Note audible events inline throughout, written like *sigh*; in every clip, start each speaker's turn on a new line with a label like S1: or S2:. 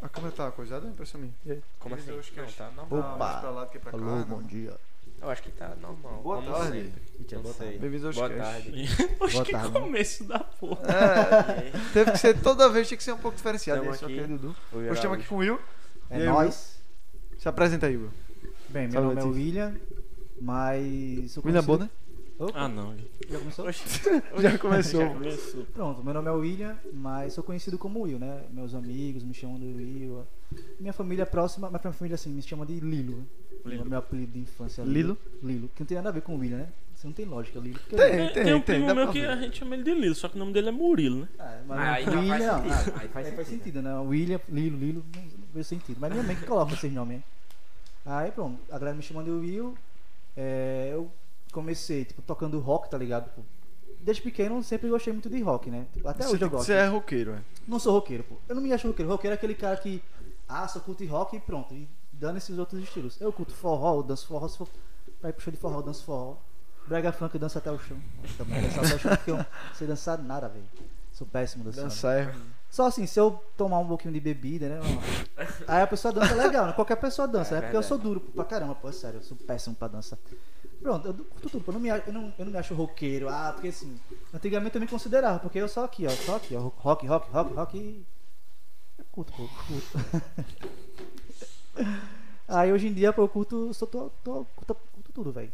S1: A câmera tá coisada? Impressão minha.
S2: Como assim?
S1: Eles
S2: Não, tá normal.
S1: Tá mais pra lá do que pra cá.
S3: Alô,
S1: né?
S3: bom dia.
S2: Eu acho que tá normal.
S1: Boa
S2: como
S1: tarde.
S2: sempre.
S3: Mentira,
S2: Não
S3: boa
S2: sei.
S3: tarde.
S1: Bem-vindos ao
S2: Boa
S1: Sketch.
S2: tarde.
S4: Oxe,
S3: Boa
S4: que
S3: tarde.
S4: começo da porra.
S1: É, teve que ser toda vez, tinha que ser um pouco diferenciado.
S2: Tamo
S1: Esse é o
S2: aqui.
S1: querido Dudu.
S2: Oi,
S1: Hoje estamos
S2: Araújo.
S1: aqui com o Will. E
S3: É
S1: aí,
S3: nóis.
S1: Se apresenta aí, Will.
S3: Bem, meu
S1: Salve,
S3: nome é
S1: Letícia.
S3: William, mas. sou
S1: William
S3: conhecido-
S1: Bonner.
S3: Opa,
S4: Ah, não.
S3: já começou?
S1: Já começou.
S4: Já começou.
S3: Pronto, meu nome é William, mas sou conhecido como Will, né? Meus amigos me chamam de Will. Minha família próxima, mas minha família assim, me chama de Lilo.
S4: Lilo.
S3: Meu apelido de infância é Lilo. Que não tem nada a ver com William, né? Isso não tem lógica, Lilo. porque-
S1: Tem.
S4: Tem,
S1: tem,
S4: um primo
S1: dá
S4: meu
S1: pra
S4: que
S1: ver.
S4: a gente chama ele de Lilo, só que o nome dele é Murilo, né?
S3: Ah, mas
S2: Ah, aí não faz
S3: William.
S2: sentido.
S3: ah,
S2: Aí faz
S3: aí faz
S2: sentido.
S3: sentido, né? William, Lilo, Lilo, não, não faz sentido. Mas minha mãe que coloca esses nomes, né? Aí pronto, a galera me chamando de Will. É, eu comecei, tipo, tocando rock, tá ligado? pô? Desde pequeno eu sempre gostei muito de rock, né? Tipo, Até
S1: Você
S3: hoje
S1: tem-
S3: eu gosto.
S1: Você é roqueiro, é.
S3: Não sou roqueiro, pô. Eu não me acho roqueiro. Roqueiro é aquele cara que, ah, só curte rock e pronto. E dando esses outros estilos. Eu curto forró, eu danço forró. Se for pra ir pro show de forró, eu danço forró. Brega funk, eu danço até o chão. Também danço até o chão porque eu não sei dançar nada, velho. Sou péssimo dançando.
S1: Dançar é.
S3: Só assim, se eu tomar um pouquinho de bebida, né? mano? Aí a pessoa dança legal, né? Qualquer pessoa dança.
S2: É
S3: É, porque eu
S2: verdade.
S3: sou duro pra caramba, pô, é sério, eu sou péssimo pra dançar. Pronto, eu curto tudo, pô, eu não, me, acho- eu, não, eu não me acho roqueiro. Ah, porque assim, antigamente eu me considerava, porque eu só aqui, ó, só aqui, ó, rock, rock, rock, rock. e- Eu curto, pô, eu curto. *laughs* Aí hoje em dia, pô, eu curto, sou, tô, tô, curto, curto tudo, velho.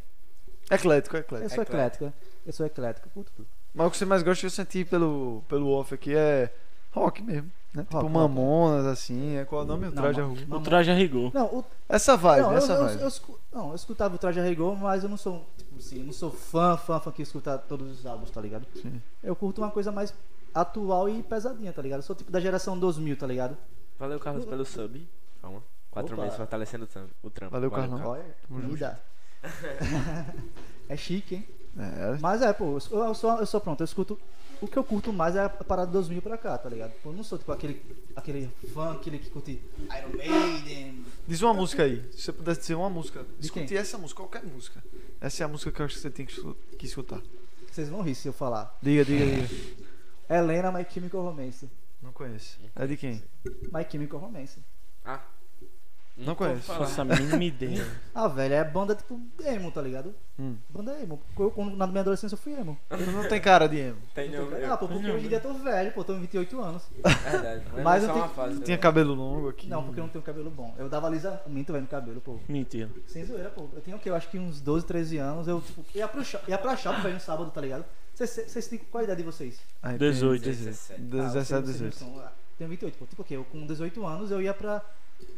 S1: Eclético, é
S3: Eu
S1: eclético.
S3: sou eclético, né? eu sou eclético, eu curto tudo.
S1: Mas o que você mais gosta, eu senti pelo, pelo off aqui, é rock mesmo. Né? tipo
S3: rock,
S1: Mamonas, assim. É qual é o nome? O
S3: Não,
S1: Traje a
S3: ma-
S1: Rua.
S4: O
S3: Mamon-
S4: traje a rigor.
S3: Não, o,
S1: Essa vibe,
S3: Não, eu,
S1: né, essa
S3: eu-
S1: vibe.
S3: eu escu- não, eu escutava o Traje a Rigor, mas eu não sou, tipo assim, eu não sou fã, fã, fã que escuta todos os álbuns, tá ligado?
S1: Sim.
S3: Eu curto uma coisa mais atual e pesadinha, tá ligado? Eu sou tipo da geração 2000, tá ligado?
S2: Valeu, Carlos, pelo sub. Calma. Quatro
S3: Opa.
S2: meses fortalecendo o tram- o trampo.
S1: Valeu, Carlão.
S2: Carlos.
S3: Olha,
S1: Tamo junto. *laughs*
S3: vida. é chique, hein?
S1: É,
S3: Mas é, pô, eu sou, eu sou- eu sou pronto, eu escuto. O que eu curto mais é a parada 2000 pra cá, tá ligado? Eu não sou tipo aquele, aquele fã, aquele que curte Iron Maiden.
S1: Diz uma música aí. Se você pudesse dizer uma música, escute
S3: quem?
S1: essa música, qualquer música. Essa é a música que eu acho que você tem que escu- que escutar.
S3: Vocês vão rir se eu falar.
S1: Diga, diga, diga.
S3: Helena, My Chemical Romance.
S1: Não conheço. É de quem?
S3: My Chemical Romance.
S2: Ah.
S1: Não conheço.
S2: vou
S4: Faça
S2: falar.
S4: a mínima ideia.
S3: Ah, velho, é banda tipo emo, tá ligado?
S1: Hum.
S3: Banda emo. Eu, quando, na minha adolescência eu fui emo.
S1: Não tem cara de emo.
S2: Tem não, eu-
S3: ah, pô, porque
S4: não,
S3: hoje em dia eu tô velho, pô, tô com 28 anos.
S2: Verdade.
S3: Mas
S2: Mas é
S3: eu
S2: só
S3: tenho-
S2: uma fase.
S1: Tinha
S2: né?
S1: cabelo longo aqui.
S3: Não, porque eu não tenho cabelo bom. Eu dava alisamento, velho, no cabelo, pô.
S4: Mentira.
S3: Sem zoeira, pô. Eu tenho o quê? Eu acho que uns 12, 13 anos. Eu, tipo, ia, pro shop, ia pra shopping, velho, no sábado, tá ligado? Vocês- Vocês têm qual idade de vocês?
S1: Ah, entendi.
S4: 18.
S2: 17.
S3: Ah, vocês-
S1: 17,
S3: vocês não
S1: 18.
S3: são- ah, Tenho 28, pô. Tipo o quê? Eu com 18 anos eu ia pra,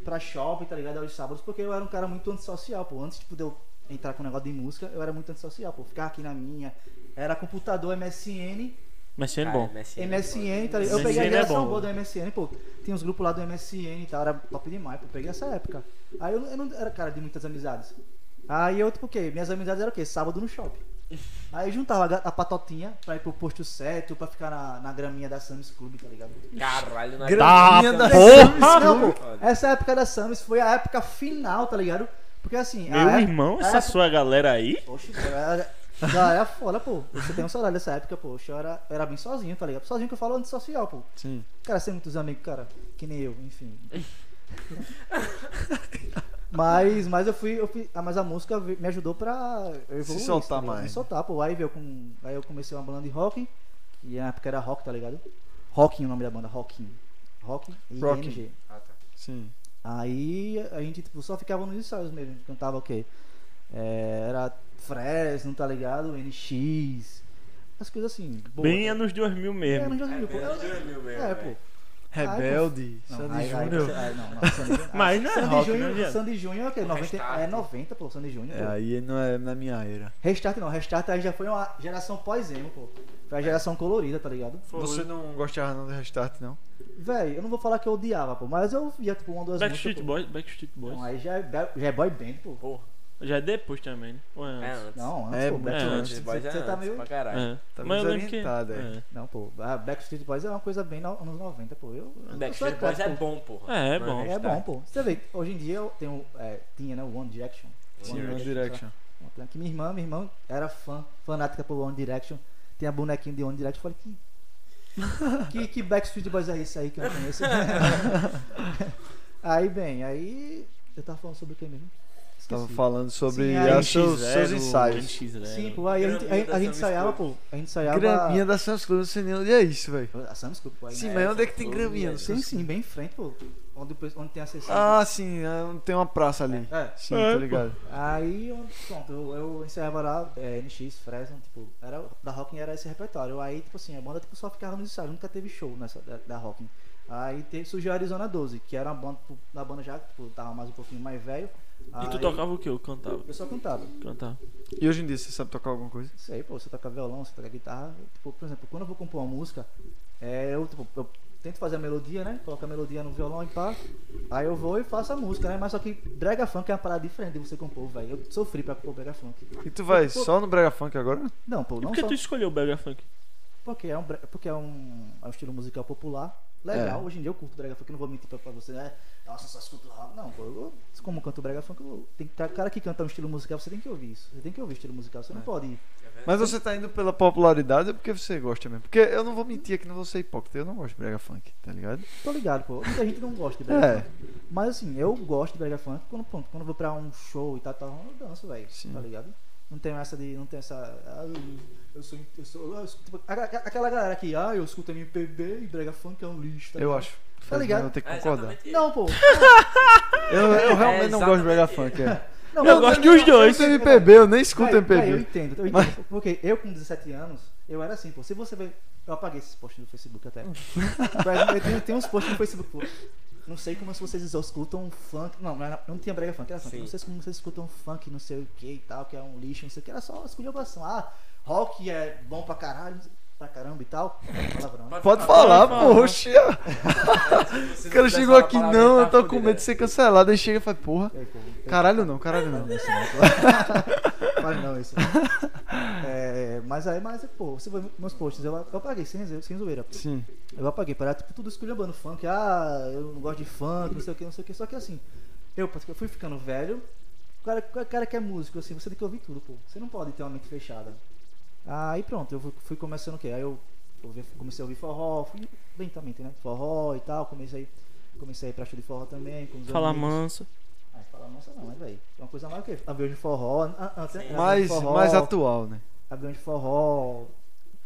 S3: pra shopping, tá ligado? Aos sábados, porque eu era um cara muito antissocial, pô. Antes, tipo, de eu entrar com o negócio de música, eu era muito antissocial, pô. Ficava aqui na minha. Era computador, MSN,
S4: Mas sendo
S2: Cara,
S4: bom.
S3: MSN, tá ligado? Eu
S4: MSN
S3: peguei a
S4: é
S3: geração
S4: bom.
S3: boa do MSN, pô. Tinha uns grupos lá do MSN e tal, era top demais, pô. Peguei essa época. Aí eu, não- eu não era cara de muitas amizades. Aí eu, tipo, o quê? Minhas amizades eram o quê? Sábado no shopping. Aí juntava a ga- a patotinha pra ir pro posto certo, pra ficar na, na graminha da Sam's Club, tá ligado?
S2: Caralho, na
S1: Graminha
S2: Tá
S1: da
S4: porra!
S3: Não, pô,
S2: Foda.
S3: essa época da Samus foi a época final, tá ligado? Porque assim. a
S4: Meu
S1: Ah, é?
S3: época-
S4: irmão,
S3: a
S4: essa
S3: época-
S4: sua galera aí?
S3: Oxe, eu era. Já era foda, pô. Você tem um salário dessa época, pô. Oxe, Eu era, eu era bem sozinho, tá ligado? Sozinho que eu falo antissocial, pô.
S1: Sim.
S3: Cara, sem muitos amigos, cara, que nem eu, enfim. mas, mas eu fui, eu fui. ah, Mas a música ve- me ajudou pra eu evoluir,
S1: Se soltar
S3: tá ligado?
S1: mais.
S3: Me soltar, pô. Aí veio com. Aí eu comecei uma banda de rock. E na época era rock, tá ligado? Rockin é o nome da banda, Rockin. Rock e
S1: Rockin.
S3: NG.
S2: Ah, tá.
S1: Sim.
S3: Aí a gente tipo, só ficava nos ensaios mesmo, cantava o quê? É, era Fresno, tá ligado? NX. As coisas assim. boas.
S4: Bem anos 2000
S3: É, não
S4: mesmo.
S3: já
S2: É,
S3: viu, pô.
S2: pelo Júnior mesmo,
S3: É,
S2: velho.
S3: pô.
S1: Rebelde.
S3: Não,
S1: Sandy
S3: aí- aí-
S1: Júnior.
S3: aí- não, não, Sandy Júnior-
S4: *laughs* Mas não é
S3: Sandy
S4: rock,
S3: Júnior-
S4: não adianta.
S3: Sandy Júnior é o quê? 90,
S2: Restart.
S3: é 90, pô, Sandy Júnior.
S1: É,
S3: pô.
S1: aí não é na minha era.
S3: Restart não, Restart aí já foi uma geração pós-emo, pô. Foi a geração colorida, tá ligado?
S1: Você não gostava não do restart, não?
S3: Véi, eu não vou falar que eu odiava, pô, mas eu via, tipo, uma ou duas
S4: Backstreet
S3: músicas,
S4: Boys, Backstreet
S3: pô.
S4: Boys.
S3: Não, aí já é, ba- já é boy band, pô.
S2: Porra.
S4: Já é depois também, né? Ou é
S2: É
S4: antes?
S2: antes.
S3: Não, antes,
S1: É,
S3: Ah, pô,
S1: é
S3: Backstreet
S4: antes,
S3: Boys,
S2: Boys é
S3: você tá
S2: antes,
S3: meio...
S2: pra caralho.
S4: É.
S1: Tá
S4: Mas eu lembro que...
S1: desorientado, é.
S4: É.
S3: Não, pô, a Backstreet Boys é uma coisa bem no- anos 90, pô. Eu, eu sou
S2: Backstreet
S3: eclético,
S2: Boys é
S3: pô.
S2: bom, porra.
S4: É, é
S2: Não
S4: bom.
S3: É
S2: restart.
S3: bom, pô. Você vê, hoje em dia eu tenho, é, tinha, né, o One Direction.
S1: Sim,
S3: é,
S1: One Direction.
S3: Uma plena Que minha irmã, minha irmã era fã, fanática por One Direction. Tem a bonequinha de One Direction. Eu falei que que, *laughs* que Backstreet Boys é esse aí que eu não conheço? *laughs* aí, bem, aí. Eu tava falando sobre o que mesmo? Esqueci.
S1: Tava falando sobre
S3: Sim,
S1: as
S3: aí,
S1: seus, seus ensaios.
S4: NX0.
S3: Sim, pô, aí a gente, aí a gente ensaiava, pô. A gente ensaiava.
S1: Graminha da Sam's Club, não sei nem onde é isso, velho.
S3: A Sam's Club, pô. aí,
S1: Sim,
S3: né?
S1: mas onde é que
S2: Sam's
S1: tem
S2: Club,
S1: graminha?
S2: é.
S1: no
S3: Sim,
S1: Sam's
S3: sim, bem em frente, pô. Onde, o pe- onde tem a sessão.
S1: Ah, sim, ah, tem uma praça ali.
S3: É.
S1: Sim,
S4: É,
S1: tô
S4: pô.
S1: ligado.
S3: Aí, eu- pronto, eu, eu encerrava lá, é, NX, Fresno, tipo, era, da Rocking era esse repertório. Aí, tipo assim, a banda tipo, só ficava nos ensaios, nunca teve show nessa da, da Rocking. Aí teve, surgiu a Arizona 12, que era uma banda, tipo, da banda já, tipo, tava mais um pouquinho mais velho.
S4: E tu
S3: Aí,
S4: tocava o que? Eu cantava.
S3: Eu só cantava.
S4: Cantava.
S1: E hoje em dia, você sabe tocar alguma coisa?
S3: Isso aí, pô, você toca violão, você toca guitarra. Tipo, por exemplo, quando eu vou compor uma música, é, eu, tipo, eu tento fazer a melodia, né? Coloco a melodia no violão e pá. Aí eu vou e faço a música, né? Mas só que brega funk é uma parada diferente de você compor, velho. Eu sofri pra compor brega funk.
S1: E tu vai
S3: Pô.
S1: só no Brega Funk agora?
S3: Não, pô,
S4: E
S3: não
S4: por que
S3: só...
S4: tu escolheu o Brega Funk?
S3: Porque é um, bre- porque é um, é um estilo musical popular. Legal,
S1: É.
S3: hoje em dia eu curto brega funk, eu não vou mentir pra, pra você, né? Nossa, só escuto rock. Não, pô, eu, como eu canto brega funk, eu, tem que- cara que canta um estilo musical, você tem que ouvir isso. Você tem que ouvir estilo musical,
S1: É.
S3: você não pode ir.
S1: Mas você tá indo pela popularidade ou porque você gosta mesmo? Porque eu não vou mentir aqui, não vou ser hipócrita. Eu não gosto de brega funk, tá ligado?
S3: Tô ligado, pô. Muita gente não gosta de brega
S1: É,
S3: funk. Mas assim, eu gosto de brega funk quando, pronto, quando eu vou pra um show e tal, tal eu danço, velho.
S1: Sim.
S3: Tá ligado? Não tenho essa de. Não tenho essa. ah, eu- eu sou. Eu sou ah, eu escuto- tipo, a- a- aquela galera que, ah, eu escuto MPB e brega funk é um lixo. Tá
S1: eu
S3: ligado?
S1: acho.
S3: Tá ligado?
S1: Vou ter que
S2: É,
S1: concordar.
S2: exatamente.
S3: Não, pô.
S1: Eu, eu realmente não gosto de brega
S2: exatamente.
S1: funk. É.
S3: Não,
S4: Eu
S3: mas-
S4: gosto dos dois.
S1: Eu É, não MPB, eu nem escuto
S3: Véi, véi, Eu
S1: MPB.
S3: entendo, eu entendo. Porque eu com 17 anos, eu era assim, pô. Se você vê. Eu apaguei esses posts do Facebook até. Mas eu tenho, tenho uns posts no Facebook, pô. Não sei como se vocês escutam funk. Não, não, era- não tinha brega funk, era funk.
S2: Sim.
S3: Não sei como vocês escutam funk, não sei o que e tal, que é um lixo, não sei o que. Era só esculhambação. Ah, rock é bom pra caralho, pra caramba e tal. Palavrão. né?
S1: Ah, Pode falar,
S4: falar.
S1: poxa. O cara chegou aqui, não, eu tô com medo de ser cancelado. Aí chega e fala, porra.
S3: E aí, pô, eu- *laughs*
S1: Caralho não, caralho
S3: Não,
S1: não.
S3: isso não. Fale não, isso. É, mas aí, mas, pô, você vai ver meus posts, eu, eu apaguei, sem, zo- sem zoeira. pô.
S1: Sim.
S3: Eu apaguei, para tipo, tudo esculhambando funk. Ah, eu não gosto de funk, não sei o que, não sei o que. Só que assim, eu, porque eu fui ficando velho. O cara, o cara que é músico, assim, você tem que ouvir tudo, pô. Você não pode ter uma mente fechada. Aí pronto, eu fui- fui começando o quê? Aí eu ouvi- comecei a ouvir forró, fui lentamente, né? Forró e tal, comecei, comecei a ir pra show de forró também. Com os
S4: Falar
S3: amigos.
S4: manso.
S3: Ah, falar mansa não, né, velho? É uma coisa mais o quê? Avião de forró. an- Antes era avião de
S1: Mais,
S3: É, forró,
S1: mais atual, né?
S3: Avião de forró.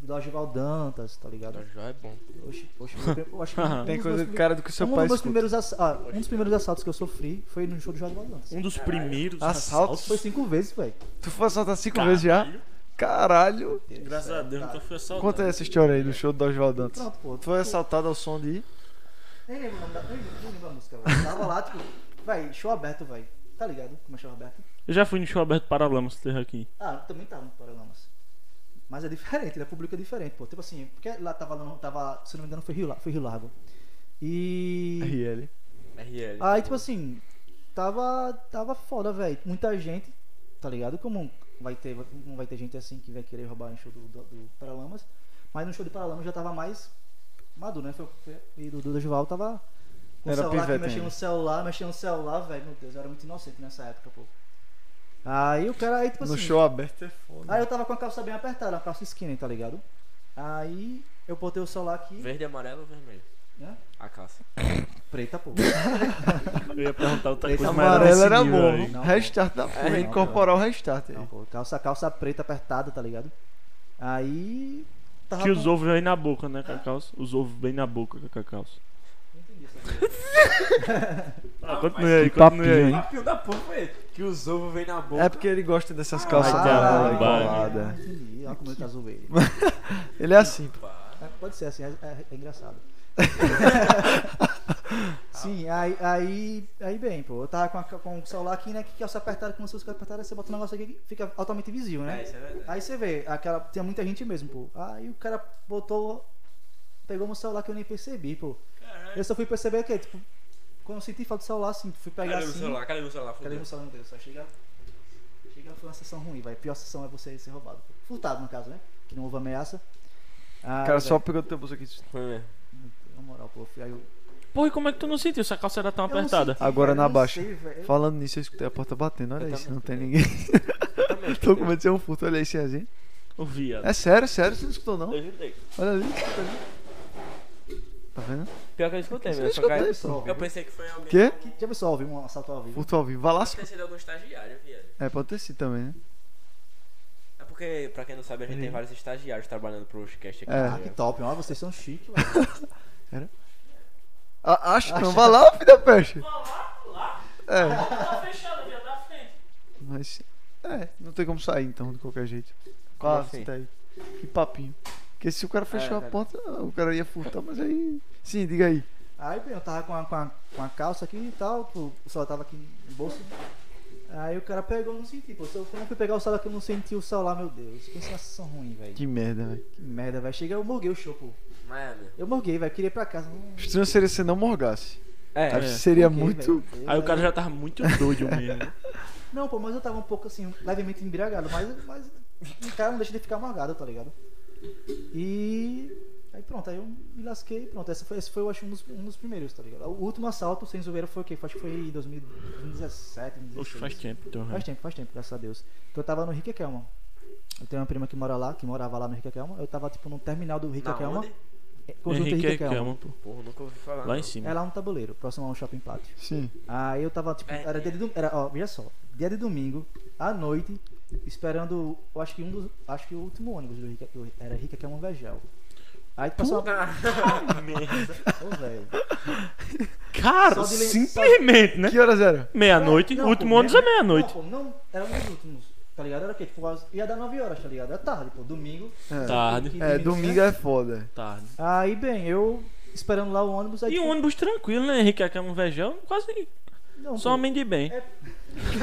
S3: Dodgeval Dantas, tá ligado?
S2: é bom.
S3: Oxi, oxi, meu primo- eu acho
S4: *laughs*
S3: que. um
S1: Tem coisa
S3: dos meus
S1: do
S3: prime-
S1: cara do que seu
S3: um
S1: pai
S3: dos meus
S1: escuta.
S3: primeiros assa- ah, Um dos primeiros assaltos que eu sofri foi no show do Dodgeval Dantas.
S4: Um dos primeiros
S1: Assaltos?
S3: Foi cinco vezes, velho.
S1: Tu foi assaltar cinco
S4: Caralho.
S1: vezes já? Caralho.
S4: Graças a Deus, nunca fui assaltado.
S1: Conta essa história aí do show do Dodgeball Dantas.
S3: Tá Pronto, pô.
S1: Tu foi assaltado ao som de...
S3: Nem lembro o nome da. Nem lembro nem lembro a música, velho. Tava lá, tipo. Véi, show aberto, velho. Tá ligado? Como é show aberto?
S4: Eu já fui no show aberto Paralamas que teve aqui.
S3: Ah, também tava no Paralamas. Mas é diferente, né? Público é diferente, pô. Tipo assim, porque lá tava, lá no- tava se não me engano, foi Rio, La- foi Rio Largo.
S4: É
S3: E.
S1: RL.
S2: RL.
S3: Aí, tipo assim, tava, tava foda, velho. Muita gente, tá ligado? Como vai ter, não vai ter gente assim que vai querer roubar no show do, do, do Paralamas. Mas no show do Paralamas já tava mais maduro, né? Foi, foi, e do Duda Juval tava. Com o
S1: Era
S3: celular, que
S1: pivete
S3: mexia
S1: ainda.
S3: no celular, mexia no celular, velho. Meu Deus, eu era muito inocente nessa época, pô. Aí o cara, aí, tipo
S1: No
S3: assim.
S1: show aberto é foda.
S3: Aí eu tava com a calça bem apertada, uma calça skinny, tá ligado? Aí eu botei o celular aqui,
S2: Verde, amarelo ou vermelho?
S3: né?
S2: A calça.
S3: Preta, pô.
S4: Eu ia perguntar outra
S3: Esse
S4: coisa, mas era
S1: Amarelo
S4: assim, nesse
S1: era
S4: nível
S1: bom.
S4: aí.
S1: né? *laughs* Restart da porra.
S3: não,
S1: Incorporar o restart
S3: Não,
S1: aí.
S3: pô, calça, calça preta apertada, tá ligado? Aí. Tava
S4: Que
S3: com-
S4: os ovos aí na boca, né, com a calça? Os ovos bem na boca com a *laughs* calça.
S3: Não entendi essa coisa.
S4: Ah, continue aí,
S1: que papinho,
S4: continue aí.
S1: hein?
S2: Papinho Ah, da porra foi esse. Que os ovos vêm na boca.
S1: É porque ele gosta dessas calças
S4: Ah,
S1: de arara
S4: vai.
S1: colada.
S3: não entendi. né? Olha como ele tá zoeiro.
S1: Ele é assim, pô.
S2: Pá.
S3: É, Pode ser assim, é, é- é engraçado.
S4: *laughs*
S3: Sim, aí, aí, aí bem, pô, eu tava com, a ca- com o celular aqui, né, que calça apertada, com calça apertada, você bota um negócio aqui que fica altamente visível, né?
S2: É, isso é verdade.
S3: Aí você vê, aquela, tem muita gente mesmo, pô. Aí o cara botou. Pegou meu celular que eu nem percebi, pô. Eu só fui perceber que, tipo, quando eu senti falta do celular, assim, fui pegar
S2: Cadê meu
S3: assim.
S2: celular? Cadê meu celular?
S3: Cadê meu celular? Meu Deus, só chega. Chega foi uma sessão ruim, vai. Pior sessão é você ser roubado. pô. Furtado, no caso, né? Que não houve ameaça. Ah,
S1: O cara só
S3: velho,
S1: pegou teu bolso aqui.
S2: Foi mesmo.
S3: Na moral, pô, fui- aí eu.
S4: Porra, e como é que tu não sentiu se a calça era tão
S3: Eu não
S4: apertada?
S3: senti,
S1: Agora
S3: velho,
S1: na
S3: eu não
S1: baixa.
S3: sei, velho.
S1: Falando nisso, eu escutei a porta batendo. Olha
S2: Eu
S1: aí,
S2: também
S1: se não tem
S2: escutei.
S1: ninguém.
S2: Também.
S1: *laughs* Tô com medo de ser um furto. Olha aí, se é assim.
S4: Ô, viado.
S1: É sério, sério, você não escutou não?
S4: Eu juntei.
S1: Olha ali. escuta ali. Tá vendo?
S5: Pior que eu escutei,
S1: Isso
S5: meu.
S1: eu
S5: só que-
S1: escutei,
S3: só.
S5: Eu pensei que foi alguém.
S1: Quê?
S3: Que já pessoal viu um assalto ao vivo?
S1: Furto ao vivo. Vai lá.
S5: Pode ter sido algum estagiário, viado.
S1: É, pode ter sido também, né?
S5: É porque, pra quem não sabe, a gente
S1: Sim.
S3: Uhum.
S5: tem vários estagiários trabalhando pro Showcast aqui.
S1: É.
S5: tá
S3: Ah, que
S5: ligado?
S3: top, ó, vocês são chiques, mano.
S1: A- acho não. Vai lá, filho da peste. É.
S6: Tá fechado aqui, ó, na frente.
S1: Mas. É, não tem como sair então, de qualquer jeito.
S5: Como
S1: Quase
S5: assim?
S1: tá aí. Que papinho. Porque se o cara fechou a
S5: cara.
S1: porta, o cara ia furtar, mas aí. Sim, diga aí.
S3: Aí bem, eu tava com a, com, a, com a calça aqui e tal, pô, o celular tava aqui no bolso. Aí o cara pegou, eu não senti, pô. Se eu quando eu fui pegar o celular que eu não senti o celular, meu Deus. Que sensação ruim, velho.
S1: Que merda, velho.
S3: Que merda, velho. Cheguei, eu morguei o show, pô.
S5: Mas, meu.
S3: Eu morguei, velho. Queria ir pra casa. Hum,
S1: Estranho seria se não morgasse.
S5: É,
S3: Tá
S1: Acho que seria
S3: morguei,
S1: muito.
S3: velho.
S4: Aí o cara já tava muito doido mesmo.
S3: Não, pô, mas eu tava um pouco assim, levemente embriagado, mas, mas o cara não deixa de ficar amargado, tá ligado? E. Aí pronto, aí eu me lasquei, pronto. Esse foi, esse foi eu acho, um dos, um dos primeiros, tá ligado? O último assalto sem zoeira foi o quê? Acho que foi em 2017, 2016.
S4: Oxe, faz tempo, então. né?
S3: Faz tempo, faz tempo, graças a Deus. Então eu tava no Rica Kelman. Eu tenho uma prima que mora lá, que morava lá no Rica Kelman. Eu tava, tipo, no terminal do Rica
S5: na
S3: Kelman.
S5: onde?
S3: é, Conjunto
S4: Henrique
S3: Rica
S4: é
S3: Kelman.
S4: Kelman, pô.
S5: Porra, nunca ouvi falar.
S4: Lá em
S5: não.
S4: cima.
S3: É lá no tabuleiro, próximo a um shopping pátio.
S1: Sim.
S3: Aí eu tava, tipo,
S5: É,
S3: era dia de domingo. Era, ó, veja só, dia de domingo, à noite, esperando, eu acho que um dos. Acho que o último ônibus do Rica, do- era Rica que é um vegel. Aí tipo, passou
S4: *laughs*
S3: uma. Ô, velho.
S4: Cara,
S3: Só de le-
S4: simplesmente, né?
S1: Que horas era?
S4: Meia-noite,
S3: Não,
S4: o último
S3: pô,
S4: ônibus é meia-noite.
S3: Não, pô, não, era um dos últimos, tá ligado? Era o quê? Tipo, às- ia dar 9 horas, tá ligado? Era tarde, pô, domingo.
S1: É.
S4: Tarde.
S3: quinze
S1: É,
S3: minutos,
S1: domingo
S3: né?
S1: é foda.
S4: Tarde.
S3: Aí, bem, eu esperando lá o ônibus. Aí,
S4: E um
S3: tipo,
S4: ônibus tranquilo, né? Henrique é Kelman Vejão, quase
S3: não, pô.
S4: só
S3: É,
S4: homem de bem.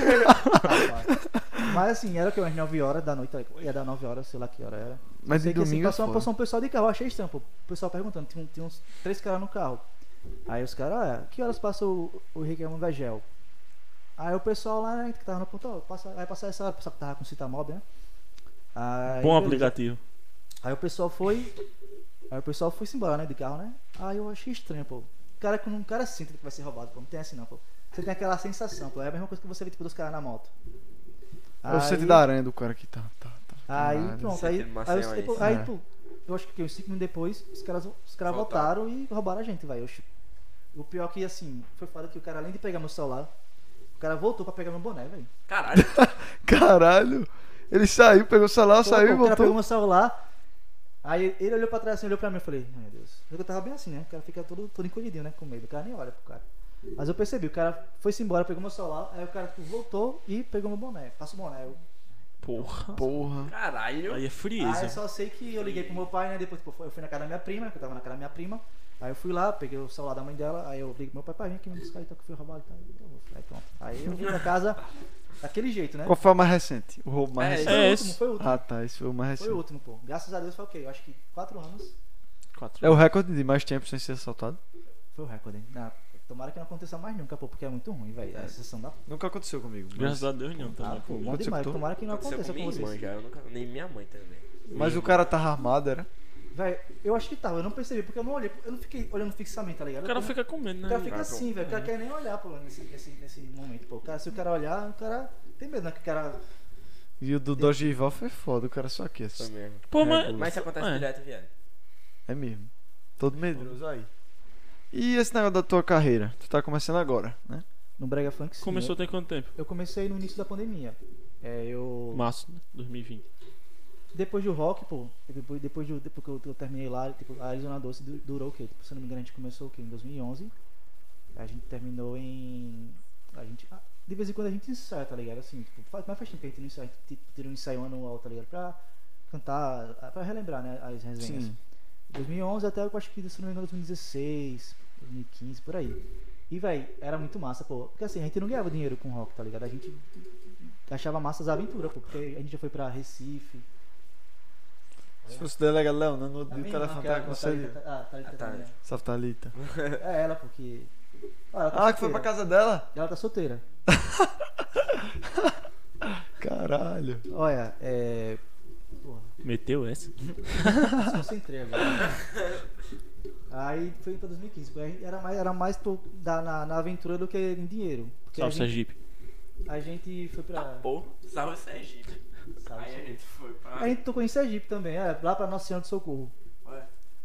S3: Rapaz. Mas assim, era o que? Umas 9 horas da noite. aí, Ia dar 9 horas, sei lá que hora era.
S1: Mas
S3: Sei
S1: em
S3: que assim,
S1: domingo é
S3: passou uma
S1: foda.
S3: porção pessoal de carro, eu achei estranho, pô. O pessoal perguntando, tinha, um- tinha uns três caras no carro. Aí os caras, ah, que horas passa o, o Riquelmo da Gel? Aí o pessoal lá, né, que tava no ponto, ó, passa, vai passar essa hora, o pessoal que tava com Citamob, né? Aí,
S4: Bom
S3: beleza.
S4: aplicativo.
S3: Aí o pessoal foi. Aí o pessoal foi embora, né? De carro, né? Aí eu achei estranho, pô. O cara, quando um cara sente que vai ser roubado, pô. Não tem assim não, pô. Você tem aquela sensação, pô. É a mesma coisa que você vê tipo dos caras na moto.
S1: É o sede da aranha do cara que tá. tá, tá
S3: Aí
S1: Caralho.
S3: pronto,
S5: Você
S3: aí,
S5: tem
S3: aí,
S5: Maceió
S3: eu,
S5: aí,
S3: tipo,
S5: sim.
S3: aí,
S1: É.
S3: pô, eu acho que uns 5 minutos depois, os caras, os caras
S2: Voltaram.
S3: voltaram e roubaram a gente, velho. Eu, tipo, O pior que, assim, foi foda que o cara, além de pegar meu celular, o cara voltou pra pegar meu boné, velho.
S5: Caralho.
S1: Caralho! Ele saiu, pegou o celular,
S3: Pô,
S1: Ah, saiu
S3: pô,
S1: e
S3: O cara pegou
S1: voltou.
S3: meu celular, aí ele olhou pra trás, assim, olhou pra mim, eu falei, "Ai, meu Deus. Eu tava bem assim, né? O cara fica todo, todo encolhidinho, né? Com medo, o cara nem olha pro cara. Mas eu percebi, o cara foi-se embora, pegou meu celular, aí o cara tipo, voltou e pegou meu boné. Passa o boné. Eu,
S4: Porra.
S1: Porra.
S5: Caralho.
S4: Aí é
S3: Ah, eu
S4: frieza.
S3: só sei que eu liguei pro meu pai, né? Depois tipo, eu fui na casa da minha prima, que eu tava na casa da minha prima. Aí eu fui lá, peguei o celular da mãe dela, aí eu liguei pro meu pai, pai, vem aqui me buscar, então que eu fui roubado e tal. Aí eu falei, pronto. Aí eu vim pra casa daquele jeito, né?
S1: Qual foi a mais recente? O roubo mais
S5: É,
S1: recente?
S3: Foi o último, foi
S4: É esse.
S3: o último.
S1: Ah tá, esse foi o mais
S3: Foi o
S1: recente.
S3: último, pô. Graças a Deus foi o quê? Eu acho que quatro anos
S4: Quatro.
S1: É o recorde de mais tempo sem ser assaltado?
S3: foi o recorde. hein? Ah, tomara que não aconteça mais nunca, pô, porque é muito ruim, velho. A sensação da
S1: Nunca aconteceu comigo.
S4: Graças a Deus não, tá
S3: Ah,
S4: ligado?
S3: pô, bom
S1: Aconteceu
S3: demais.
S1: com tu?
S3: Tomara que não
S5: Aconteceu
S3: aconteça
S5: com
S3: com
S5: minha irmã
S3: vocês.
S5: já. Eu nunca... Nem minha mãe também.
S1: Mas o cara tava armado, era?
S3: Velho, eu acho que tava, eu não percebi, porque eu não olhei, eu não fiquei olhando fixamente, tá ligado?
S4: O cara
S3: Eu-
S4: fica com medo,
S3: O
S4: né?
S3: cara fica
S2: vai,
S3: assim, velho. O cara quer nem olhar pô, nesse, nesse, nesse momento, pô. O cara, se o cara olhar, o cara tem medo, né? Que o cara.
S1: E o do Dogival foi foda, o cara só aqui.
S5: Foi
S1: assim.
S5: mesmo.
S4: Pô, mas.
S5: Mas isso acontece
S4: É.
S5: direto, viado.
S1: É mesmo. Todo medroso aí. E esse negócio da tua carreira? Tu tá começando agora, né?
S3: No Brega Funk, sim.
S4: Começou
S3: Eu,
S4: tem quanto tempo?
S3: eu comecei no início da pandemia. É, eu.
S4: Março, né? 2020.
S3: Depois do rock, pô. Depois, depois, do, depois que eu, eu terminei lá, tipo, a Arizona Doce du- durou o quê? Tipo, se eu não me engano, a gente começou o quê? Em 2011. A gente terminou em. A gente. ah, de vez em quando a gente ensaia, tá ligado? Assim, tipo, faz, mas faz tempo que a gente não ensaia. A gente tira um ensaio anual, tá ligado? Pra cantar, ah, pra relembrar, né? As resenhas. 2011 até eu acho que, se não me engano, 2016, 2015, por aí. E, véi, era muito massa, pô. Porque assim, a gente não ganhava dinheiro com rock, tá ligado? A gente achava massa as aventuras, pô. Porque a gente já foi pra Recife.
S1: Se fosse o delegado Leona, no outro dia o "Tá, telefone
S3: Aquela-
S1: tava com
S3: Thalita-
S1: sede.
S3: Ah, Thalita
S5: Ah, tá.
S3: também, né?
S1: Saftalita.
S3: É ela, porque. Ah, ela
S1: Ah, que foi pra casa dela?
S3: Ela tá solteira.
S1: Caralho.
S3: Olha, é. Porra.
S4: Meteu essa?
S3: Se
S1: *laughs*
S3: concentrei agora. Aí foi pra 2015. pô, aí Era mais, era mais pô, da, na, na aventura do que em dinheiro. Porque a
S4: Salve,
S3: gente,
S4: Sergipe.
S3: a gente foi pra.
S5: Ah, Pô, salve Sergipe.
S3: Salve,
S5: Aí a
S3: Sergipe.
S5: gente foi pra.
S3: A gente tocou em Sergipe também, é, lá pra Nossa Senhora do Socorro.
S5: Ué.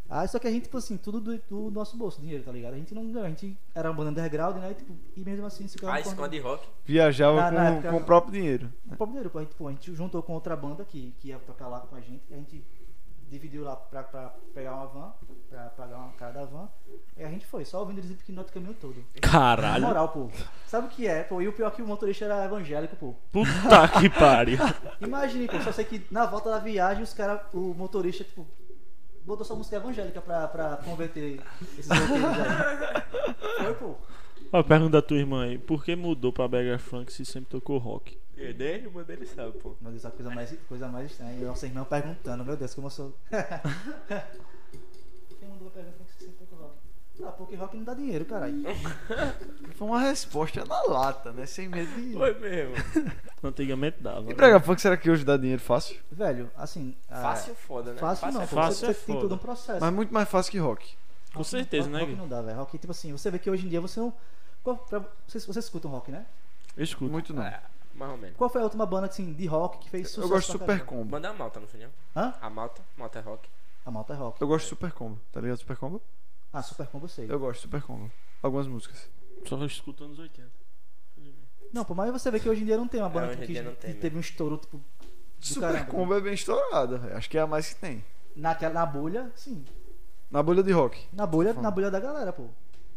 S3: Aí só que a gente, tipo assim, tudo do, do nosso bolso, dinheiro, tá ligado? A gente não ganhou, a gente era uma banda underground, né? E, tipo, e mesmo assim, se
S5: Ah, esconde rock.
S1: Viajava
S3: Na-
S1: com,
S3: na época-
S1: com o próprio dinheiro.
S3: O próprio dinheiro, pô, a gente, pô, a gente juntou com outra banda que, que ia tocar lá com a gente, a gente dividiu lá pra, pra pegar uma van, pra pagar uma cara da van, e a gente foi, só ouvindo eles hipnotando o caminho todo. Na
S4: Caralho.
S3: moral, pô. Sabe o que é, pô? E o pior é que o motorista era evangélico, pô. *laughs*
S4: Puta que pariu.
S3: Imagine, pô, só sei que na volta da viagem os caras, o motorista, tipo, botou só música evangélica pra, pra converter esses roteiros aí. Foi, pô.
S4: Ó, pergunta da tua irmã aí. Por que mudou pra Brega Funk se sempre tocou rock?
S5: Eu dei, irmã dele sabe, pô.
S3: Meu Deus, a é coisa mais, coisa mais estranha. E nossa irmã perguntando, meu Deus, como eu sou. *laughs* Quem mandou a pergunta tem que ser sempre rock? Ah, porque rock não dá dinheiro, caralho.
S1: Foi uma resposta na lata, né? Sem medo de.
S5: Foi mesmo.
S4: Antigamente dava.
S1: E
S4: né?
S1: Brega Funk, será que hoje dá dinheiro fácil?
S3: Velho, assim. ah,
S5: Fácil foda, né?
S3: Fácil não,
S5: é
S3: pô.
S5: foda.
S4: fácil
S3: você
S4: é
S3: você tem
S4: foda.
S3: todo um processo.
S1: Mas muito mais fácil que rock.
S4: Com certeza,
S3: rock,
S4: né,
S3: Rock
S4: Gui?
S3: não dá, velho. Rock, tipo assim, você vê que hoje em dia você não. Qual, pra, vocês, vocês escutam rock, né?
S4: Eu escuto.
S1: Muito não.
S5: Mais ou menos.
S3: Qual foi a última banda assim, de rock que fez sucesso?
S1: Eu gosto de
S3: pra
S1: Super
S3: caramba?
S1: Combo.
S5: Manda a malta, não foi não?
S3: Hã?
S5: A malta, malta é rock.
S3: A malta é rock.
S1: Eu gosto de Super Combo, tá ligado? Super Combo?
S3: Ah, Super Combo eu sei.
S1: Eu gosto de Super Combo. Algumas músicas.
S4: Só escuto anos 80.
S3: Não, pô, mas você vê que hoje em dia não tem uma banda
S5: hoje em
S3: que,
S5: dia não
S3: que
S5: tem, né?
S3: teve um estouro, tipo. do
S1: Super
S3: caramba.
S1: Combo é bem estourada, velho. acho que é a mais que tem.
S3: Naquela, na bolha, sim.
S1: Na bolha de rock.
S3: Na bolha,
S1: Foda.
S3: na bolha da galera, pô.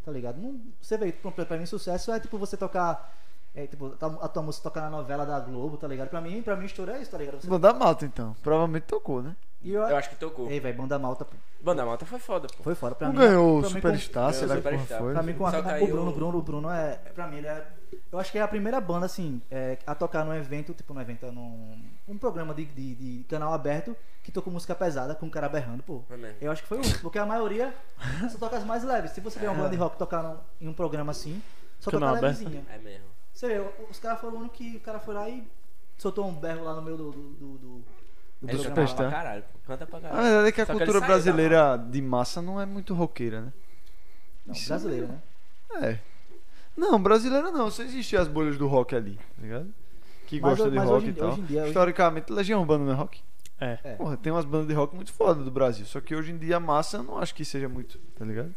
S3: Tá ligado? Não, você vê, pra, pra mim, sucesso é tipo você tocar. É, tipo, a tua- a tua música tocar na novela da Globo, tá ligado? Pra mim, pra mim, estouro é isso, tá ligado? Você-
S1: Banda Malta, então. Provavelmente tocou, né?
S3: E eu,
S5: Eu acho que tocou.
S3: Ei, velho, banda malta, pô.
S5: Banda malta foi foda, pô.
S3: Foi fora. Pra
S1: não
S3: mim,
S1: ganhou o
S3: pra mim,
S1: Superstar,
S5: ganhou
S1: será
S5: o
S1: que porra
S5: Superstar.
S1: foi?
S3: Pra mim, com a,
S5: Só
S3: com
S5: caiu-
S3: o Bruno, o Bruno, o Bruno é. Pra mim, ele é. Eu acho que é a primeira banda, assim, é, a tocar num evento, tipo, num evento, num. Um programa de, de, de canal aberto que tocou música pesada com um cara berrando, pô.
S5: Foi mesmo.
S3: Eu acho que foi o único, porque a maioria só toca as mais leves. Se você vê uma banda de rock tocar num- em um programa assim, só
S4: Canal
S3: toca
S4: aberto.
S3: levezinha.
S5: É mesmo.
S3: Você vê, os caras foram o único que o cara foi lá e soltou um berro lá no meio do. do, do, do- do
S5: É
S1: Bruno
S5: joga
S1: Superstar.
S5: pra caralho, pô. Canta pra
S1: A
S5: caralho.
S1: verdade é que a
S5: Só que ele
S1: cultura
S3: né?
S5: saiu da
S1: brasileira de massa não é muito roqueira, né?
S3: Não,
S1: Isso
S3: brasileiro, né?
S1: É. Não, brasileira não. Só existiam as bolhas do rock ali, tá ligado? Que
S3: Mas
S1: gosta
S3: ho-
S1: de
S3: mas
S1: rock
S3: hoje em-
S1: e tal.
S3: hoje em dia- hoje-
S1: Historicamente, Legião Urbana não é rock?
S4: É.
S3: É.
S1: Porra, tem umas bandas de rock muito foda do Brasil. Só que hoje em dia a massa eu não acho que seja muito, tá ligado?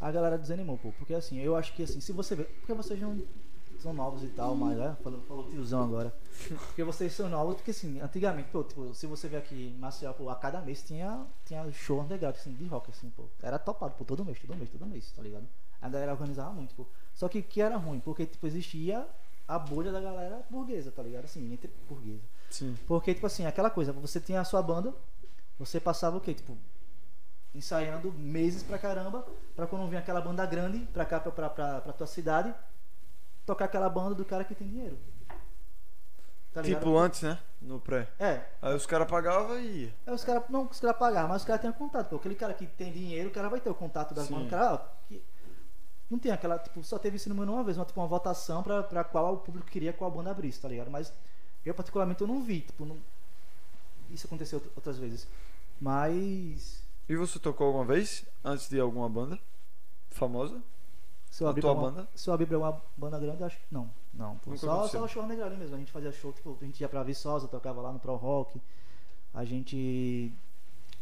S3: a galera desanimou, pô. Porque assim, eu acho que assim, se você vê. Porque vocês não são novos e tal, mas né? falou, falou tiozão agora. Porque vocês são novos, porque assim, antigamente, pô, tipo, se você vê aqui em Maceió, pô, a cada mês tinha, tinha show underground, assim, de rock, assim, pô. Era topado, pô, todo mês, todo mês, todo mês, tá ligado? A galera organizava muito, pô. Só que que era ruim, porque, tipo, existia a bolha da galera burguesa, tá ligado? Assim, entre burguesa.
S1: Sim.
S3: Porque, tipo assim, aquela coisa, você tinha a sua banda, você passava o quê? Tipo, ensaiando meses pra caramba, pra quando vinha aquela banda grande pra cá, pra, pra, pra, pra tua cidade, tocar aquela banda do cara que tem dinheiro. Tá ligado?
S1: tipo antes, né? No pré.
S3: É,
S1: Aí os caras pagavam e ia.
S3: é os caras, não os caras pagar, mas os caras têm o contato, pô. Aquele cara que tem dinheiro, o cara vai ter o contato das
S1: Sim.
S3: bandas, o cara, ó, que... Não tem aquela, tipo, só teve isso no número uma vez, uma, tipo, uma votação pra, pra qual o público queria qual banda abrisse, tá ligado? Mas eu particularmente eu não vi, tipo, não... isso aconteceu out- outras vezes. Mas
S1: E você tocou alguma vez? Antes de alguma banda? Famosa?
S3: se eu
S1: A
S3: abrir
S1: tua
S3: pra é uma,
S1: banda?
S3: se eu abrir pra uma banda grande, eu acho que não. Não, pô,
S1: Nunca
S3: só,
S1: aconteceu.
S3: só o show underground mesmo, a gente fazia show, tipo, a gente ia pra Viçosa, tocava lá no Pro Rock, a gente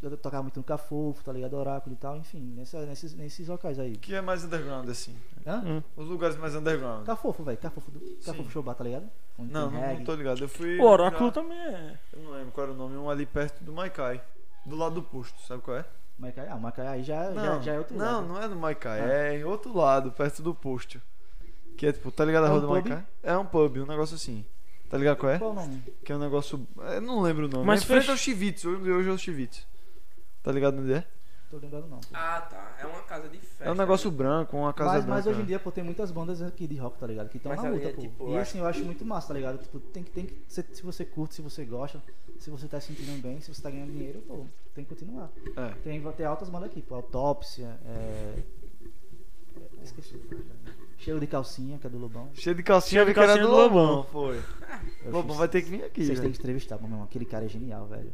S3: eu tocava muito no Cafofo, tá ligado? Oráculo e tal, enfim, nessa- nesses, nesses locais aí.
S1: O que é mais underground assim?
S3: Hã?
S1: Os lugares mais underground.
S3: Cafofo, velho. Cafofo do. Cafofo Showbar, tá ligado? Onde
S1: Não, não,
S3: tem
S1: não
S3: Tá reggae. tá-
S1: tô ligado. Eu fui.
S4: O Oráculo
S1: já-
S4: também é.
S1: Eu não lembro qual era o nome, um ali perto do Maikai. Do lado do posto, sabe qual é?
S3: Maicai, ah, Maicai aí já, já- já é outro
S1: não,
S3: lado. Ah.
S1: não é no Maikai, é em outro lado, perto do posto. Que é tipo, tá ligado a
S3: É
S1: rua
S3: um
S1: do
S3: pub?
S1: Maikai? É um pub, um negócio assim. Tá ligado qual é?
S3: Qual o nome?
S1: Que é um negócio. Eu não lembro o nome. Mas
S4: Mas
S1: é em frente
S4: fech-
S1: ao Chivitz, hoje, hoje é o Chivitz. Tá ligado onde é?
S3: Tô lembrado não. pô.
S5: Ah, tá. É uma casa de festa.
S1: É um negócio branco, uma casa
S3: mas,
S1: branca.
S3: mas hoje em dia, pô, tem muitas bandas aqui de rock, tá ligado? Que estão
S5: Mas
S3: na
S5: ali
S3: luta,
S5: é
S3: pô.
S5: tipo,
S3: e
S5: eu
S3: assim, eu acho muito massa, tá ligado? Tipo, tem que, tem que. Se, se você curte, se você gosta, se você tá se sentindo bem, se você tá ganhando dinheiro, pô, tem que continuar.
S1: É.
S3: Tem, tem altas bandas aqui, pô. Autópsia, é. é, Esqueci. Cheiro de calcinha, que é do Lobão.
S1: Cheio de calcinha,
S4: Cheio de
S1: vi que era
S4: calcinha
S1: do
S4: do Lobão.
S1: Lobão, foi.
S3: Eu
S1: Lobão
S3: acho-
S1: vai ter que vir aqui.
S3: Vocês têm
S1: velho.
S3: que entrevistar, pô, meu irmão. Aquele cara é genial, velho.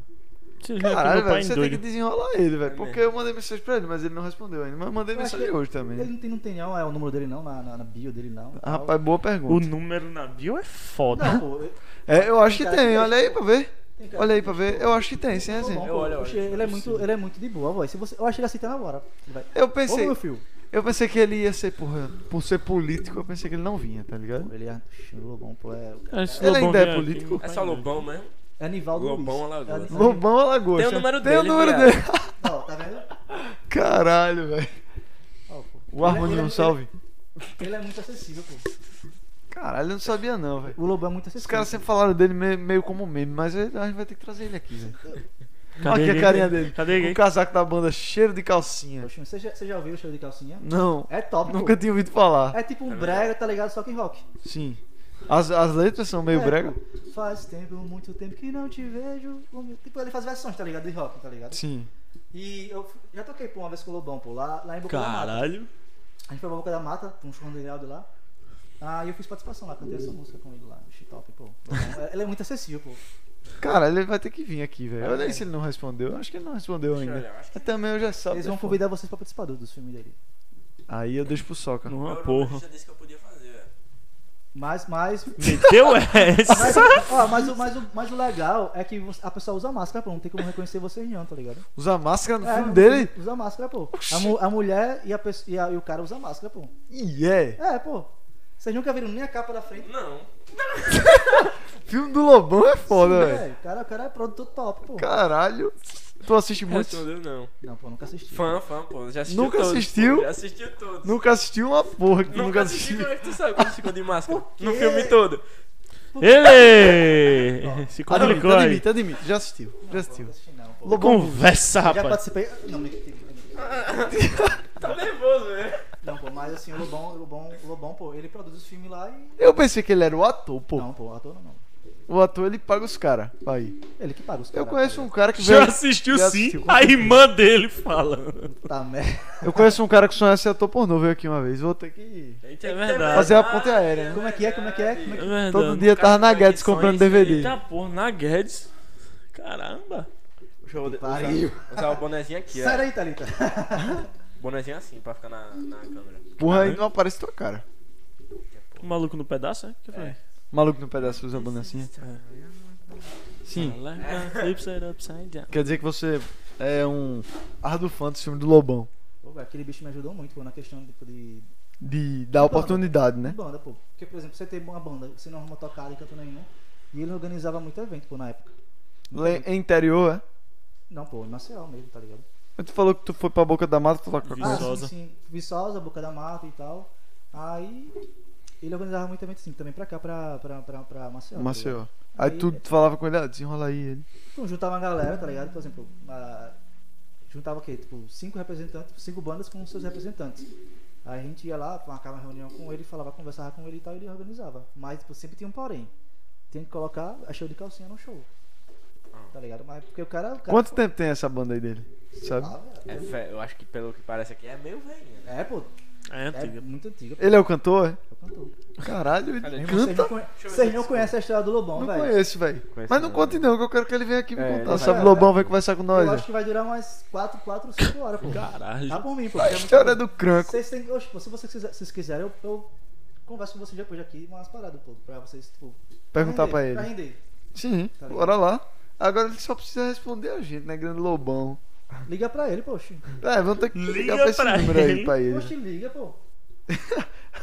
S4: Vocês já
S1: Caralho,
S4: meu pai
S1: velho,
S4: em
S1: você tem que
S4: doido.
S1: desenrolar ele, velho.
S5: É
S1: Porque
S5: mesmo.
S1: eu mandei mensagem pra ele, mas ele não respondeu ainda. Mas eu mandei
S3: Eu acho
S1: mensagem
S3: que
S1: hoje também.
S3: Ele
S1: né?
S3: não tem, não tem não, é o número dele não, na, na, na bio dele não.
S1: Ah, Rapaz, boa pergunta.
S4: O número na bio é foda.
S3: Não, pô, eu-
S1: É, eu acho que
S3: Cara,
S1: tem,
S3: que
S1: olha aí pra ver.
S3: Tem cara
S1: Olha aí
S3: que
S1: pra
S3: gosta.
S1: ver. Eu acho que tem, sim,
S3: Ficou
S1: assim.
S3: bom,
S5: Eu
S3: pô.
S5: olho, eu olho.
S3: Oxe,
S5: tipo assim.
S3: Ele é muito, ele é muito de boa, voz. Se você, eu acho que ele aceitando agora. Ele vai.
S1: Eu
S3: Ô,
S1: pensei,
S3: meu filho.
S1: eu pensei que ele ia ser, porra, por ser político, eu pensei que ele não vinha, tá ligado?
S3: Ele é Oxe, o Lobão, pô. É,
S4: Esse
S1: Ele
S4: Lobão
S1: ainda é
S4: vem aqui, né?
S1: político?
S4: não
S5: É
S4: faz
S5: só
S4: nada.
S5: Lobão mesmo?
S3: é Anivaldo
S5: Lobão
S3: Luiz.
S5: Alagoas.
S3: É Ani-
S1: Lobão Alagoas.
S5: Tem o número
S1: Tem o
S5: dele,
S1: número
S5: viado.
S1: dele. *laughs*
S3: Ó, tá vendo?
S1: Caralho, velho.
S3: Ó, pô.
S1: O Armando
S3: ele,
S1: não salve.
S3: Ele, ele é muito acessível, pô.
S1: Caralho, eu não sabia não, velho.
S3: O Lobão é muito
S1: Os
S3: acessível.
S1: caras sempre falaram dele me- meio como meme, mas eu- a gente vai ter que trazer ele aqui, velho.
S4: Cadê
S1: Aqui a
S4: ele?
S1: carinha dele.
S4: Cadê
S1: O
S4: ele?
S1: casaco da banda cheiro de calcinha.
S3: Oxe, é Você já, você já ouviu o show de calcinha?
S1: Não,
S3: É top, pô.
S1: nunca tinha ouvido falar.
S3: É tipo um
S5: É verdade.
S3: brega, tá ligado? Só que rock.
S1: Sim. As, as letras são meio
S3: É,
S1: brega?
S3: pô. Faz tempo, muito tempo que não te vejo. como- Tipo, ele faz versões, tá ligado? De rock, tá ligado?
S1: Sim.
S3: E eu f- já toquei pô, uma vez com o Lobão, pô, lá, lá em Boca da Mata.
S4: Caralho.
S3: A gente foi pra Boca da Mata, pra um churrasco lá. Aí eu fiz participação lá, cantei essa música com ele lá, no top, pô. Então, Ele é muito acessível, pô.
S1: Cara, ele vai ter que vir aqui, velho. Olha aí se ele não respondeu. Eu Acho que ele não respondeu
S5: Deixa eu
S1: ainda.
S5: olhar, acho que
S1: Mas também eu já sabe.
S3: Eles vão convidar vocês pra participar do- dos filmes dele.
S1: Aí eu deixo pro Soca.
S4: Não,
S5: Eu- eu
S4: porra.
S5: já disse que eu podia fazer, velho.
S3: Mas,
S1: *laughs*
S3: mas.
S4: Meteu essa.
S3: Mas, ó, mas, o, mas, o, mas o legal é que você- a pessoa usa máscara, pô. Não tem como reconhecer vocês não, tá ligado?
S1: Usa máscara no
S3: É,
S1: filme
S3: não-
S1: dele?
S3: Usa máscara, pô. A,
S1: Oxi.
S3: mu- a mulher e, a, pessoa- e, a- e o cara usa máscara, pô.
S1: E é.
S3: É, pô. Vocês nunca viram nem a capa da frente.
S5: Não.
S1: Filme do Lobão é foda, velho.
S3: O cara, o cara é produtor top, pô.
S1: Caralho. Tu assiste muito?
S5: Respondeu não.
S3: Não, pô, nunca assisti.
S5: Fã, fã, pô. Já assistiu
S1: Nunca
S5: todos,
S1: assistiu?
S5: pô, Já assistiu todos.
S1: Nunca assistiu uma porra que tu
S5: Nunca
S1: nunca
S5: assisti,
S1: assistiu.
S5: como é que tu sabe quando ficou de máscara?
S3: Por quê?
S5: No filme todo.
S4: Ah, Ele tá se complicou
S1: Admita,
S4: aí.
S1: admita, admita. Já assistiu, já assistiu.
S3: Nunca assisti, não, pô.
S4: Conversa,
S3: Já
S4: rapaz.
S3: participei. Não, me-
S5: Tá nervoso, velho.
S3: não, pô, mas assim, o Lobão, o Lobão, o Lobão, pô, ele produz os filmes lá e.
S1: Eu pensei que ele era o ator, pô.
S3: Não, pô, ator não.
S1: O ator ele paga os caras. Aí.
S3: Ele que paga os
S1: Eu
S3: caras.
S1: conheço um cara que
S4: Já
S1: veio.
S4: assistiu
S1: Já
S4: sim
S1: assistiu.
S4: a irmã dele falando.
S3: Tá merda.
S1: *laughs* Eu conheço um cara que sonha ser ator pornô, veio aqui uma vez. Vou ter que.
S4: É verdade.
S1: Fazer a ponte
S5: Ah,
S1: aérea, né?
S3: Como é que é? Como é que é? Como é que-
S4: verdade.
S1: Todo dia tava na Guedes comprando DVD.
S4: Eita porra, na Guedes. Caramba.
S5: Deixa eu usar,
S3: pariu.
S5: usar o bonezinho aqui,
S3: Sai
S5: ó.
S3: daí, Thalita.
S5: Bonezinho assim, pra ficar na, na câmera.
S1: Porra, aí não aparece tua cara.
S4: O maluco no pedaço, é? Que foi?
S1: Maluco no pedaço usa banda assim. Sim.
S4: Flips it upside down.
S1: Quer dizer que você é um ardo fã do filme do Lobão.
S3: Pô, velho, aquele bicho me ajudou muito, pô, na questão tipo, de,
S1: De dar oportunidade,
S3: de
S1: né?
S3: banda, pô. Porque, por exemplo, você tem uma banda, você não arruma tocada e canto nenhum. E ele organizava muito evento, pô, na época.
S1: Le- é interior, é?
S3: Não, pô, em Maceió mesmo, tá ligado?
S1: Mas Tu falou que tu foi pra Boca da Mata pra tocar com
S3: Ah,
S1: ele.
S4: Viçosa.
S3: sim, sim. Viçosa, Boca da Mata e tal. Aí ele organizava muito evento assim, também pra cá, pra, pra, pra, pra Maceió. tá ligado?
S1: Maceió. Aí tu falava com ele, ah, desenrola aí ele.
S3: Então, juntava uma galera, tá ligado? Por exemplo, a- juntava o quê? Tipo, cinco representantes, cinco bandas com seus representantes. Aí a gente ia lá, marcava uma reunião com ele, falava, conversava com ele e tal, e ele organizava. Mas, tipo, sempre tinha um porém. Tinha que colocar a show de calcinha no show. Tá ligado? Mas porque o cara. O cara
S1: Quanto tempo tem essa banda aí dele? Sabe?
S3: Ah, velho,
S5: É, fe- eu acho que pelo que parece aqui é meio velhinha. né?
S3: É, pô,
S4: É
S3: é
S4: antiga.
S3: muito antiga. pô,
S1: Ele é o cantor? é?
S3: eu cantor.
S1: Caralho,
S5: Cadê?
S1: ele
S3: Vocês não,
S1: canta?
S3: conhe-
S5: Deixa eu ver
S3: vocês
S5: se
S3: não
S5: eu
S3: conhecem a história do Lobão,
S1: tá- Não
S3: velho.
S1: conheço, velho.
S5: Conheço
S1: Mas não
S5: não.
S1: conte não, que eu quero que ele venha aqui me
S5: É,
S1: contar.
S5: ele
S1: Sabe,
S3: vai-
S1: Lobão vai conversar com nós.
S3: Eu
S1: né?
S3: acho que vai durar umas 4, 4, 5 horas, pô.
S4: Caralho.
S3: Tá por mim, pô.
S1: A história do cranco.
S3: Vocês têm, oxe, pô, se vocês quiser- se vocês quiserem, eu, eu converso com vocês depois aqui, umas paradas, pô, pra vocês, tipo...
S1: Perguntar
S3: render,
S1: pra ele.
S3: render.
S1: Sim,
S3: Tá ligado?
S1: bora lá. Agora ele só precisa responder a gente, né, grande lobão.
S3: Liga pra ele, poxa.
S1: É, vamos ter que ligar
S4: Liga
S1: pra esse
S4: pra
S1: número aí
S4: ele.
S1: pra ele.
S3: Poxa,
S1: *laughs*
S3: liga, pô.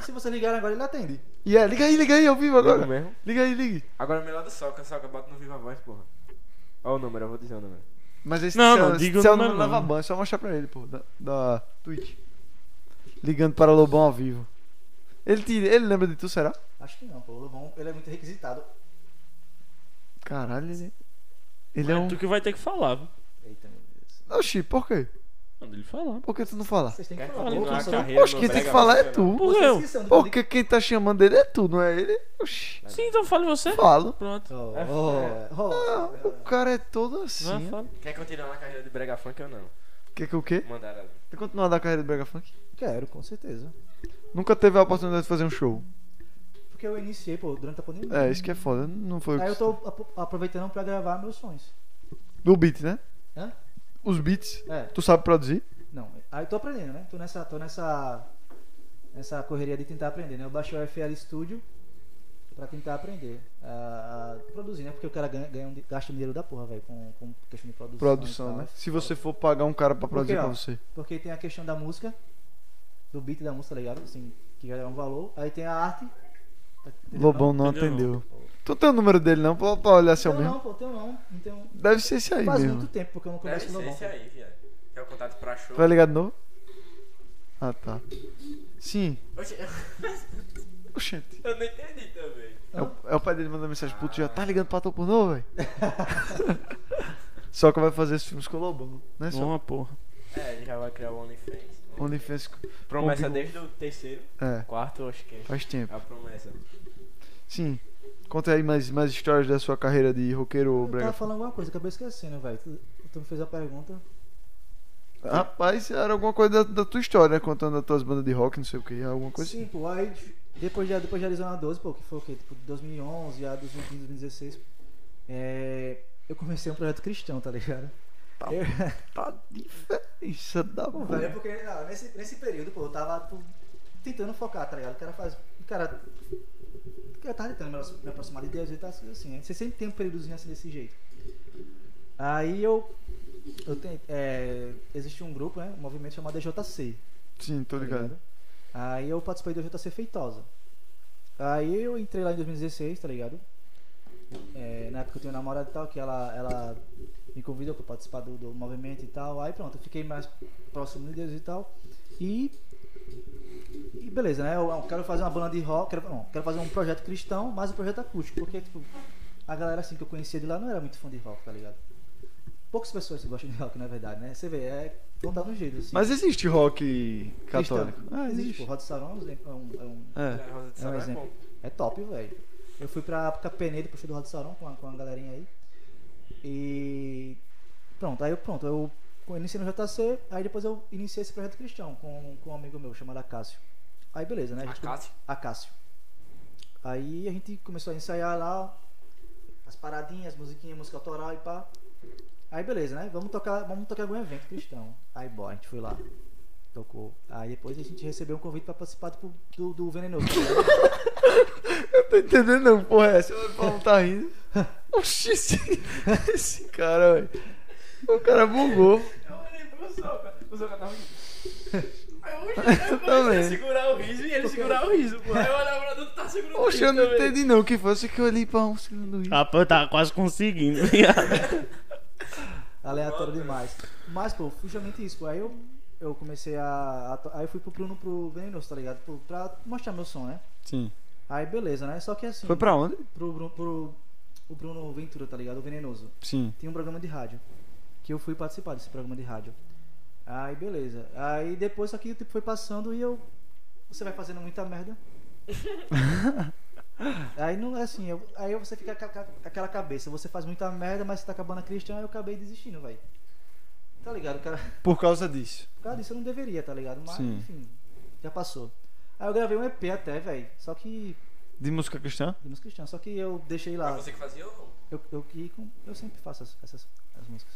S3: se vocês ligarem agora, ele atende.
S1: E é, liga aí, liga aí, ao vivo
S5: Ligo
S1: agora.
S5: mesmo.
S1: Liga aí, ligue.
S5: Agora é melhor do Soca, Soca, bota no Viva Voz, porra. Olha o número, eu vou dizer o número.
S1: Mas esse
S4: Não,
S1: esse é,
S4: não, diga o
S1: esse é o
S4: número
S1: número da
S4: não.
S1: Vaban, é só mostrar pra ele, pô, da, da Twitch. Ligando para o Lobão ao vivo. Ele, te, ele lembra de tu, será?
S3: Acho que não, pô. O Lobão, ele é muito requisitado.
S1: Caralho, ele. Ele é
S4: É
S1: um.
S4: tu que vai ter que falar, viu?
S3: Eita, meu Deus.
S1: Oxi, por quê?
S4: Manda ele falar.
S1: Por que tu não fala?
S3: Vocês têm que
S5: Quer
S3: falar,
S4: continuar
S3: pô.
S4: a
S3: Vocês são-
S5: carreira?
S1: Oxe,
S5: no
S1: quem tem que
S5: brega,
S1: falar é
S5: você
S1: tu.
S4: Por
S3: Vocês
S4: eu?
S3: que são do Big-
S1: Porque quem tá chamando ele é tu, não é ele? Oxi.
S4: Sim, então fale você.
S1: Falo.
S4: Pronto.
S3: Oh,
S5: É,
S3: oh,
S1: Ah,
S3: oh.
S1: o cara é todo
S4: Vai,
S1: assim.
S4: fala.
S5: Quer continuar na carreira de Brega Funk ou não?
S1: Quer que o quê?
S5: Mandaram ali.
S1: Quer continuar da carreira do Brega Funk?
S3: Quero, com certeza.
S1: Nunca teve a oportunidade de fazer um show.
S3: Porque eu iniciei, pô, durante a pandemia.
S1: É, isso que é foda. Não foi o que.
S3: Aí eu tô apro- aproveitando pra gravar meus sons.
S1: Do beat, né?
S3: Hã?
S1: Os beats.
S3: É,
S1: Tu sabe produzir?
S3: não. Aí eu tô aprendendo, né? Tô nessa, tô nessa, nessa correria de tentar aprender, né? Eu baixei o FL Studio. Pra tentar aprender a, a produzir, né? Porque o cara ganha, ganha um, di- gasta um dinheiro da porra, velho, com, com questão de produção. e
S1: Produção,
S3: tal.
S1: né? Se você for pagar um cara pra produzir
S3: ó,
S1: pra você.
S3: Porque tem a questão da música, do beat da música, tá ligado? Assim, que já é um valor. Aí tem a arte. tá entendendo,
S1: Lobão não
S4: Entendeu,
S1: atendeu. Tu tem o número dele não, pra, pra olhar se é
S3: Não,
S1: o
S3: não,
S1: mesmo.
S3: não pô, tem um não. Então,
S1: Deve ser esse aí
S3: faz
S1: mesmo.
S3: muito tempo porque eu não
S2: Deve
S3: converso com o
S2: ser
S3: Lobão.
S2: É, esse aí, viado. Quer o contato pra show?
S1: Vai ligar de novo? tá Ah, tá. Sim.
S5: *laughs*
S2: Oxe,
S1: Oxente.
S2: eu não entendi também.
S1: É o, é o pai dele mandando mensagem, puto, já tá ligando pra teu pornô, velho? *laughs* Só que vai fazer esses filmes com o Lobão, né, só?
S4: Uma porra.
S2: É, ele já vai criar o OnlyFans.
S1: OnlyFans. com-
S2: Promessa
S1: Combinado.
S2: desde o terceiro,
S1: É,
S2: quarto, acho que é.
S1: faz tempo.
S2: A promessa.
S1: Sim. Conta aí mais, mais histórias da sua carreira de roqueiro ou
S3: Eu tava
S1: brega.
S3: falando alguma coisa, acabei esquecendo, velho. Tu, tu me fez a pergunta.
S1: Rapaz, era alguma coisa da, da tua história, né? Contando das tuas bandas de rock, não sei o que, alguma coisa assim.
S3: Sim, pô, aí depois de, depois de Arizona 12, pô, que foi o quê? Tipo, de 2011 a 2015, 2016, é, eu comecei um projeto cristão, tá ligado?
S1: Tá.
S3: Eu, *laughs*
S1: assim. Tá diferença da
S3: pô,
S1: porra.
S3: velho, é porque não, nesse, nesse período, pô, eu tava tipo, tentando focar, tá ligado? O cara faz. O cara. Eu tava tentando me apro- me aproximar de Deus e tal, assim, né? Você sempre tem um períodozinho assim desse jeito. Aí eu. eu tenho, é, existe um grupo, né? Um movimento chamado DJC.
S1: Sim, tô
S3: tá
S1: ligado.
S3: ligado? Aí eu participei do JC Feitosa. Aí eu entrei lá em 2016, tá ligado? É, na época eu tinha uma namorada e tal, que ela, ela me convidou pra participar do, do movimento e tal. Aí pronto, eu fiquei mais próximo de Deus e tal. E. E beleza, né? Eu, eu quero fazer uma banda de rock, quero, não, quero fazer um projeto cristão, mas um projeto acústico, porque, tipo, a galera assim que eu conhecia de lá não era muito fã de rock, tá ligado? Poucas pessoas que gostam de rock, na verdade, né? Você vê, é contar no jeito, assim.
S1: Mas existe rock
S3: Cristão.
S1: católico? Ah,
S3: existe.
S1: existe.
S3: pô. Rod Saron é um, é um-
S1: É.
S2: Rosa de
S3: É um
S2: Sara
S3: exemplo.
S2: bom.
S3: é top, velho. Eu fui pra Capenedo pro show do Rod Saron com a, com a galerinha aí. E. Pronto, aí eu pronto, eu iniciei no JC, aí depois eu iniciei esse projeto cristão com, com um amigo meu chamado Acácio. Aí beleza, né? A gente
S1: *laughs*
S3: come-
S2: Acácio?
S3: Acácio. Aí a gente começou a ensaiar lá as paradinhas, musiquinha, música autoral e pá. Aí beleza, né? Vamos tocar, vamos tocar algum evento cristão. Aí bora, a gente foi lá. Tocou. Aí depois a gente recebeu um convite pra participar do, do, do Venenoso. né?
S1: Eu tô entendendo, não, porra, é essa. O Paulo tá rindo. *laughs* Oxi, esse, esse cara, velho. O cara bugou.
S2: Eu olhei pro Soca. O Soca tava.
S1: *laughs*
S2: Aí eu
S1: Eu
S2: olhei
S1: também.
S2: ele segurar o riso e ele segurar o riso, pô. Aí eu olhava pra tu tá segurando o riso.
S1: Oxe, eu não
S2: também.
S1: entendi não o que foi. Eu sei que eu olhei pra um segundo riso.
S4: Ah, pô, eu tava quase conseguindo, viado.
S3: Aleatório demais. Mas, pô, justamente isso. pô. Aí eu, eu comecei a, a to- Aí eu fui pro Bruno pro Venenoso, tá ligado? Pô, pra mostrar meu som, né?
S1: Sim.
S3: Aí beleza, né? Só que assim.
S1: Foi pra onde?
S3: pro, Bruno- pro, o Bruno Ventura, tá ligado? O Venenoso.
S1: Sim.
S3: Tinha um programa de rádio. Que eu fui participar desse programa de rádio. Aí beleza. Aí depois só que o tempo foi passando e eu. Você vai fazendo muita merda. aí não é assim, eu, aí você fica com aquela- aquela cabeça, você faz muita merda, mas você tá acabando a cristã, aí eu acabei desistindo, velho. Tá ligado, cara?
S1: Por causa disso.
S3: Por causa disso eu não deveria, tá ligado? Mas,
S1: Sim.
S3: enfim, já passou. Aí eu gravei um EP até, velho. Só que.
S1: De música cristã?
S3: Vimos cristã, só que eu deixei lá.
S2: Foi você que fazia ou não?
S3: Eu, eu, que com- eu sempre faço as- essas as músicas.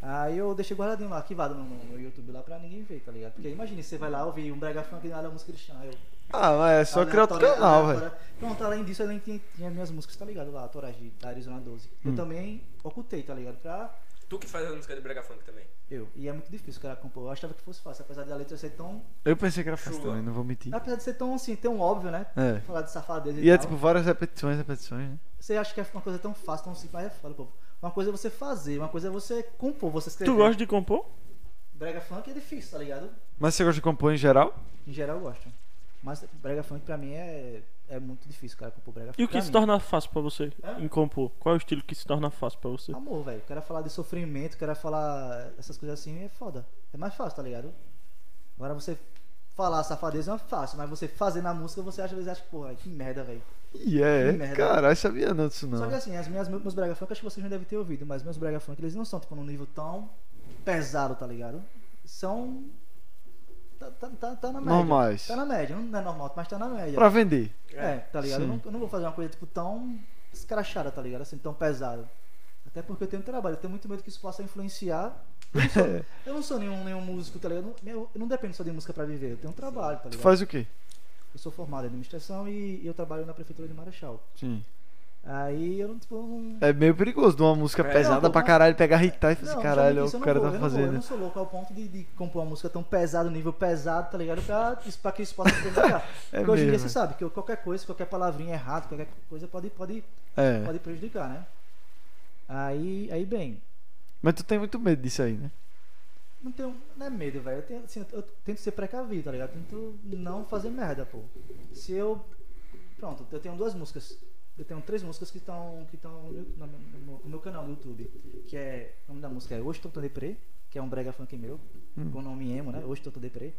S3: Aí eu deixei guardadinho lá, arquivado no, no- no YouTube lá pra ninguém ver, tá ligado? Porque imagina, você vai lá ouvir um brega funk e nada, música cristã. Aí eu,
S1: Ah, mas é só criar outro
S3: aleatória-
S1: canal, velho.
S3: aleatória. Pronto, além disso, além tinha, tinha minhas músicas, tá ligado? Lá, Torage de da Arizona 12. Eu também ocultei, tá ligado? Pra
S2: Tu que faz a música de Brega Funk também.
S3: eu. E é muito difícil o cara compor. Eu achava que fosse fácil, apesar da letra ser tão.
S1: Eu pensei que era fácil
S2: Chula.
S1: também, não vou mentir.
S3: Apesar de ser tão assim, tão óbvio, né?
S1: É.
S3: Falar de safadeza e,
S1: E é
S3: tal.
S1: tipo várias repetições, repetições, né?
S3: Você acha que é uma coisa tão fácil, tão simples, mas é foda, pô. Uma coisa é você fazer, uma coisa é você compor, você escrever.
S4: Tu gosta de compor?
S3: Brega funk é difícil, tá ligado?
S1: Mas você gosta de compor em geral?
S3: Em geral eu gosto. Mas brega funk pra mim é, é muito difícil, cara, compor brega funk.
S4: E o que
S3: pra
S4: se
S3: mim.
S4: torna fácil pra você
S3: Hã?
S4: em compor? Qual é o estilo que se torna fácil pra você?
S3: Amor, velho. O cara falar de sofrimento, o cara falar essas coisas assim é foda. É mais fácil, tá ligado? Agora você falar safadeza é fácil, mas você fazer na música você acha, às vezes acha, porra, que merda, velho.
S1: E
S3: Que
S1: é,
S3: merda.
S1: caralho, sabia não disso
S3: Só
S1: não.
S3: que assim, as minhas, meus brega funk acho que vocês não devem ter ouvido, mas meus brega funk eles não são tipo num nível tão pesado, tá ligado? São. Tá, tá, tá, tá na média.
S1: Normais.
S3: Tá na média, não é normal, mas tá na média.
S1: Pra vender.
S3: É, tá ligado? Eu
S1: Sim.
S3: não, eu não vou fazer uma coisa, tipo, tão escrachada, tá ligado? Assim, tão pesada. Até porque eu tenho trabalho, eu tenho muito medo que isso possa influenciar.
S1: *laughs*
S3: Eu não sou,
S1: É.
S3: eu não sou nenhum, nenhum músico, tá ligado? Eu não, eu não dependo só de música pra viver, eu tenho um trabalho, tá
S1: Tu
S3: ligado?
S1: faz o quê?
S3: Eu sou formado em administração e eu trabalho na prefeitura de Marechal.
S1: Sim.
S3: Aí eu não, tipo, eu não.
S1: É meio perigoso de uma música
S5: É,
S1: pesada
S3: não,
S1: pra
S3: não-
S1: caralho pegar hitar e fazer
S3: não,
S1: caralho,
S3: isso
S1: o
S3: eu não
S1: cara
S3: vou,
S1: tá
S3: eu não né? vou, Eu
S1: fazendo.
S3: não sou louco ao ponto de, de compor uma música tão pesada, um nível pesado, tá ligado? Pra, pra que isso possa prejudicar.
S1: *laughs* É
S3: Porque hoje em dia
S1: mesmo.
S3: você sabe que qualquer coisa, qualquer palavrinha errada, qualquer coisa pode, pode,
S1: É.
S3: pode prejudicar, né? Aí, aí bem,
S1: Mas tu tem muito medo disso aí, né?
S3: não tenho. Não é medo, velho. Eu, tenho- assim, eu tento ser precavido, tá ligado? Eu tento não fazer merda, pô. Se eu. Pronto, eu tenho duas músicas. Eu tenho três músicas que estão que estão no, no- no- no meu canal do YouTube. Que é. O nome da música é Hoje Tô Tô Deprê, que é um brega funk meu.
S1: Hum.
S3: Com o nome emo, né? Hoje Tô Tô Deprê.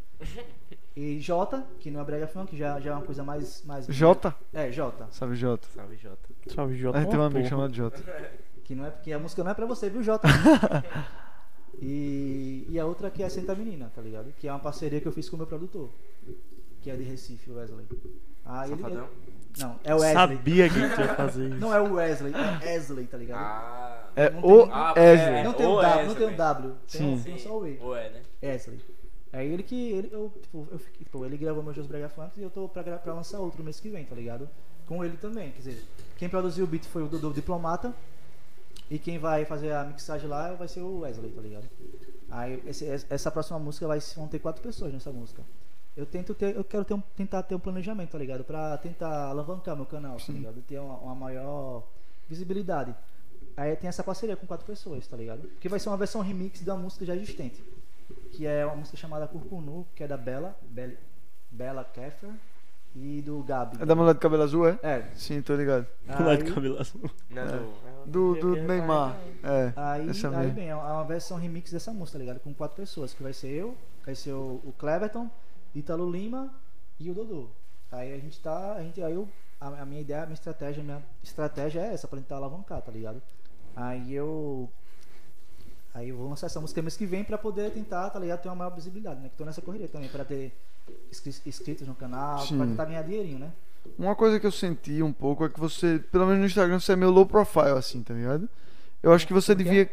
S3: E Jota, que não é brega funk, já, já é uma coisa mais. mais
S1: Jota?
S3: É, Jota.
S1: Sabe Jota?
S5: Salve, Jota.
S4: Salve, Jota.
S1: Ah, tem um
S4: uma
S1: amigo
S4: porra.
S1: chamado Jota.
S3: Que, não é, que a música não é pra você, viu, Jota? e, e a outra que é Senta Menina, tá ligado? Que é uma parceria que eu fiz com o meu produtor, que é de Recife, o Wesley. Ah, ele, ele,
S5: Safadão.
S3: não, é o Wesley.
S4: Sabia que tu ia
S3: *laughs*
S4: fazer isso.
S3: Não é o Wesley, é Wesley, tá ligado?
S5: Ah.
S1: É
S3: Não tem-
S1: o
S5: Ah,
S1: Wesley.
S5: é.
S3: não, tem um
S5: o
S3: w, não
S5: Wesley.
S3: tem um W, tem, um-
S1: Sim.
S3: tem só o E.
S5: Ou é, né?
S3: Wesley. É ele que. Ele, eu, tipo, eu fiquei- tipo, ele gravou meus dois Brega Funks e eu tô pra, gra- pra lançar outro mês que vem, tá ligado? Com ele também. Quer dizer, quem produziu o beat foi o Dodô Diplomata. E quem vai fazer a mixagem lá vai ser o Wesley, tá ligado? Aí esse- es- essa próxima música vai ser- vão ter quatro pessoas nessa música. Eu tento ter, eu quero ter um- tentar ter um planejamento, tá ligado? Pra tentar alavancar meu canal, tá ligado? Ter uma, uma maior visibilidade. Aí tem essa parceria com quatro pessoas, tá ligado? Que vai ser uma versão remix da música já existente que é uma música chamada Corpo Nu, que é da Bela, Bela, Bela Keffer e do Gabi.
S1: É da mulher do cabelo azul, é?
S3: É.
S1: Sim, tô ligado.
S4: Lá de
S3: Aí,
S4: cabelo azul.
S5: Não, do-
S1: Do, do Neymar. É.
S3: aí,
S1: Essa
S3: aí
S1: mesmo.
S3: bem, é uma versão remix dessa música, tá ligado? Com quatro pessoas, que vai ser eu, vai ser o, o Cleverton, Italo Lima e o Dodô. Aí a gente tá, a gente, aí eu, a, a minha ideia, a minha estratégia, a minha estratégia é essa, pra tentar alavancar, tá ligado? Aí eu Aí eu vou lançar essa música mês que vem pra poder tentar, tá ligado? Ter uma maior visibilidade, né? Que tô nessa correria também, pra ter inscri- inscritos no canal,
S1: Sim.
S3: pra tentar ganhar dinheirinho, né?
S1: Uma coisa que eu senti um pouco é que você, pelo menos no Instagram, você é meio low profile, assim, tá ligado? Eu acho que é? você
S3: Por quê?
S1: devia.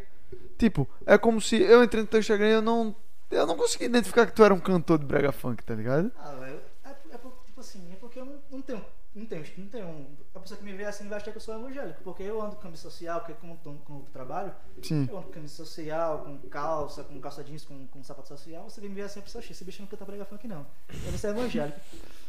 S1: Tipo, é como se eu entrei no teu Instagram e eu não. Eu não consegui identificar que tu era um cantor de brega funk, tá ligado?
S3: Ah, velho, é, é por- tipo assim, é porque eu não, não tenho. Não tenho, não tenho. um, A pessoa que me vê assim vai achar que eu sou evangélico, porque eu ando com camisa social, porque como, tô- como eu trabalho,
S1: Sim.
S3: eu ando com camisa social, com calça, com calça jeans, com, com sapato social, você vem me ver assim, a pessoa, "Xi, esse bicho não canta brega funk não. Eu vou ser evangélico.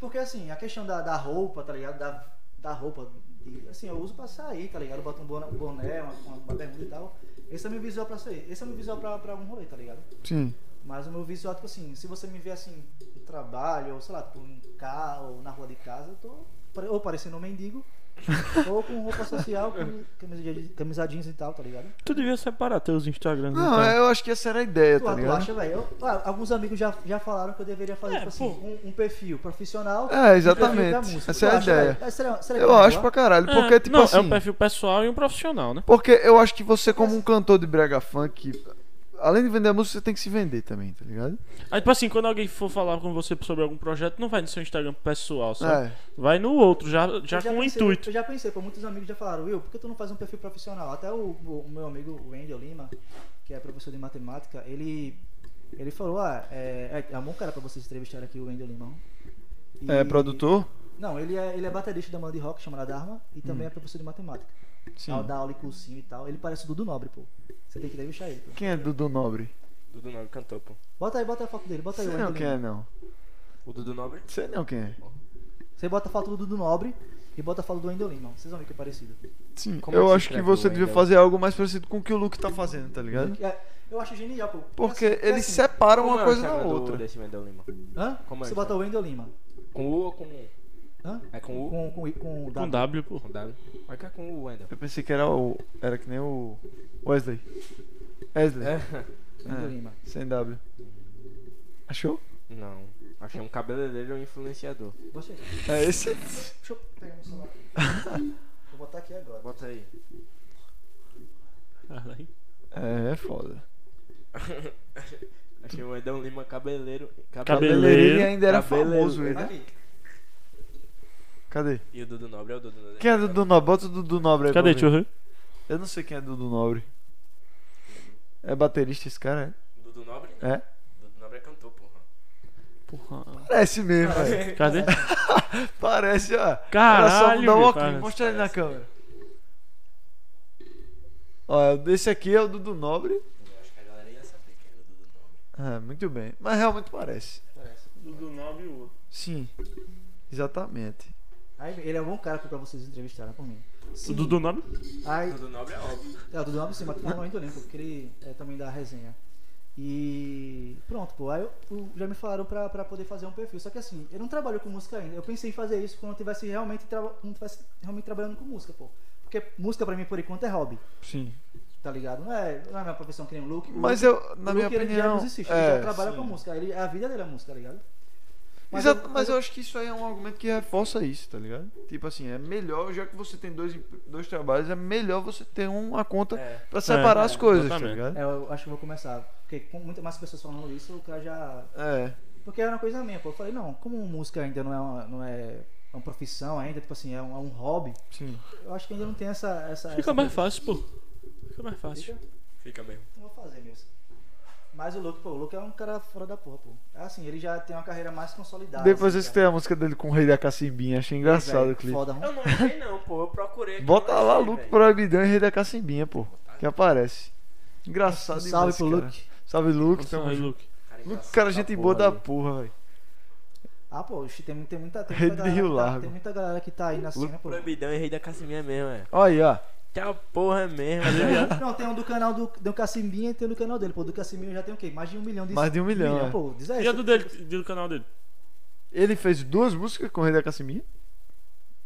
S3: Porque assim, a questão da, da roupa, tá ligado? Da, da roupa, de- assim, eu uso pra sair, tá ligado? Eu boto um boné, um boné, uma, uma, uma bermuda e tal. Esse é meu visual pra sair. Esse é meu visual pra, pra um rolê, tá ligado?
S1: Sim.
S3: Mas o meu visual, tipo assim, se você me ver assim, no trabalho, ou sei lá, tipo, em carro, ou na rua de casa, eu tô pare- ou parecendo
S1: *laughs*
S3: um mendigo, ou com roupa social, com camisa, de- camisa jeans e tal, tá ligado?
S4: *laughs* Tu devia separar teus Instagrams.
S1: Não, é
S4: então.
S1: eu acho que essa era a ideia,
S3: Tu,
S1: tá
S3: tu
S1: ligado?
S3: acha, velho? Eu- ah, Alguns amigos já, já falaram que eu deveria fazer,
S4: É,
S3: tipo assim,
S4: pô.
S3: um, um perfil
S1: É,
S3: profissional. Um perfil pra
S1: exatamente.
S3: música.
S1: Essa
S3: Tu
S1: é a
S3: acha,
S1: ideia.
S3: velho? É, será- será que
S1: Eu
S3: vai
S1: acho pra
S3: rolar?
S1: caralho,
S4: É,
S1: porque, tipo
S4: não,
S1: assim.
S4: é um perfil pessoal e um profissional, né?
S1: Porque eu acho que você, como um cantor de brega funk, além de vender a música, você tem que se vender também, tá ligado?
S4: Aí, tipo assim, quando alguém for falar com você sobre algum projeto, não vai no seu Instagram pessoal, sabe?
S1: É.
S4: Vai no outro, já, já
S3: Eu
S4: com o
S3: pensei-
S4: intuito.
S3: Eu já pensei, pô, muitos amigos já falaram, Will, por que tu não faz um perfil profissional? Até o, o- o meu amigo, o Wendel Lima, que é professor de matemática, ele, ele falou, ah, é, é, é um bom cara pra vocês entrevistar aqui o Wendel Lima. E-
S1: É produtor?
S3: Não, ele é, ele é baterista da banda de rock chamada Dharma e também é professor de matemática.
S1: Hum. Sim.
S3: Dá aula e cursinho e tal. Ele parece o Dudu Nobre, pô. Você tem que entrevistar ele, pô.
S1: Quem é Dudu Nobre?
S5: Dudu Nobre cantou, pô.
S3: Bota aí, bota a foto dele, bota aí o
S1: Sei não
S3: Wendel
S1: quem é,
S3: Lima.
S1: não.
S5: O Dudu Nobre?
S1: Sei não quem é.
S3: Você bota a foto do Dudu Nobre e bota a foto do Wendel Lima. Vocês vão ver que é parecido.
S1: Sim,
S5: Como é
S1: eu
S5: que se
S1: acho assim, que
S5: escreve
S1: você
S5: o
S1: devia
S5: Wendel?
S1: fazer algo mais parecido com o que o Luke tá fazendo, tá ligado?
S3: É, eu acho genial, pô.
S1: Porque
S3: assim,
S1: eles
S3: assim,
S1: separam
S5: Como
S1: uma
S5: é o
S1: coisa da
S5: Instagram do-
S1: outra.
S5: Desse Wendel Lima?
S3: Hã?
S5: Como é
S3: Você
S5: isso?
S3: bota o Wendel Lima.
S5: Com U ou com U?
S3: Hã?
S5: É com U?
S3: Com, com, com, o
S4: Com
S3: um W.
S4: W, pô.
S5: Com W. Vai que é com U, Wendel.
S1: Eu pensei que era o. Era que nem o. Wesley. Wesley.
S3: Wendel
S1: É.
S3: Lima.
S1: Sem W. Achou?
S5: Não. Achei um cabeleireiro ou influenciador.
S3: Gostei.
S1: É esse?
S3: Deixa eu pegar meu celular. *laughs* Vou botar aqui agora.
S5: Bota aí.
S4: Caralho.
S1: É, é foda.
S5: Achei o Wendel Lima cabeleiro.
S1: Tá
S4: Cabeleiro.
S1: Cabeleireiro ainda era
S5: Cabeleireiro.
S1: famoso ele, né?
S3: Aqui.
S1: Cadê?
S5: E o Dudu Nobre é o Dudu Nobre.
S1: Quem é Dudu Nobre? Bota o Dudu Nobre aí
S4: Cadê?
S1: pra
S4: Deixa eu
S1: ver.
S4: ver.
S1: Eu não sei quem é Dudu Nobre. É baterista esse cara,
S5: Dudu Nobre?
S1: é? É?
S5: Dudu Nobre é cantor, porra.
S4: Porra.
S1: Parece mesmo, velho.
S3: *laughs*
S4: Cadê?
S1: Parece, ó.
S4: Caralho,
S1: dá um
S4: velho,
S1: óculos.
S4: parece,
S1: Mostra ele na câmera. Ó, esse aqui é o Dudu Nobre.
S6: Eu acho que a galera ia saber que era o Dudu Nobre.
S1: Ah, muito bem. Mas realmente parece.
S4: Dudu 9 e o outro.
S1: Sim. Exatamente.
S3: Aí ele é um bom cara pra vocês entrevistarem por mim.
S4: O Dudu 9?
S3: Aí,
S6: Dudu Nobre é óbvio.
S3: é, o Dudu Nobre sim, mas normalmente eu lembro, porque ele é também da resenha. E pronto, pô. Aí eu- o- já me falaram pra, pra poder fazer um perfil. Só que assim, eu não trabalho com música ainda. Eu pensei em fazer isso quando eu tivesse realmente, traba- quando eu tivesse realmente trabalhando com música, pô. Porque música pra mim, por enquanto, é hobby,
S1: Sim.
S3: tá ligado? Não é, não é minha profissão que nem o Luke. O
S1: Mas
S3: Luke-
S1: eu, na
S3: o
S1: minha
S3: Luke, ele já é
S1: opinião.
S3: musicista, ele
S1: É,
S3: já trabalha
S1: sim.
S3: com música. Ele, a vida dele é música, tá ligado?
S1: Mas, eu, mas eu acho que isso aí é um argumento que reforça isso, tá ligado? Tipo assim, é melhor, já que você tem dois, em- dois trabalhos, é melhor você ter uma conta
S5: É.
S1: pra separar
S4: É,
S1: as coisas,
S4: exatamente.
S1: tá ligado?
S3: É, eu acho que eu vou começar. Porque com muitas mais pessoas falando isso, o cara já.
S1: É.
S3: Porque era uma coisa minha, pô. Eu falei, não, como música ainda não é uma, não é uma profissão ainda, tipo assim, é um, é um hobby,
S1: sim.
S3: eu acho que ainda não tem essa. essa
S4: Fica
S3: essa-
S4: mais fácil, pô. Fica mais fácil.
S6: Fica mesmo.
S3: Não vou fazer mesmo. Mas o Luke, pô, o Luke é um cara fora da porra, pô. É Assim, ele já tem uma carreira mais consolidada.
S1: Depois eu
S3: assim,
S1: escutei a música dele com o Rei da Cacimbinha, achei
S3: cara.
S1: engraçado
S3: Velho,
S1: o clipe.
S3: é, Foda,
S5: Eu não achei não, pô. Eu procurei. aqui,
S1: Bota
S5: não
S1: lá
S5: achei,
S1: Luke
S5: velho.
S1: Proibidão e Rei da Cacimbinha, pô. Que aparece. Engraçado
S3: um salve
S1: demais,
S3: pro
S1: cara.
S3: Luke.
S1: Salve, Luke.
S4: Nossa,
S1: Tamo
S4: aí,
S1: junto.
S4: Luke.
S5: Cara,
S1: Luke,
S5: engraçado
S1: cara, gente boa da
S5: porra,
S1: porra, velho.
S3: Ah, pô, oxe, tem, tem muita. Tem
S1: Rede
S3: muita
S1: de
S3: galera,
S1: Rio
S3: que tá-
S1: Largo.
S3: Tem muita galera que tá aí na cena,
S5: velho.
S3: pô.
S5: Proibidão e rei da Cassiminha mesmo, é.
S1: Olha aí, ó.
S5: Que a porra mesmo,
S3: Não, tem um do canal do, do Cacimbinha e tem um do canal dele. Pô, do Cacimbinha já tem o quê? Mais de um milhão de
S1: Mais de um milhão, é.
S3: pô, diz aí.
S4: E a do, dele, do canal dele?
S1: Ele fez duas músicas com o Rei da Cacimbinha.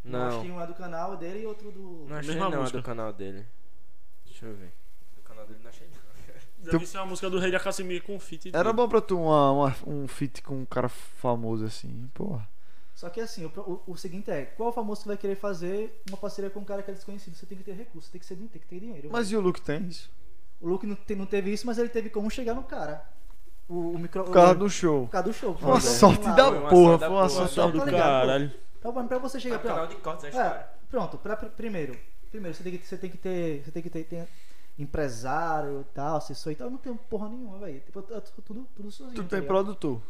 S3: Eu Acho
S5: Não.
S3: que um é do canal dele e outro do.
S5: Não achei
S4: Mesma
S5: não, a
S4: música.
S5: do canal dele. Deixa eu ver. Do canal dele não achei não.
S4: Deve
S1: Tu-
S4: ser é uma música do Rei da Casimir com feat dele.
S1: Era bom pra tu uma, uma- um feat com um cara famoso assim, porra.
S3: Só que assim, o, pro- o, o seguinte é, qual famoso que vai querer fazer uma parceria com um cara que é desconhecido? Você tem que ter recurso, tem que, ser, tem que ter dinheiro.
S1: Mas
S3: velho.
S1: e o Luke tem isso?
S3: o Luke não, te- não teve isso, mas ele teve como chegar no cara. O, o micro.
S1: Por causa
S3: o,
S1: do show.
S3: por causa do show.
S1: Foi uma
S3: Então,
S1: sorte
S3: vamos lá.
S1: da
S5: Foi uma
S1: porra,
S5: sorte
S1: foi
S5: da
S1: uma
S5: porra.
S1: sorte
S4: Só
S1: da
S4: do
S3: Tá
S1: porra.
S3: ligado, pô.
S4: caralho.
S3: Então, mano, pra você
S5: É
S3: chegar
S5: o canal de
S3: pra.
S5: cortes da
S3: É,
S5: história.
S3: pronto, pra, pr- primeiro. Primeiro, você tem que, você tem que ter. Você tem que ter. ter empresário e tal, assessor e tal. Eu não tenho porra nenhuma, velho. Tipo, eu tô tudo, tudo sozinho.
S1: Tu
S3: tá
S1: tem
S3: ligado?
S1: produtor.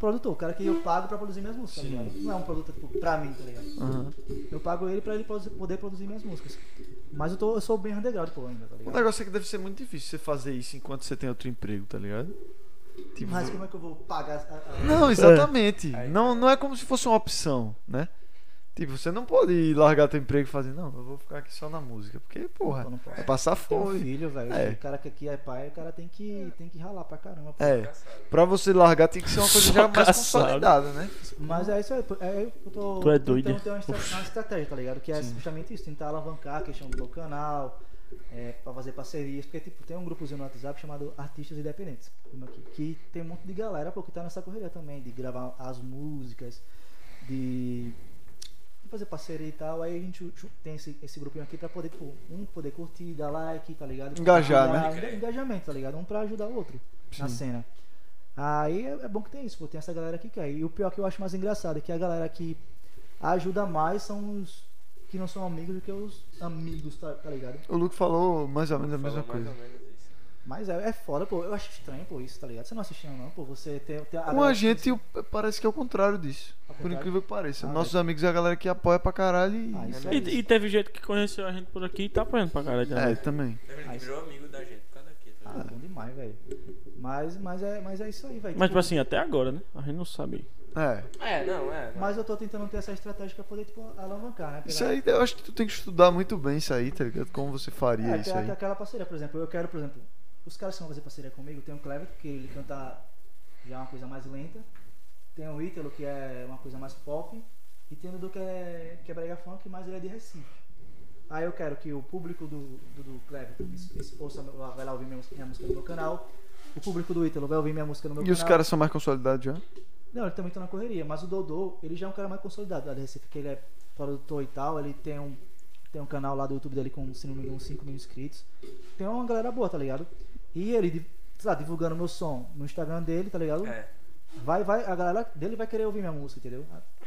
S3: produtor, o cara que eu pago pra produzir minhas músicas, tá
S1: Sim.
S3: ligado? Não é um produto tipo, pra mim, tá ligado?
S1: Aham.
S3: Eu pago ele pra ele produ- poder produzir minhas músicas. Mas eu, tô, eu sou bem underground, pô, ainda, tá
S1: O
S3: ligado?
S1: negócio é que deve ser muito difícil você fazer isso enquanto você tem outro emprego, tá ligado? Tipo,
S3: Mas como é que eu vou pagar a- a-
S1: Não, exatamente.
S5: Aí,
S1: Não, não é como se fosse uma opção, né? Tipo, você não pode ir largar teu emprego e fazer, não, eu vou ficar aqui só na música. Porque,
S3: Pô,
S1: porra,
S3: não posso.
S1: vai passar
S3: Tem um
S1: fome.
S3: filho, velho.
S1: É.
S3: O cara que aqui é pai, o cara tem que, tem que ralar pra caramba. pô.
S1: É. Pra você largar tem que ser uma coisa
S4: Só
S1: já mais
S4: caçado.
S1: consolidada, né?
S3: Mas é isso aí, pô. é, eu tô
S4: Tu é
S3: tentando
S4: doido.
S3: ter uma, estra- uma estratégia, tá ligado? Que é justamente isso, tentar alavancar a questão do meu canal, é, pra fazer parcerias, porque tipo, tem um grupozinho no WhatsApp chamado Artistas Independentes, como aqui, que tem um monte de galera pô, que tá nessa correria também, de gravar as músicas, de de fazer parceria e tal, aí a gente ju- ju- tem esse, esse grupinho aqui pra poder, pô, um poder curtir, dar like, tá ligado?
S1: Engajar, né?
S3: Engajar, Engajamento, tá ligado? Um pra ajudar o outro na cena. Aí é é bom que tem isso, pô, tem essa galera que quer. E o pior que eu acho mais engraçado é que a galera que ajuda mais são os que não são amigos do que os amigos, tá, tá ligado?
S1: O Luke falou mais ou menos é
S5: Falou
S1: a mesma
S5: mais
S1: coisa.
S5: ou menos isso.
S3: Mas é, é foda, pô. Eu acho estranho, pô, isso, tá ligado? Você não assiste não, não, pô. Você tem, tem
S1: Com a
S3: galera que-
S1: gente o- parece que é o contrário disso.
S3: Ao
S1: Por
S3: contrário?
S1: incrível que pareça.
S3: Ah,
S1: Nossos amigos é a galera que apoia pra caralho e.
S3: Ah, isso
S4: E,
S3: é isso.
S4: e teve gente que conheceu a gente por aqui e tá apanhando pra caralho
S1: É,
S4: também.
S1: também.
S6: Teve gente que virou amigo da gente por causa daquilo. tá
S3: Ah,
S6: ligado?
S3: bom demais, velho. Mas, mas, é, mas é isso aí, velho.
S4: Mas, tipo
S3: Tipo,
S4: assim, até agora, né? A gente não sabe.
S1: É.
S5: É, não, é. não.
S3: mas eu tô tentando ter essa estratégia pra poder, tipo, alavancar, né?
S1: Isso
S3: Pegar-
S1: aí, eu acho que tu tem que estudar muito bem isso aí, tá ligado? Como você faria
S3: É,
S1: isso
S3: aquela,
S1: aí.
S3: aquela parceria, por exemplo, eu quero, por exemplo, os caras que vão fazer parceria comigo, tem o Clever, que ele canta já uma coisa mais lenta, tem o Ítalo, que é uma coisa mais pop, e tem o Dudu, que é, que é brega funk, mas ele é de Recife. Aí eu quero que o público do, do, do Clever es- es- ouça, vai lá ouvir minha, mus- minha música no meu canal, o público do Ítalo vai ouvir minha música no meu
S1: E
S3: canal.
S1: os caras são mais consolidados já?
S3: Não, ele também tá na correria, mas o Dodô, ele já é um cara mais consolidado lá de Recife, que ele é produtor e tal, ele tem um, tem um canal lá do YouTube dele com, se não me engano, 5 mil inscritos. Tem uma galera boa, tá ligado? E ele, di- sei lá, divulgando meu som no Instagram dele, tá ligado?
S6: É.
S3: Vai, vai, a galera dele vai querer ouvir minha música, entendeu?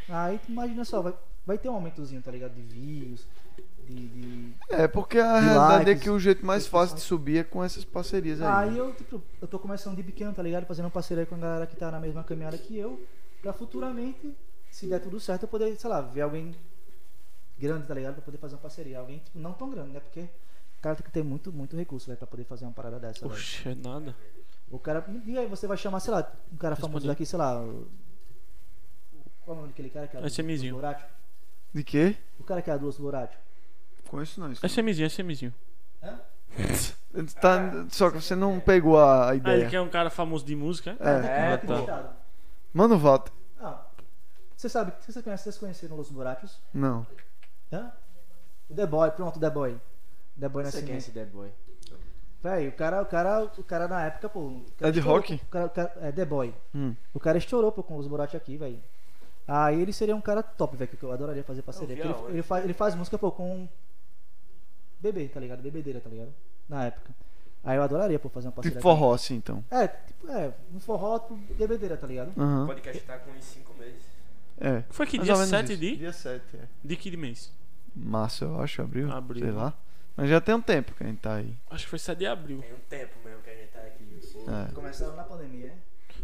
S3: Aí tu imagina só, vai, vai ter um aumentozinho, tá ligado? De views, de- de
S1: É, porque a
S3: De
S1: realidade
S3: likes,
S1: é que o jeito mais
S3: essas
S1: fácil de
S3: coisas.
S1: subir é com essas parcerias aí. né?
S3: Aí eu, tipo, eu tô começando de pequeno, tá ligado? Fazendo um parceiro aí com a galera que tá na mesma caminhada que eu. Pra futuramente, se der tudo certo, eu poder, sei lá, ver alguém grande, tá ligado? Pra poder fazer uma parceria. Alguém, tipo, não tão grande, né? Porque o cara tem que ter muito, muito recurso, velho, pra poder fazer uma parada dessa, velho.
S4: Oxe, é nada.
S3: O cara. E aí você vai chamar, sei lá, um cara famoso
S4: Respondi.
S3: daqui, sei lá. o- Qual é o nome daquele cara que é a
S4: SMzinho.
S3: do Boratio?
S1: De quê?
S3: O cara que é a do Boratio.
S1: Conheço não isso.
S4: SMzinho, SMzinho.
S1: Tá, só que você não pegou a, a
S4: Ah, ele
S1: ideia.
S4: quer um cara famoso de música, é?
S1: É.
S5: É,
S3: tá.
S5: pô.
S3: acreditado.
S1: Mano, Walter.
S3: Ah, você sabe, vocês conhecem, vocês conheceram os Boratios?
S1: Não.
S3: Hã? O The Boy, pronto, o The Boy. The Boy
S5: Não sei quem é
S3: Nascimento.
S5: esse The Boy.
S3: Véi, o cara, o cara, o cara na época, pô. o cara
S1: É de
S3: estourou,
S1: rock?
S3: pô, o cara- o cara- é The Boy.
S1: Hum.
S3: O cara estourou, pô, com os Borati aqui, velho. Aí ele seria um cara top, velho, que eu adoraria
S5: É um
S3: fazer parceria.
S6: Eu vi a
S3: Porque Ele,
S6: hora.
S5: né?
S3: ele, faz, ele faz música, pô, com. Bebê, tá ligado? Bebedeira, tá ligado? Na época. Aí eu adoraria, pô, fazer uma parceria.
S1: Tipo forró, assim, então.
S3: com ele. É, tipo, é, um forró, tipo, bebedeira, tá ligado?
S1: Aham.
S6: O podcast tá com uns 5 meses.
S1: É.
S4: Foi que
S1: Mais
S4: dia
S1: ou menos
S4: 7
S1: isso.
S4: de?
S1: Dia 7, é.
S4: De que mês?
S1: Março, eu acho, abril.
S4: Abril.
S1: Sei lá. Mas já tem um tempo que a gente tá aí.
S4: Acho que foi 7 de abril.
S6: Tem um tempo mesmo que a gente tá aqui. Pô.
S1: É.
S3: Começaram na pandemia, né?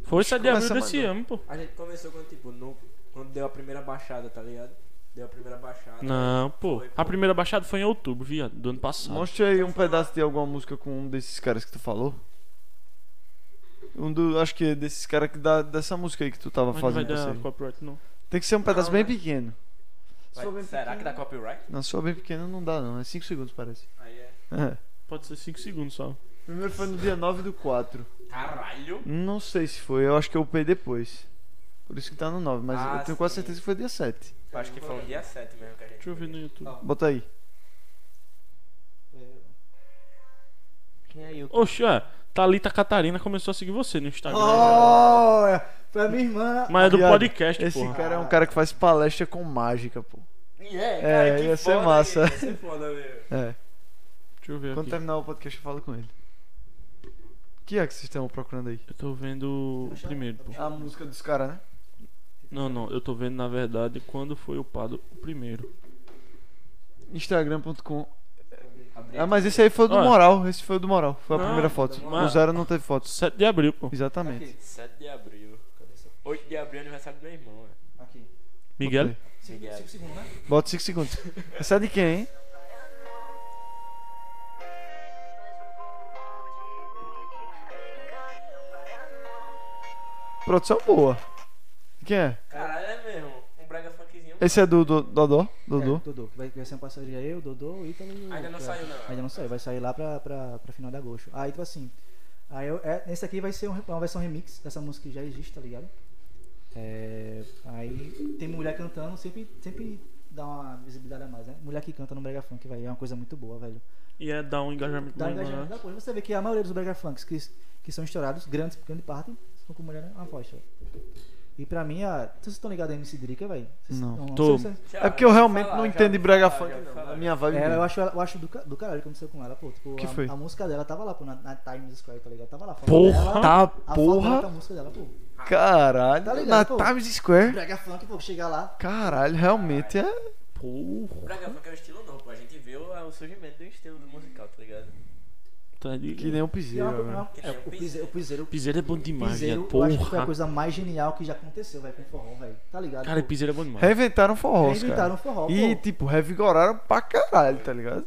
S4: Foi 7 de abril
S1: começa
S4: desse
S1: mais
S4: ano, pô.
S6: A gente começou quando, tipo, no, quando deu a primeira baixada, tá ligado? Deu a primeira baixada.
S4: Não, pô.
S6: Foi,
S4: A primeira baixada foi em outubro, viado, do ano passado.
S1: Mostra aí um pedaço de alguma música com um desses caras que tu falou. Um do. Acho que é desses caras que dá dessa música aí que tu tava
S4: Mas não vai
S1: fazendo pra
S4: dar
S1: você.
S4: copyright, não.
S1: Tem que ser um pedaço
S6: Não,
S1: bem
S6: né?
S1: pequeno.
S6: Vai, será que dá copyright?
S1: Na sua bem pequena não dá, não. É 5 segundos, parece.
S6: Aí é.
S1: É.
S4: Pode ser 5 segundos só.
S1: Primeiro foi no dia 9 do 4.
S6: Caralho!
S1: Não sei se foi, eu acho que eu upei depois. Por isso que tá no 9, mas
S6: Ah,
S1: eu tenho quase
S6: sim.
S1: certeza que foi dia 7.
S6: Acho que foi um dia 7 mesmo que a gente.
S4: Deixa eu ver no YouTube.
S1: Bota aí.
S5: Quem é eu?
S4: Oxe, é. Thalita Catarina começou a seguir você no Instagram.
S3: Oh, é, foi a minha irmã.
S4: Mas é do
S1: Ah, viado,
S4: podcast,
S1: Esse
S4: porra.
S1: cara é um cara que faz palestra com mágica, pô.
S6: E é,
S1: É,
S6: cara, que
S1: ia ser
S6: foda,
S1: massa.
S6: Ia ser foda mesmo.
S1: É.
S4: Deixa eu ver
S1: Quando
S4: aqui.
S1: terminar o podcast, eu falo com ele. O que é que vocês estão procurando aí?
S4: Eu tô vendo o primeiro, pô.
S1: A música dos caras, né?
S4: Não, não. Eu tô vendo, na verdade, quando foi upado o primeiro.
S1: Instagram.com.
S6: Abri
S1: Ah,
S6: aqui.
S1: mas esse aí foi o do
S4: Olha.
S1: Moral. Esse foi o do Moral. Foi a
S4: Não,
S1: primeira foto.
S6: do
S4: Moral.
S1: O Zero não teve fotos.
S4: 7 de abril, pô.
S1: Exatamente.
S6: 7 de abril. 8 de abril é aniversário do meu irmão, é.
S3: Aqui.
S4: Miguel?
S6: Miguel.
S3: 5 segundos, né?
S1: Bota 5 segundos. Essa é de quem, hein? Produção boa. Quem é?
S6: Caralho, é mesmo. Um brega funkzinho.
S1: Esse é do, do Dodó? Dodô?
S3: É, Dodô. que Vai, vai ser uma parceria eu, Dodô, o Ítalo e o-
S6: Ainda não
S3: pra-
S6: saiu, não.
S3: Ainda não saiu, vai sair lá pra, pra, pra final de agosto. Aí, tipo assim, aí eu, é, esse aqui vai ser um- uma versão remix dessa música que já existe, tá ligado? É, aí tem mulher cantando, sempre, sempre dá uma visibilidade a mais, né? Mulher que canta no Brega Funk, velho, é uma coisa muito boa, velho.
S4: E é dar um engajamento
S3: Dá
S4: bom,
S3: engajamento
S4: né?
S3: da coisa. Você vê que a maioria dos Brega Funks que, que são estourados, grandes, grande parte, são com mulher na na voz, velho. E pra mim, a, vocês estão ligados a MC Drica, velho? Vocês-
S1: Não.
S4: Tô.
S3: sei se-
S1: É porque eu realmente não entendo de brega funk, não. A minha vibe.
S3: É,
S1: mesmo.
S3: eu acho, ela- eu acho do, ca- do caralho o que aconteceu com ela, pô. Tipo,
S1: Que
S3: a,
S1: foi?
S3: a música dela tava lá, pô, na, na Times Square, tá ligado? Tava lá. a foto
S4: Porra!
S3: dela,
S1: Tá,
S3: a foto dela com a
S1: porra.
S3: música dela, pô.
S1: Caralho.
S3: Tá ligado,
S1: na
S3: pô?
S1: Times Square.
S3: Brega funk, pô, chegar lá.
S1: Caralho, realmente é.
S4: Porra.
S6: Brega funk é um estilo novo, pô. A gente viu ah, o surgimento do estilo do musical, tá ligado?
S4: Tá de...
S1: Que nem um
S3: E é
S1: piseiro.
S3: uma-
S1: velho.
S3: uma-
S6: Que
S3: é,
S6: nem
S3: o Piseiro, o Piseiro,
S4: Piseiro é bom demais,
S3: Piseiro
S4: viado.
S3: eu acho que foi a
S4: Porra.
S3: coisa mais genial que já aconteceu, velho, com forró, velho. Tá ligado?
S4: Cara,
S3: pô?
S4: piseiro é bom demais.
S1: Reinventaram forró, os caras.
S3: Reinventaram o forró,
S1: E,
S3: pô.
S1: tipo, revigoraram pra caralho, tá ligado?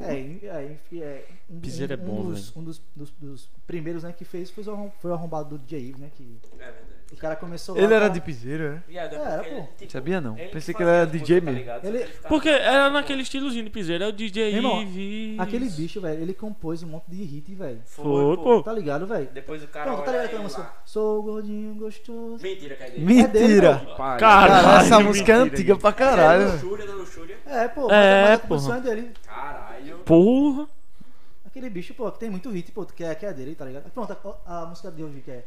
S3: É, e- é, enfim, é, um, um,
S4: Piseiro é bom,
S3: um dos, um dos, dos- dos primeiros, né, que fez foi o, arrom- foi o arrombado do DJ Ives, né, que
S6: É verdade.
S3: o cara começou lá
S1: Ele era
S3: com-
S1: de piseiro, é?
S6: Viado, é
S3: É, era,
S6: porque
S3: pô.
S6: ele, tipo,
S1: Sabia não.
S6: ele
S1: Pensei que
S6: fazia
S1: ele era
S6: as
S1: DJ
S6: músicas, tá
S1: mesmo.
S6: ligado? Só
S3: Ele-
S6: que ficava-
S4: Porque era naquele estilozinho de piseiro. É o DJ
S3: Irmão,
S4: Ives.
S3: Aquele bicho, velho, ele compôs um monte de hit, velho.
S4: Foi, pô.
S3: Tá ligado, velho?
S6: Depois o cara.
S3: Pronto, tá
S6: olha
S3: ligado aquela
S6: ele
S3: música?
S6: lá.
S3: Sou gordinho gostoso. É
S6: Mentira, cadê?
S1: Mentira!
S5: Pai.
S1: Caralho,
S4: Caralho,
S1: essa música é
S5: mentira,
S1: antiga pra caralho.
S6: Luxúria da luxúria.
S3: É, pô,
S4: É,
S3: mas a
S4: porra.
S3: composição é dele.
S6: Caralho.
S4: Porra.
S3: Aquele bicho, pô, que tem muito hit, pô, que é, que é dele, tá ligado? Pronto, a, a música de hoje que é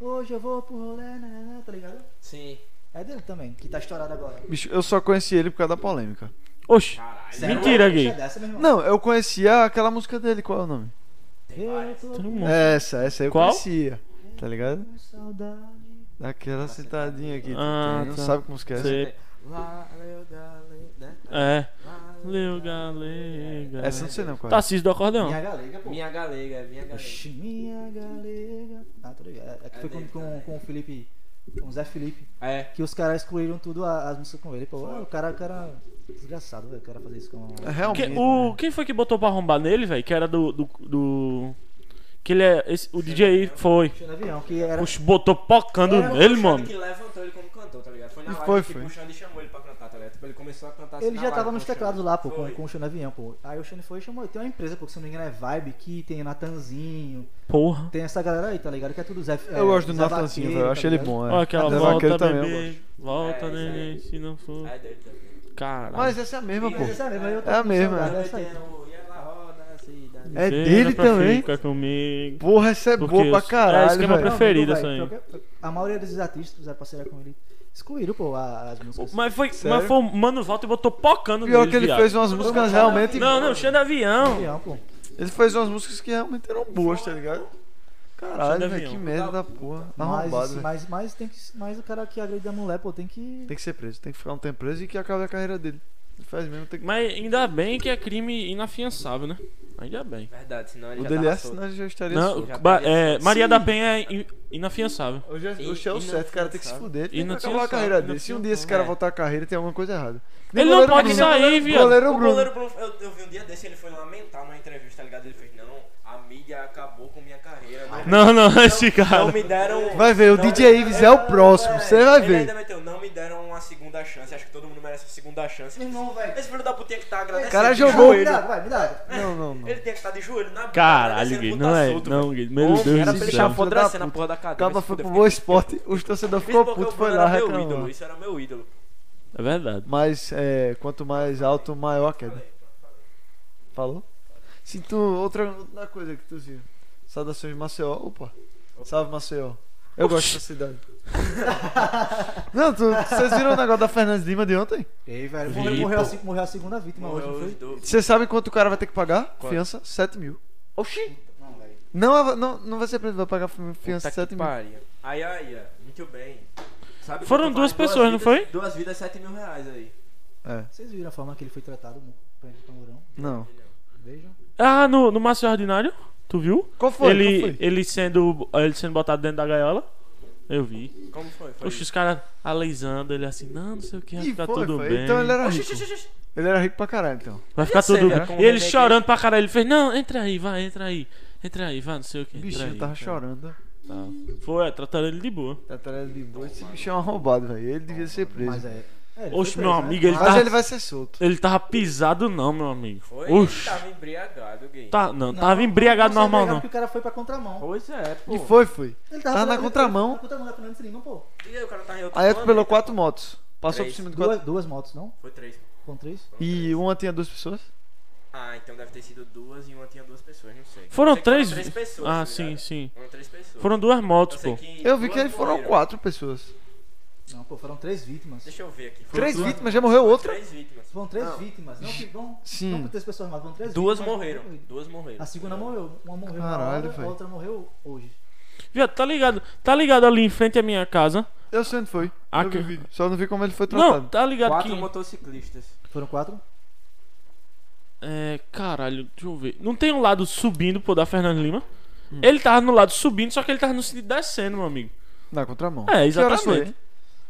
S3: Hoje eu vou pro rolê, né, né, tá ligado?
S6: Sim.
S3: É dele também, que tá estourado agora.
S1: Bicho, eu só conheci ele por causa da polêmica.
S4: Oxi.
S6: Caralho.
S3: Sério,
S4: Mentira,
S3: uma
S4: gay.
S3: bicha Dessa, meu irmão.
S1: Não, eu conhecia aquela música dele, qual é o nome? É
S3: Eu tô
S4: Todo
S3: com
S4: mundo.
S1: Essa, essa eu
S4: Qual?
S1: conhecia. Tá ligado?
S3: saudade.
S1: Daquela citadinha aqui.
S4: Ah,
S1: não
S4: tá.
S3: é.
S1: sabe como esquece.
S4: Sei.
S5: Lá, leu, da, leu, né?
S4: É.
S5: Lá,
S4: Leu Galega.
S1: Essa eu não é. sei não, cara.
S4: Tarcísio do acordeão.
S3: Minha galega, pô.
S6: Minha galega, é minha galega.
S3: Oxi, minha galega. Ah, tô ligado. É, é que foi com, com, com o Felipe. Com o Zé Felipe.
S6: É.
S3: Que os caras excluíram tudo a- as músicas com ele. Pô, ah, o cara, o cara. Desgraçado, velho. O cara fazer isso com.
S1: É, Realmente.
S4: Que-
S1: né?
S4: o, quem foi que botou pra arrombar nele, velho? Que era do. do, do- que ele é. esse- o DJ aí foi.
S3: Tinha no avião, que era.
S4: Oxe, botou pocando
S6: Era o
S4: nele,
S6: Xande
S4: mano.
S6: que levantou ele como cantor, tá ligado? Foi na live
S1: Foi,
S6: que
S1: foi.
S6: o Xande chamou ele pra cantar, tá ligado? Tipo, ele começou a cantar assim
S3: Ele
S6: na
S3: já
S6: live
S3: tava
S6: com
S3: nos
S6: o Xande.
S3: teclados lá, pô, com,
S6: Foi.
S3: com o Xane Avião, pô. Aí o Xane foi e chamou. Tem uma empresa, pô, que se não me engano é Vibe, que tem Natanzinho,
S4: Porra.
S3: tem essa galera aí, tá ligado? Que é tudo Zé. é,
S1: Eu gosto do
S3: Zé
S1: Natanzinho,
S3: Vaqueiro,
S1: velho. Eu
S3: tá
S1: achei ele
S3: ligado?
S1: bom, é.
S4: Olha aquela
S1: Zé
S4: volta,
S1: Vaqueiro
S4: bebê.
S6: É,
S4: Volta,
S6: isso aí.
S4: neném, se não for.
S6: Aí dele também.
S4: Caralho.
S1: É. Mas essa é a mesma, pô.
S3: Mas essa é a mesma, eu tô
S1: É a
S3: com
S1: mesma,
S3: saudade
S1: é.
S3: dessa aí.
S6: E ela roda assim, a cidade.
S1: É
S4: Chega
S1: dele
S4: pra
S1: também.
S4: Fica comigo.
S1: Porra, essa é
S4: Porque
S1: boa pra
S4: os- é,
S1: caralho,
S4: esquema
S1: velho.
S4: pra- preferida
S3: Não, velho,
S4: essa aí.
S3: pior que A maioria desses artistas, a parceria com ele, excluíram, pô, a- as músicas.
S4: Mas foi.
S1: Sério?
S4: Mas foi o Mano Volta e botou pocando
S1: Pior
S4: nele.
S1: que ele
S4: viado.
S1: fez um umas músicas realmente.
S4: Não, não, Xande Avião.
S3: Avião, pô.
S1: Ele fez umas músicas que realmente eram boas, tá ligado? Caralho,
S4: Xande
S1: velho,
S4: Avião.
S1: que merda da porra. Tá
S3: Mas,
S1: Arrombado, né? velho.
S3: mas, mas tem que. Mas o cara que agride a mulher, pô, tem que.
S1: Tem que ser preso, tem que ficar um tempo preso e que acabe a carreira dele. Ele faz mesmo, tem que.
S4: Mas ainda bem que é crime inafiançável, né? Ainda bem.
S6: Verdade, senão ele
S1: O
S6: já tá
S1: dele é
S6: tava
S1: assim,
S6: solto.
S1: senão ele já estaria
S4: Não,
S1: solto.
S4: ba- é, Maria
S1: Sim.
S4: da Penha é in- inafiançável.
S1: Hoje é,
S6: E-
S1: hoje é o
S6: e não
S1: certo, o cara tem que se
S6: sabe.
S1: fuder,
S4: E
S1: tem que
S4: não tinha
S1: acabar a
S4: sabe,
S1: carreira
S4: não
S1: dele. Se um
S4: tinha
S1: dia esse
S4: como,
S1: cara
S6: é.
S1: voltar à carreira, tem alguma coisa errada. Nem
S4: Ele não
S1: goleiro
S4: pode
S1: Bruno.
S4: sair, viado.
S1: Goleiro
S6: O
S1: Bruno.
S6: goleiro Bruno, eu, eu vi um dia desse, ele foi lamentar numa entrevista, tá ligado? Ele fez, não, a mídia acabou com minha carreira. Não,
S4: Não, não, *laughs* esse
S6: não
S4: cara.
S6: me deram...
S1: Vai ver, o
S6: não,
S1: DJ Ives é o próximo,
S6: é,
S1: você vai
S6: ele
S1: ver.
S6: ainda meteu, não me deram uma segunda chance, acho que todo mundo merece uma segunda chance.
S3: Irmão, velho.
S6: Esse filho da puta tinha que estar agradecendo.
S1: cara
S6: de
S1: jogou
S3: Me
S6: joelho.
S3: dá, vai, me dá.
S1: Não, não, não.
S6: Ele tinha que estar de joelho na boca.
S4: Caralho,
S6: agradecendo
S4: Gui,
S6: por
S4: não
S6: tá
S4: é.
S6: solto, velho.
S4: Não, Gui, meu
S6: Homem, Era pra
S4: Deus do
S6: ele
S1: deixar
S4: céu.
S1: Filho
S6: chamar
S1: da
S6: fodracena na
S1: puta.
S6: porra da cadeira.
S1: Acaba
S6: se
S1: foi pro
S6: fuder, fiquei
S1: Boa Esporte, os torcedores
S6: Fiz porque
S1: ficou
S6: o
S1: puto, foi
S6: Bruno
S1: lá
S6: era meu ídolo,
S1: reclamar.
S6: isso era meu ídolo.
S4: É verdade.
S1: Mas é, quanto mais alto, maior a queda. Falou? Sinto outra, outra coisa que tu viu. Saudações de Maceió. Opa. Salve Maceió. Eu gosto da cidade. *laughs* Não, tu- vocês viram o negócio da Fernandes Lima de ontem?
S3: Ei, velho,
S4: Vi,
S3: morreu, morreu,
S4: pô.
S3: a, se- morreu a segunda vítima hoje, não
S6: Morreu os
S3: foi?
S6: dois.
S1: Vocês sabem quanto o cara vai ter que pagar? Fiança? 7 mil.
S6: Oxi.
S3: Não, velho.
S1: Não, não, não vai ser preso, vai pagar fi- fiança
S6: Puta
S1: de 7
S6: que
S1: mil.
S6: pariu. Aí, aí, ó, muito bem. Sabe
S4: Foram
S6: quanto
S4: duas
S6: vale
S4: pessoas, não
S6: vidas-
S4: foi?
S6: Duas vidas, 7 mil reais aí.
S1: É.
S3: Vocês viram a forma que ele foi tratado, mo- Prende o Mourão?
S1: Não.
S3: Vejam.
S4: Ah, no, no Márcio Ordinário? Tu viu?
S1: Qual foi?
S4: ele,
S1: Qual foi?
S4: ele sendo. Ele sendo botado dentro da gaiola? Eu vi.
S6: Como foi? Foi
S4: Oxe, os caras alisando ele assim, não, não sei o que, vai
S1: Ih,
S4: ficar
S1: foi,
S4: tudo
S1: foi.
S4: bem.
S1: Então ele era
S6: tá Oxi,
S1: rico.
S6: oxi, oxi, oxi.
S1: Ele era rico pra caralho, então.
S4: Vai ficar
S6: sei,
S4: tudo
S6: era
S4: bem.
S6: como
S4: E
S1: é
S4: ele
S6: o Dedé
S4: chorando pra caralho, ele fez, não, entra aí, vai, entra aí. Entra aí, vai, não sei o que.
S1: O bichinho tava chorando.
S4: Foi, é, trataram ele de boa.
S1: Tá atrás de boa. Esse bicho é um arrombado, velho. Ele devia ser preso.
S3: Mas é. é ele
S4: Oxe,
S3: foi
S4: meu
S3: preso, né?
S4: amigo, ele
S1: Mas
S4: tava.
S1: ele vai ser solto.
S4: Ele tava pisado, não, meu amigo.
S6: Foi, Tá ele
S4: Oxe.
S6: tava embriagado, gay.
S4: Tá, não,
S3: Não,
S4: tava embriagado
S1: é
S3: não sei,
S4: normal,
S3: legal,
S4: não.
S3: Porque o cara foi pra contramão.
S6: Pois é, pô.
S1: E foi, foi.
S3: Ele
S1: Tava na
S3: ele-
S1: contramão.
S3: Na contramão da Fernandes Lima, pô.
S6: E aí, o cara tá em outro
S1: Aí
S6: plano,
S1: atropelou
S6: né?
S1: quatro motos. Passou
S6: Três.
S1: por cima de quatro.
S3: Duas, duas motos, não?
S6: Foi três.
S3: Com três?
S6: Foram
S1: E
S6: três.
S1: uma tinha duas pessoas?
S6: Ah, então deve ter sido duas e uma tinha duas pessoas, não sei.
S4: Foram
S6: Eu sei que
S4: três.
S6: Foram três pessoas.
S4: Ah,
S6: tá
S4: sim,
S6: ligado?
S4: sim.
S6: Foram três pessoas.
S4: Foram duas motos,
S6: Eu sei
S4: pô.
S6: que
S1: Eu vi que
S6: duas
S1: aí foram
S6: morreram.
S1: quatro pessoas.
S3: Não, pô, foram três vítimas.
S6: Deixa eu ver aqui. Foram
S1: Três
S6: duas-
S1: vítimas, já morreu outra?
S6: Três vítimas.
S3: Foram três
S1: Não.
S3: vítimas, não que vão.
S1: Sim.
S3: Não que três pessoas mas vão três
S6: Duas
S3: vítimas.
S6: morreram. Duas morreram.
S3: A segunda morreu. Uma morreu na
S1: Caralho,
S3: hora, a
S1: velho.
S3: outra morreu hoje.
S4: Viado, tá ligado? Tá ligado ali em frente à minha casa?
S1: Eu sei onde foi.
S4: Ah,
S1: Eu
S4: que-
S1: vi. Só não vi como ele foi
S4: Não,
S1: tratado.
S4: tá ligado
S6: Quatro
S4: que.
S6: motociclistas.
S3: Foram quatro?
S4: É, caralho, deixa eu ver. Não tem um lado subindo, pô, da Fernando Lima?
S1: Hum.
S4: Ele tava no lado subindo, só que ele tava no sentido descendo, meu amigo.
S1: Na contramão.
S4: É,
S1: Que horas foi,
S4: exatamente.
S1: hein?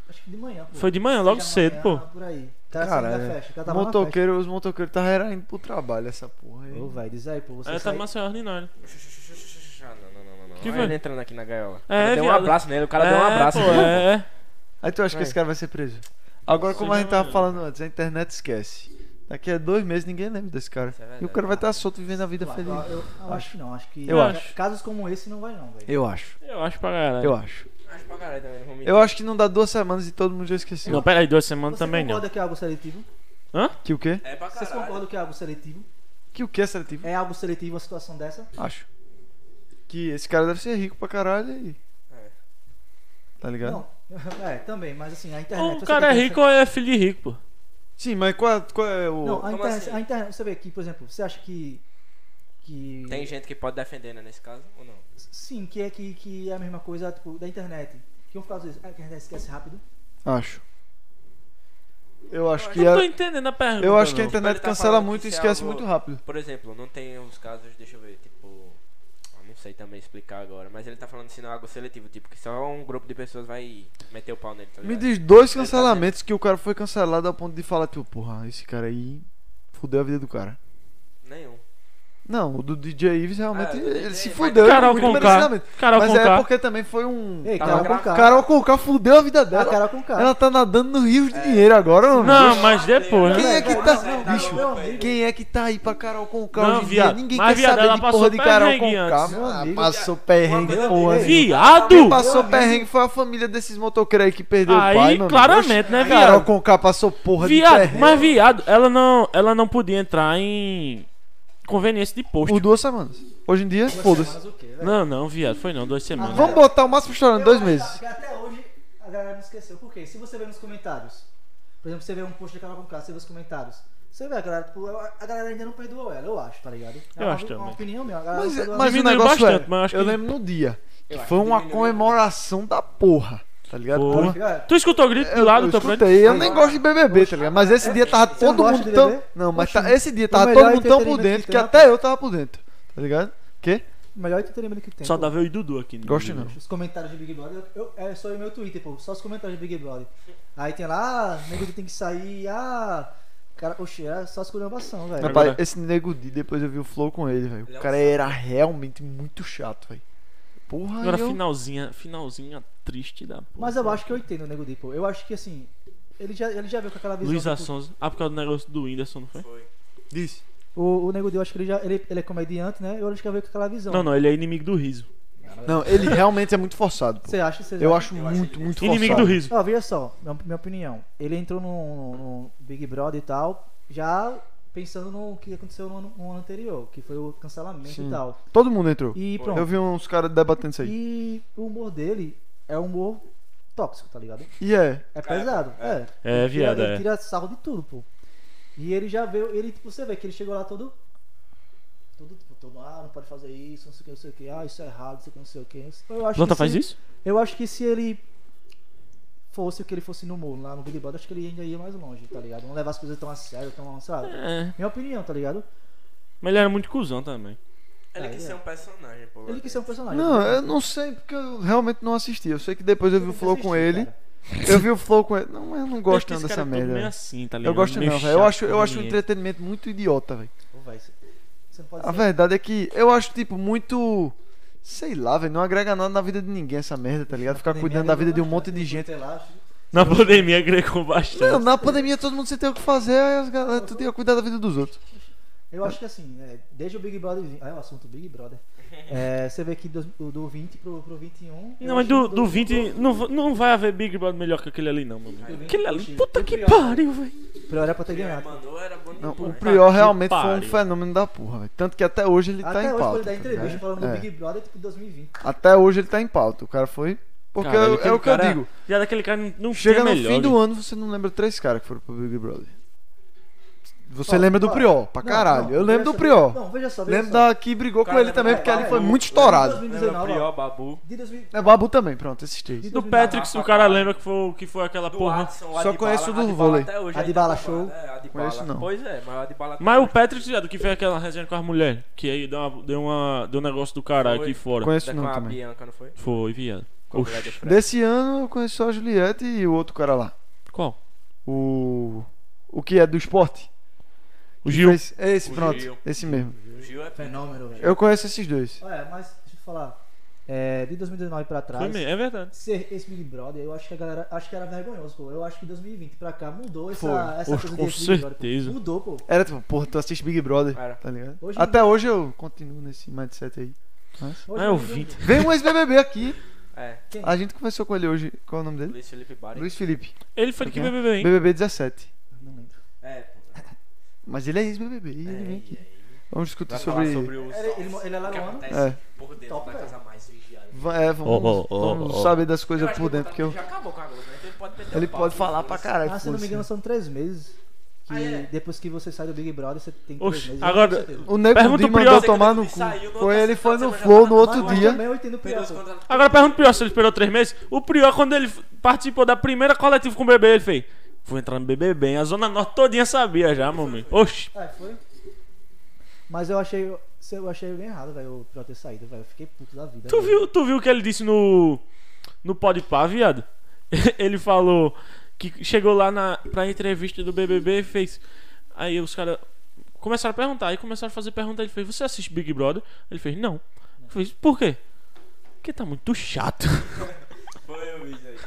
S3: Acho que de manhã, pô.
S4: Foi de manhã,
S3: Seis
S4: logo
S3: da
S4: cedo, pô.
S3: manhã, Por aí. O cara saiu da
S1: Caralho.
S3: festa. O cara
S1: é.
S3: tava na festa.
S1: Motoqueiro, os motoqueiros tava era indo pro trabalho, essa porra aí.
S3: Ô, velho, diz aí, pô. Você
S4: Aí tá
S3: sai-
S4: massa ordinário.
S6: Ah, não, não, não, não, não.
S4: Que
S6: Olha
S4: foi?
S6: ele entrando aqui na gaiola.
S4: É,
S6: deu um
S4: viado.
S6: abraço nele, o cara deu um abraço
S4: pô,
S6: nele.
S4: é, é.
S1: Aí tu acha que
S6: Vai.
S1: esse cara vai ser preso? Agora, como a
S4: Seja
S1: gente tava
S4: maneiro.
S1: falando antes, a internet esquece. Daqui a dois meses ninguém lembra desse cara.
S6: Isso
S1: E
S6: é
S1: o
S6: verdade.
S1: cara vai estar solto vivendo a vida
S3: Claro,
S1: feliz.
S3: Eu, eu acho que não, acho que
S1: Eu
S3: ca-
S4: acho.
S3: casos como esse não vai não, velho.
S1: Eu acho.
S4: é. Eu acho pra caralho.
S1: Eu acho.
S6: Acho pra caralho também, não vou mentir.
S1: Eu acho que não dá duas semanas e todo mundo já esqueceu.
S4: Não, pera aí, duas semanas
S3: Você
S4: também não.
S3: concorda que é algo seletivo?
S1: Que o quê?
S6: É pra
S3: Vocês
S6: caralho.
S3: concordam que é algo seletivo?
S1: Que o quê é seletivo?
S3: É algo seletivo uma situação dessa?
S1: Acho. Que esse cara deve ser rico pra caralho e.
S6: É.
S1: Tá ligado?
S3: Não. *laughs* É, também, mas assim, a internet...
S4: Ou o
S3: você
S4: cara é
S3: tem que-
S4: rico ou é filho de rico, pô.
S1: Sim, mas qual, qual é o.
S3: Não, a
S6: Como
S3: internet,
S6: assim?
S3: a internet, você vê aqui, por exemplo, você acha que... que
S6: Tem gente que pode defender, né, nesse caso, ou não?
S3: Sim, que é, que, que é a mesma é coisa, tipo, da internet. Que um fala às vezes, "Ah, a internet esquece rápido.
S1: Acho. Eu acho que
S4: Não tô
S1: é,
S4: entendendo a pergunta.
S1: eu acho que a
S4: não.
S1: internet
S6: Ele tá
S1: cancela
S6: falando
S1: muito
S6: que
S1: e
S6: se
S1: esquece
S6: algo-
S1: muito rápido.
S6: Por exemplo, não tem os casos, deixa eu ver, tipo. eu Não sei também explicar agora, mas ele tá falando assim, não, algo seletivo, tipo, que só um grupo de pessoas vai meter o pau nele, tá
S1: Me
S6: ligado?
S1: diz dois
S6: Ele tá
S1: cancelamentos que o cara foi cancelado ao ponto de falar, tipo, porra, esse cara aí fudeu a vida do cara.
S6: Nenhum.
S1: Não, o do DJ Ives realmente
S6: É, do
S1: ele
S6: DJ,
S1: se
S6: mas-
S1: fudeu.
S4: Carol
S1: muito
S4: Conká.
S1: merecidamente.
S4: Carol
S1: mas
S4: Conká.
S1: é porque também foi um.
S3: Ei,
S6: Tava
S3: Carol
S6: gra-
S3: com K.
S1: Carol Conká fudeu a vida
S3: Ah,
S1: dela.
S3: Carol com K.
S1: Ela tá nadando no rio de dinheiro agora, mano.
S4: Não, mas
S6: um
S4: depois,
S1: Quem
S4: né?
S1: é que tá.
S6: Não, não,
S1: bicho,
S6: não, não.
S1: quem é que tá aí pra Carol Conká
S4: Não,
S1: hoje em dia?
S4: viado.
S1: Ninguém
S4: Mas,
S1: quer
S4: viado, ela
S1: saber de
S4: passou
S1: porra de Carol
S4: perrengue
S6: Ah,
S1: Conká,
S4: antes.
S1: meu
S3: Meu
S1: amigo.
S3: amigo.
S1: Passou
S6: Uma
S1: perrengue,
S6: coisa
S1: porra.
S6: dele.
S1: nenhuma.
S4: Viado!
S1: Quem passou perrengue foi a família desses motoqueiros aí que perdeu o pai,
S4: Aí,
S1: mano.
S4: claramente, né,
S1: Oxe, Carol
S4: viado?
S1: Conká passou porra de
S4: Viado,
S1: perrengue
S4: mas viado, ela não, ela não podia entrar em conveniência de posto.
S1: por duas semanas. Hoje em dia, foda-se.
S3: Mas o quê, velho?
S4: Não, não, viado, foi não, duas semanas.
S1: Vamos botar o máximo chorando, dois meses.
S3: Porque até hoje a galera não esqueceu. Por quê? Se você vê nos comentários, por exemplo, você vê um post de Carol com K, você vê os comentários. Você vê a galera, tipo, a galera ainda não perdoou ela, eu acho, tá ligado? É
S4: Eu
S3: uma,
S4: acho
S3: uma
S4: também.
S3: opinião minha. a galera
S1: Mas,
S3: não perdoou
S1: mas o
S4: Diminuiu
S1: negócio
S4: bastante,
S1: é,
S4: mas eu acho
S1: eu
S4: que-
S1: lembro no dia, que
S6: acho
S1: foi
S6: que
S1: uma
S6: diminuiu.
S1: comemoração da porra, tá ligado?
S4: Foi.
S1: Porra.
S3: ela. Galera,
S4: Tu escutou o grito de
S1: Eu, eu
S4: lado do teu frente?
S1: escutei, eu nem gosto de BBB, tá ligado? Mas esse dia tava
S3: É, Você não
S1: todo
S3: gosta
S1: mundo
S3: de
S1: tão...
S3: BBB?
S1: Não, mas
S3: Poxa, é
S1: tá- esse dia
S3: o
S1: tava
S3: melhor
S1: todo mundo tão por
S3: entretenimento
S1: dentro
S3: que
S1: que
S3: tem,
S1: até eu tava por dentro, tá ligado? Que?
S3: o melhor entretenimento que tem.
S4: Só
S3: pô.
S4: dá ver o Dudu aqui. no
S1: Gosto
S4: vídeo.
S1: não.
S3: Os comentários de Big Brother, eu, eu, é só o meu Twitter, pô, só os comentários de Big Brother. Aí tem lá, ah, nego tem que sair, ah, cara, oxe, é só esculhambação, velho.
S4: Mas
S1: Rapaz, esse nego Di, depois eu vi o flow com ele, é um velho. O cara era realmente muito chato, velho. Porra,
S4: Agora
S1: eu...
S4: finalzinha, finalzinha triste da porra.
S3: Mas eu acho que eu entendo o Nego Di, pô. Eu acho que assim, ele já, ele já veio com aquela visão.
S4: Luísa
S3: tipo,
S4: Sonza. Ah, por causa do negócio do Whindersson, não foi?
S1: Disse.
S3: o, o Nego Di, eu acho que ele já. Ele, ele é comediante, né? Eu acho que já veio com aquela visão.
S4: Não, não, ele é inimigo do riso.
S1: Não, ele realmente é muito forçado, pô.
S3: Você acha? Você
S1: Eu
S3: acha?
S1: acho muito, muito forçado.
S4: Inimigo do riso.
S3: Ó, veja só, minha, minha opinião. Ele entrou no, no Big Brother e tal, já pensando no que aconteceu no ano, no ano anterior, que foi o cancelamento
S1: Sim.
S3: e tal.
S1: Todo mundo entrou.
S3: E
S1: Eu
S3: pronto.
S1: vi uns caras debatendo isso aí.
S3: E o humor dele é um humor tóxico, tá ligado?
S1: E é.
S3: É pesado. É,
S4: É,
S3: Ele tira-
S4: viado,
S3: Ele
S4: é.
S3: tira sarro de tudo, pô. E ele já veio, ele, tipo, você vê que ele chegou lá todo. Todo, tipo, todo, ah, não pode fazer isso, não sei o que, não sei o que, ah, isso é errado, não sei o que, não sei o que. Eu acho
S4: Planta
S3: que
S4: faz
S3: se,
S4: isso?
S3: Eu acho que se ele fosse o que ele fosse no mundo, lá no Big Brother, acho que ele ainda ia mais longe, tá ligado? Não levar as coisas tão a sério, tão, sabe?
S4: É.
S3: Minha opinião, tá ligado?
S4: Mas ele era muito cuzão também.
S6: Ele
S3: Aí,
S6: quis
S3: ó.
S6: ser um personagem, pô.
S3: Ele quis ser um personagem.
S1: Não,
S3: tá ligado?
S1: eu não sei, porque eu realmente não assisti. Eu sei que depois eu vi o
S3: Tem que
S1: flow com
S3: assistir,
S1: ele.
S3: cara.
S1: Eu vi o flow com ele. Não, eu não
S4: Eu acho
S1: gosto
S4: que
S1: não
S4: esse
S1: dessa
S4: cara é todo
S1: merda.
S4: meio
S1: velho.
S4: assim, tá ligado?
S1: Eu gosto
S4: Meio
S1: não, velho. Eu
S4: chato,
S1: acho, eu acho o
S4: conveniente.
S1: entretenimento muito idiota, velho.
S3: Ô, vai, você- Você não pode
S1: A
S3: ser-
S1: verdade é que eu acho, tipo, muito. Sei lá, velho. Não agrega nada na vida de ninguém essa merda, tá ligado? Ficar
S3: Tem
S1: cuidando
S3: merda
S1: da vida de um
S3: bastante,
S1: monte de
S3: tem
S1: gente. Tipo,
S3: tutelaço.
S4: Na pandemia agregou bastante.
S1: *laughs* Não, na pandemia todo mundo sem ter o que fazer, aí as galera tudo ia cuidar da vida dos outros.
S3: Eu acho que assim, né, desde o Big Brother. Ah, é o assunto Big Brother. É, você vê que do, do 20 pro, pro 21. eu
S4: Não, mas
S3: acho
S4: do,
S3: que
S4: do 20 não, va- não vai haver Big Brother melhor que aquele ali, não, meu amigo.
S3: Do 20
S4: Aquele ali,
S3: pro
S4: puta
S3: 21.
S4: que
S3: O Prior-
S4: pariu, velho.
S3: O Prior um era pra ter
S1: é
S3: ganhado.
S6: Mandou, era bom
S1: Não, o
S6: demais.
S1: Prior
S4: que
S1: realmente foi um
S4: pariu.
S1: fenômeno da porra, velho. Tanto que até hoje ele tá
S3: Até
S1: em
S3: hoje, quando ele
S1: pauta.
S3: dá
S1: tá
S3: entrevista
S1: ligado?
S3: falando
S1: É.
S3: do Big Brother, tipo, 2020.
S1: Até hoje ele tá em pauta. O cara foi. Porque
S4: Cara,
S1: é- é
S4: aquele
S1: o que eu
S4: cara- um
S1: digo.
S4: Já daquele cara não- não
S1: Chega
S4: tinha
S1: no
S4: melhor.
S1: fim do
S4: gente.
S1: ano, você não lembra três caras que foram pro Big Brother. Você
S3: Ó,
S1: lembra do
S3: ó,
S1: Prior, pra
S3: não,
S1: caralho.
S3: não,
S1: eu
S3: veja
S1: lembro do
S3: só,
S1: Prior.
S3: Não, veja só. veja
S1: lembro
S3: só.
S1: da que brigou
S6: Cara, é
S1: com ele
S6: lembra
S1: também,
S6: do
S1: porque ele
S3: Prior,
S1: foi
S3: lembra
S1: muito
S6: do
S1: estourado.
S6: Lembra
S3: 2019,
S6: Prior,
S3: ó.
S6: Babu.
S3: De 2000.
S1: É Babu também, pronto, esses três.
S3: de
S4: Do
S3: 2019.
S4: Patrick, o cara lembra que foi, o- que foi aquela
S6: Do
S4: porra.
S6: Watson, o
S1: Só
S6: Adibala,
S1: conheço do
S6: Adibala
S1: vôlei.
S6: até hoje
S3: Adibala
S6: ainda tá
S3: show.
S6: falado, é, Adibala.
S1: Conheço não.
S6: Pois é, mas o Adibala...
S4: Mas o Patrick, viado, que fez aquela resenha com as mulheres. Que aí deu, uma, deu, uma, deu um negócio do caralho
S6: Foi.
S4: aqui fora.
S1: Conheço
S6: com
S1: não
S6: a
S1: também.
S6: Bianca, não foi?
S4: Foi, viado.
S6: Com a
S4: Oxi.
S6: mulher do Fred.
S1: Desse ano eu conheço só a Juliette e o outro cara lá.
S4: Qual?
S1: O. O que é do esporte?
S4: O Gil.
S1: Esse, esse
S6: O
S1: pronto.
S6: Gil.
S1: Esse mesmo.
S6: O Gil é...
S3: Ah, Fenômeno, velho.
S1: Eu conheço esses dois.
S3: Olha, mas deixa eu falar. É, de 2019 pra trás.
S4: Foi mesmo, é verdade.
S3: Ser esse Big Brother, eu acho que a galera. Acho que era vergonhoso, pô. Eu acho que 2020 pra cá mudou essa,
S1: Foi.
S3: essa
S4: Oxe,
S3: coisa
S4: com
S3: de esse Big Brother, pô.
S4: certeza.
S3: Mudou, pô.
S1: Era tipo, porra, tu assiste Big Brother,
S6: Era.
S1: tá ligado?
S3: Hoje em
S1: Até hoje eu continuo nesse mindset aí. Mas-
S3: Hoje
S4: Ah, eu
S3: em dia,
S4: vi.
S1: Vem um ex-BBB aqui.
S6: É,
S1: A gente conversou com ele hoje. Qual é o nome dele?
S6: Luiz Felipe Bari.
S1: Luiz Felipe.
S4: Ele foi de que
S1: Porque-
S4: BBB, hein?
S1: BBB 17.
S3: Não lembro.
S6: É, pô.
S1: Mas ele é ex-BBB. e
S6: É,
S1: ele vem aqui.
S6: e aí?
S1: Vamos discutir
S6: Vai falar
S1: sobre.
S6: sobre o...
S3: Ele, ele, ele é lá
S6: O que
S3: no ano.
S6: acontece
S1: É.
S6: por dentro
S3: Top,
S6: da
S3: velho.
S6: casa mais vigiada.
S1: Va- É, vamos,
S4: Oh, oh, oh,
S1: vamos
S4: oh.
S1: saber das
S6: Eu
S1: coisas
S6: acho que
S1: por
S6: o
S1: dentro. Que eu...
S6: Já acabou com a Globo, né? Então ele pode meter
S1: Ele
S6: o pau
S1: pode
S6: no
S1: falar pra
S6: Globo.
S1: caralho.
S3: Ah, se eu não me
S1: foda-se.
S3: engano, são três meses. Que
S6: Ah, é?
S3: depois que você sai do Big Brother, você tem três
S4: Oxe,
S3: meses.
S4: agora.
S1: O nego
S4: Pergunta
S1: Di
S4: pro Prior.
S1: mandou
S6: Sei que
S1: tomar
S6: o
S1: no
S6: nego
S1: cu.
S6: Di saiu, no
S1: Foi
S3: tá
S6: outro
S1: ele foi no
S6: semana já
S1: Flow
S6: tava
S1: no
S6: na
S1: outro
S3: Mas
S1: dia.
S3: também eu entendo o pior,
S6: Pelos
S3: pô.
S6: contratos-
S4: Agora pergunta pro Prior se ele esperou três meses. O Prior, quando ele participou da primeira coletiva com o bebê, ele fez. Fui entrar no BBB, hein? a Zona Norte todinha sabia já, meu amigo. Oxi.
S3: Ah, foi? Mas eu achei. Eu achei bem errado, velho, pra eu ter saído, velho. Eu fiquei puto da vida.
S4: Tu
S3: velho.
S4: viu, tu viu o que ele disse no. No Podpah, viado? *laughs* Ele falou que chegou lá na, pra entrevista do BBB e fez. Aí os caras começaram a perguntar. Aí começaram a fazer pergunta. Ele fez: Você assiste Big Brother? Ele fez: Não. Eu fiz: Por quê? Porque tá muito chato. *laughs*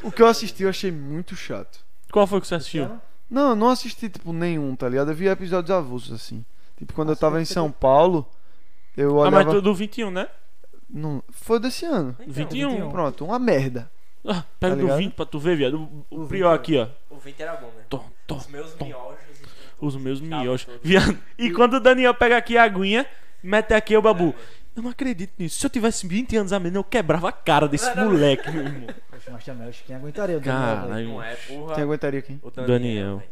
S1: O que eu assisti eu achei muito chato.
S4: Qual foi que você assistiu?
S1: Não, eu não assisti, tipo, nenhum, tá ligado? Eu vi episódios avulsos, assim. Tipo, quando eu tava em São Paulo, eu
S4: Ah, mas
S1: olhava...
S4: tu do 21, né?
S1: Não, foi desse ano.
S4: 21.
S3: 21.
S1: Pronto, uma merda.
S4: Ah,
S1: Tá
S4: pega do
S1: ligado?
S4: 20 pra tu ver, viado. O, o
S3: O
S4: Prior aqui,
S1: um.
S4: ó.
S6: O 20 era bom, né?
S4: Tom, tom,
S6: Os meus
S4: tom.
S6: miolos.
S4: Os meus
S6: Tava
S4: miolos.
S6: todo.
S4: Viado. E quando o Daniel pega aqui a aguinha, mete aqui o babu. Eu não acredito nisso. Se eu tivesse 20 anos a menos, eu quebrava a cara desse moleque,
S6: *laughs*
S4: meu irmão.
S3: Poxa, mas também, acho que quem aguentaria o Daniel, velho?
S4: Caralho.
S6: Não é, porra.
S1: Quem aguentaria quem?
S6: O
S4: Daniel.
S6: Daniel. velho.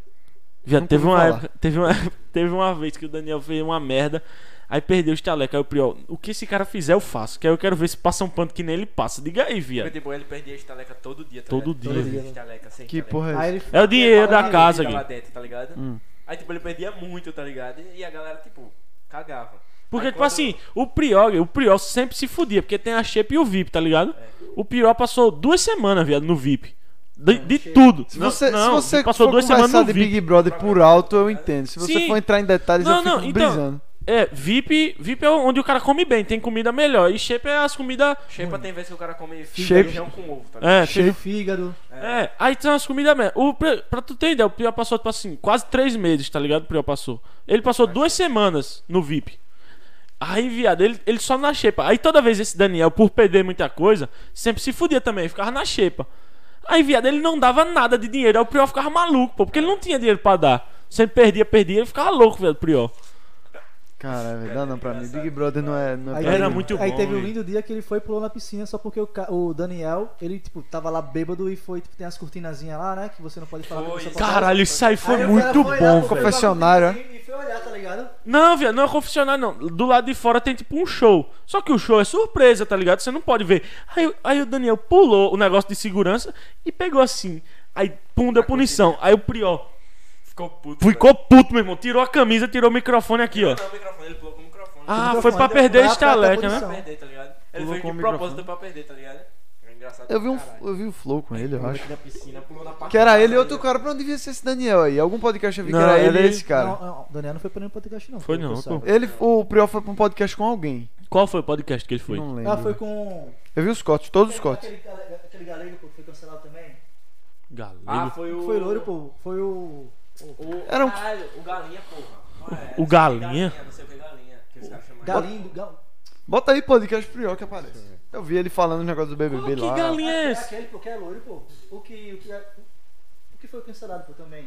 S4: Viado,
S1: Nunca
S4: teve
S1: ouvi
S4: uma,
S1: falar.
S4: época, teve, uma, *laughs* teve uma vez que o Daniel fez uma merda. Aí perdeu os talecos. Aí o Priol, o que esse cara fizer, eu faço. Que aí eu quero ver se passa um panto que nem ele passa. Diga aí,
S6: Foi de
S4: viado.
S6: boa, tipo, ele perdia a estaleca todo dia, tá
S4: Todo
S6: ligado?
S4: dia,
S6: Todo dia.
S3: velho.
S6: estaleca, sem
S1: Que
S6: estaleca.
S1: porra é essa?
S3: Aí ele
S4: É o dinheiro
S6: Tava
S4: da
S6: lá
S4: casa,
S6: dentro, tava
S4: Gui.
S6: dentro, tá ligado?
S1: Hum.
S6: Aí, tipo, ele perdia muito, tá ligado? E a galera, tipo, cagava.
S4: Porque,
S6: Aí,
S4: tipo
S6: quando-
S4: assim, o Priol, o Priol sempre se fudia, porque tem a Shape e o VIP, tá ligado?
S6: É.
S4: O Priol passou duas semanas, viado, no VIP. De, de tudo.
S1: Se
S4: Não,
S1: você,
S4: não,
S1: se você
S4: passou
S1: for
S4: duas semanas
S1: conversar
S4: no
S1: de
S4: VIP.
S1: Big Brother por alto, eu entendo. Se você
S4: Sim.
S1: for entrar em detalhes,
S4: Não,
S1: eu fico
S4: não, então-
S1: brisando.
S4: É, VIP, VIP é onde o cara come bem, tem comida melhor. E Shape é as comidas.
S6: Shape tem vezes que o cara come
S1: Shape-
S6: feijão com ovo, tá ligado?
S4: É,
S3: cheio
S4: tem-
S3: de fígado.
S4: é, aí tem as comidas mesmo. O, Pri- pra tu ter ideia, o Priol passou, tipo assim, quase três meses, tá ligado? O Priol passou. Ele passou duas semanas no VIP. Aí, viado, ele, ele só na xepa. Aí toda vez esse Daniel, por perder muita coisa, sempre se fudia também, ficava na xepa. Aí, viado, ele não dava nada de dinheiro. Aí o Priol ficava maluco, pô, porque ele não tinha dinheiro pra dar. Sempre perdia, perdia, ele ficava louco, viado, Priol.
S1: Caralho, velho, dá não pra mim. Big Brother não é... Não é
S3: Aí
S1: pra
S4: Era
S1: mim.
S4: muito
S3: Aí
S4: bom,
S3: teve um
S4: velho.
S3: lindo dia que ele foi e pulou na piscina só porque o, ca- o Daniel, ele, tipo, tava lá bêbado e foi, tipo, tem as cortinazinhas lá, né? Que você não pode falar. que
S6: Foi,
S3: você só pode-
S4: Caralho, isso aí foi
S3: Aí o cara foi lá,
S4: muito bom,
S3: pô,
S4: velho.
S3: pegou a
S1: Confessionário, é?
S3: cortina E foi olhar, tá ligado?
S4: Não, viado, não é confessionário, não. Do lado de fora tem tipo um show. Só que o show é surpresa, tá ligado? Você não pode ver. Aí, aí o Daniel pulou o negócio de segurança e pegou assim. Aí, pum, deu punição. Aí o Priol
S6: Ficou puto.
S4: ficou puto, meu irmão. Tirou a camisa, tirou o microfone aqui, ó.
S6: Não, o microfone, ele colocou o microfone.
S4: Ah,
S3: microfone
S4: foi pra
S3: deu
S4: perder a
S3: pra- pra ter
S4: estaleca, né?
S3: punição.
S6: pra perder, tá ligado? Ele
S1: Colocou
S6: fez
S1: o
S6: de
S1: microfone.
S6: propósito pra perder, tá ligado? É engraçado.
S1: Eu vi, um,
S6: caralho.
S1: eu vi um flow com ele, eu
S6: Pulou
S1: acho.
S6: daqui da piscina, pulou na parte
S1: Que era
S6: da
S1: ele e
S6: casa,
S1: outro
S6: tá
S1: cara. Pra onde devia ser esse Daniel aí? Algum podcast eu vi que
S4: Não,
S1: era
S4: era
S1: ele e
S4: ele.
S1: esse cara.
S3: Não, não, o Daniel não foi pra nenhum podcast, não.
S4: Foi não,
S3: pessoal.
S4: pô.
S1: Ele, o Priol foi pra um podcast com alguém.
S4: Qual foi o podcast que ele foi?
S1: Não lembro.
S3: Ah, foi com.
S1: Eu vi os cortes, todos os cortes.
S3: Aquele, gale- aquele galego, pô, que foi cancelado também.
S4: Galego.
S6: ligado? Ah, foi o.
S3: Foi loiro, pô. Foi o.
S6: O...
S1: Era um-
S6: Caralho, o Galinha, porra. Qual é?
S4: O Galinha?
S6: Não sei o que, Galinha. Que os caras chamam ele.
S3: Galindo. Gal...
S1: Bota aí podcast Priol que aparece. Eu vi ele falando o negócio do BBB
S4: que
S1: lá.
S4: galinha é
S3: É
S4: essa?
S3: aquele, pô, que é loiro, pô. O que. O que, é- o que foi cancelado, pô, também.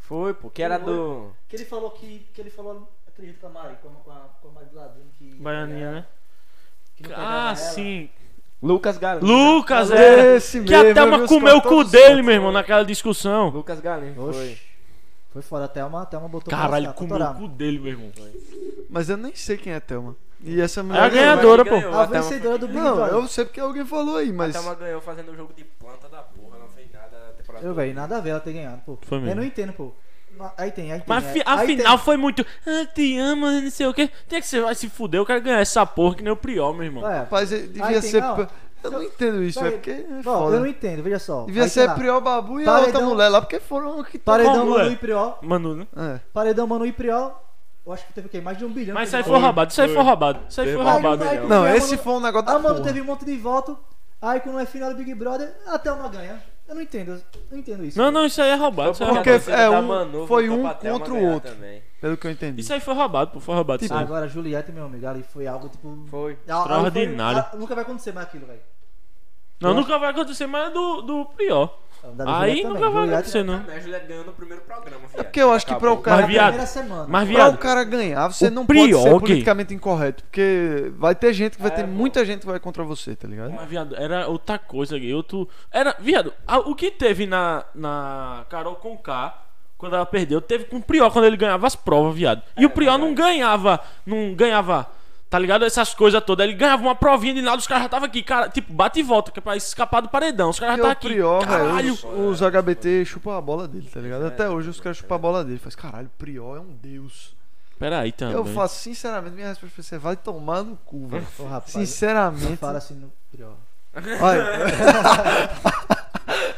S6: Foi, pô, que era do.
S3: Que ele falou que. Que ele falou, acredito, com a Mari, com a, com a, com a Mari do lado, dizendo que.
S4: Baianinha, né?
S3: que não pegava
S4: Ah,
S3: ela.
S4: sim.
S5: Lucas Galinho.
S4: Lucas, é.
S1: Esse
S4: Que
S1: mesmo,
S4: até
S1: eu vi
S4: uma
S1: os
S4: comeu o
S1: cortes
S4: cu
S1: todos.
S4: dele, meu irmão, naquela discussão.
S5: Lucas Galinho. Foi.
S3: Oxi. Foi fora, até uma, até uma botou pra
S4: Caralho,
S3: lascar, pra
S4: comeu o
S3: torar.
S4: cu dele, meu irmão.
S1: Mas eu nem sei quem é a Thelma. E essa
S4: É a
S1: mulher.
S4: ganhadora, pô.
S6: Ganhou,
S3: A
S6: Thelma
S3: vencedora do Big
S1: Não,
S3: Brother.
S1: eu sei porque alguém falou aí,
S6: A
S1: mas.
S6: Thelma ganhou fazendo o jogo de planta da porra, não fez nada na temporada.
S3: Eu, velho, nada a ver ela ter ganhado, pô.
S4: Foi mesmo.
S3: Eu não entendo, pô. Na- Aí tem, aí tem.
S4: Mas
S3: aí,
S4: fi- a
S3: é. aí tem-
S4: final foi muito. Ah, te amo, não sei o quê. Tem que ser, vai se fuder, eu quero ganhar essa porra que nem o Priol, meu irmão.
S3: É.
S1: Rapaz, ele devia
S3: Aí tem,
S1: ser.
S3: não.
S1: p- Eu não entendo isso,
S3: Vai-
S1: é porque. É
S3: Ó, eu não
S1: foda.
S3: entendo, veja só.
S1: Devia
S3: Aí tem
S1: ser
S3: lá,
S1: Priol Babu e a outra
S3: Paredão-
S1: mulher lá, porque foram que
S3: Paredão,
S4: Como,
S3: Manu
S4: é?
S3: e Priol.
S4: Manu, né?
S1: É.
S3: Paredão, Manu e Priol. Eu acho que teve o quê? Mais de um bilhão.
S4: Mas
S3: de
S4: isso aí
S3: votos.
S4: foi roubado, isso aí foi roubado. Isso aí foi
S5: Teve
S4: roubado.
S3: Aí,
S5: Não,
S1: Não,
S3: a
S1: esse
S3: Manu-
S1: foi um negócio
S3: A
S1: da
S3: Manu
S1: porra.
S3: teve um monte de voto. Aí quando é final do Big Brother, a Thelma ganha. Eu não entendo, não entendo isso.
S4: Não, não, isso aí é roubado. Isso aí, é
S1: Porque
S4: roubado.
S1: é um- foi um contra o outro. Pelo que eu entendi.
S4: Isso aí foi roubado, pô. Foi roubado. isso aí.
S3: Agora, Juliette, meu amigo, ali foi algo tipo.
S5: Foi.
S3: Ah, ah,
S4: Extraordinário.
S3: foi- ah, nunca vai acontecer mais aquilo, velho.
S4: Não, nunca vai acontecer, mas é do, do Priol.
S3: Ah, Da da
S4: Aí
S3: Juliette
S4: nunca
S3: também.
S4: vai
S3: Juliette-
S4: acontecer, não.
S6: A Juliette ganhou no primeiro programa,
S1: É porque eu acho que pra o cara.
S4: Mas, viado,
S3: Primeira semana.
S1: Pra
S4: Mas,
S1: o
S4: viado,
S1: cara ganhar,
S4: o
S1: você não pode
S4: Priol,
S1: ser
S4: que-
S1: politicamente incorreto. Porque vai ter gente que vai
S6: É,
S1: ter
S6: pô.
S1: muita gente que vai contra você, tá ligado?
S4: mas, viado, era outra coisa, Gui. Outro... Era, viado, a- o que teve na, na Carol com K, quando ela
S1: É,
S4: perdeu, teve com o Priol quando ele ganhava as provas, viado. E o Priol não ganhava, não ganhava. Tá ligado? Essas coisas todas. Aí Ele ganhava uma provinha de nada, os caras já estavam aqui, cara. Tipo, bate e volta, que é pra escapar do paredão. Os caras
S1: Porque
S4: já tá
S1: o
S4: aqui.
S1: Prior, velho,
S4: caralho. É.
S1: os, os HBT chupam a bola dele, tá ligado? Até hoje os caras chupam a bola dele. Faz, caralho, o Prior é um deus.
S4: Pera aí também.
S1: Eu faço, sinceramente, minha resposta pra você vai tomar no cu, velho.
S3: Ô, rapaz. Não
S1: Sinceramente.
S3: fala assim no prior.
S1: Olha. *laughs*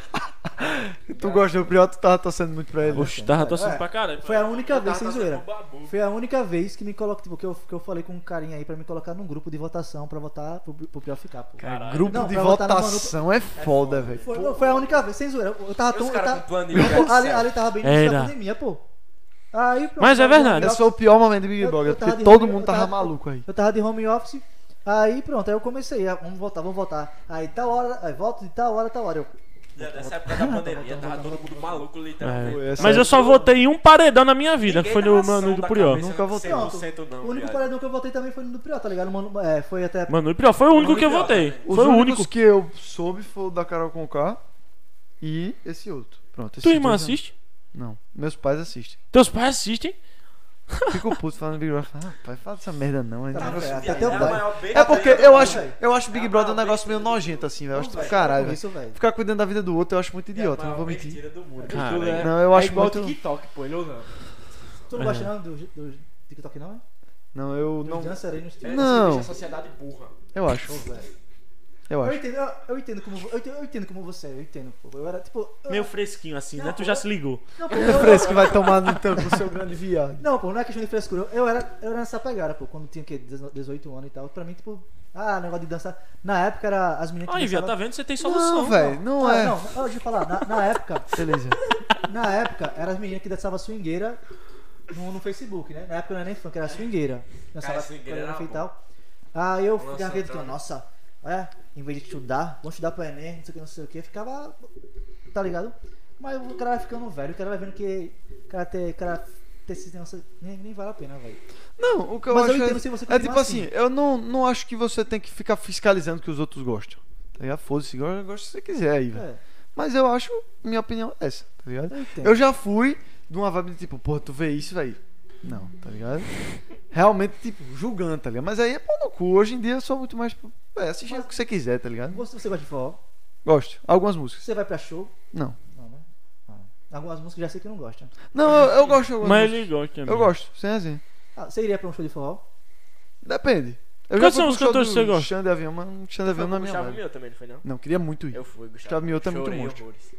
S1: tu gosta do Prior, tu tava torcendo muito pra ele. né?
S4: Oxe, tava torcendo
S3: É.
S4: pra caralho.
S3: Foi a única vez, sem
S6: Tá
S3: zoeira.
S6: fazendo babu.
S3: Foi a única vez que me coloca, tipo, que eu, que eu falei com um carinha aí pra me colocar num grupo de votação pra votar pro, pro pior ficar, pô.
S4: Caralho.
S1: Grupo
S3: Não,
S1: de
S3: pra votar no
S1: votação é foda, velho.
S3: Foi, não, foi a única vez, sem zoeira. Eu, eu tava
S6: E os
S3: tão. Eu
S6: caras com
S3: tava,
S6: plano de lugar do
S3: ali,
S6: céu?
S3: ali tava bem no início da
S4: Era.
S3: pandemia, pô. Aí, pronto,
S4: Mas é
S3: tava de
S4: verdade.
S3: home
S1: Eu
S3: office,
S1: sou o pior momento do Big
S3: Eu-
S1: Brother,
S3: eu tava
S1: porque
S3: de
S1: todo
S3: home-
S1: mundo
S3: eu tava-
S1: tava maluco aí.
S3: Eu tava de home office. Aí pronto, aí eu comecei, ah, vamos votar, vamos votar. Aí tal hora, aí volto de tal hora, tal hora. Eu,
S6: Já Nessa época da pandemia, tava todo mundo maluco, literalmente.
S1: Foi essa
S4: Mas eu só
S1: época.
S4: votei em um paredão na minha vida,
S6: Ninguém
S4: foi
S6: dá
S4: no
S6: noção
S4: Manu do
S6: da
S4: Prior.
S6: cabeça,
S1: Nunca votou.
S6: 100% não,
S3: o único
S6: viado.
S3: paredão que eu votei também foi no do Prior, tá ligado? Mano, é, foi até.
S4: Manu do Prior foi o único que eu
S6: Prior,
S4: votei.
S6: né?
S1: Os
S4: Foi o
S1: únicos
S4: único.
S1: que eu soube foi o da Carol Conká e esse outro. Pronto.
S4: Tua irmã
S1: assiste?
S4: assiste?
S1: Não. Meus pais assistem.
S4: Teus pais assistem?
S1: Fico puto falando Big Brother. Ah, pai, fala dessa merda não. hein?
S3: Tá,
S1: Negócio-
S3: é, até
S6: Viado,
S3: até
S6: é
S3: o
S6: a
S3: pai.
S6: maior besta
S1: É porque
S6: ainda.
S1: eu acho, eu acho Big Brother um negócio meio
S6: velho.
S1: nojento assim, velho. Eu acho tipo,
S6: velho.
S1: caralho,
S3: Por
S1: velho.
S3: Isso, velho.
S1: Ficar cuidando da vida do outro eu acho muito idiota,
S6: É a
S1: não vou
S6: maior
S1: mentir.
S6: mentira do mundo.
S4: Cara,
S6: Tudo é-
S1: Não, eu acho
S5: é igual
S1: muito...
S5: TikTok, pô, ele ou não?
S3: Tu não gosta não do, do TikTok, não? é?
S1: Não, eu
S3: Dos
S1: não...
S3: dançarinos, tipo-
S6: É,
S1: Não. Tá
S6: você deixa a sociedade burra.
S1: Eu acho, eu
S3: Eu
S1: acho.
S3: entendo, eu, eu entendo como vo- eu entendo, eu entendo como você, é, eu entendo, pô. Eu era tipo. eu-
S4: Meio fresquinho assim, né?
S3: Não,
S4: Tu já se ligou.
S3: não, pô,
S1: É *laughs*
S3: eu-
S1: fresco que vai tomar no
S3: *laughs*
S1: tampo, seu grande viado.
S3: Não, pô, não é questão de frescura. Eu, eu era, eu era nessa pegada, pô, quando tinha o quê? 19, 18 anos e tal. Pra mim, tipo, ah, negócio de dançar. Na época era as meninas que
S4: Aí, viado, tá
S3: dançavam-
S4: vendo? Você tem
S1: Não,
S4: solução.
S1: velho, não
S3: Ah,
S1: é.
S3: Não, eu- deixa eu falar, na, na época,
S1: Beleza.
S3: na época, era as meninas que dançavam swingueira no, no Facebook, né? Na época não era nem funk, era swingueira. Dançava
S6: Cara, swingueira era
S3: coreografia e
S6: bom.
S3: tal. Aí eu
S6: Nossa,
S3: ficava acreditando,
S6: cara.
S3: nossa, olha, em vez de estudar, vou estudar pra Enem, não sei o que, não sei o que, ficava. Tá ligado? Mas o cara vai ficando velho, o cara vai vendo que. O cara ter. Cara ter esse negócio nem, nem vale a pena, velho.
S1: Não, o que eu
S3: Mas eu
S1: acho
S3: entendo
S1: é,
S3: se você
S1: é
S3: continuar
S1: tipo assim, eu não, não acho que você tem que ficar fiscalizando que os outros gostam. Tá ligado? Foda-se, gosta gosta se você quiser aí, velho.
S3: É,
S1: Mas eu acho, minha opinião é essa, tá ligado?
S3: eu entendo.
S1: Eu já fui de uma vibe de tipo, porra, tu vê isso, velho. Não, tá ligado? Realmente, tipo, julgando, tá ligado? Mas aí é pau no cu. Hoje em dia eu sou muito mais. tipo, É, assiste o que você quiser, tá ligado?
S3: Você, você gosta de forró?
S1: Gosto. Algumas músicas.
S3: Você vai pra show?
S1: Não.
S3: Não, né? Ah, Algumas músicas eu já sei que não gosta.
S1: Não, eu, eu gosto de algumas
S4: Mas
S1: músicas.
S4: ele gosta.
S1: Eu gosto, sem assim.
S3: Ah, você iria pra um show de forró?
S1: Depende. Eu
S4: Quais
S1: já
S4: são
S1: fui
S4: os
S1: pro show
S4: cantores que
S1: do
S4: você gosta?
S1: Xande Avião, mas Xande Avião não é minha
S6: Gustavo
S1: vibe.
S6: Mioto também, não foi não?
S1: Não, queria muito ir.
S6: Eu fui, Gustavo.
S1: Gustavo Mioto é muito
S6: Chorei
S1: monstro.
S6: horrores.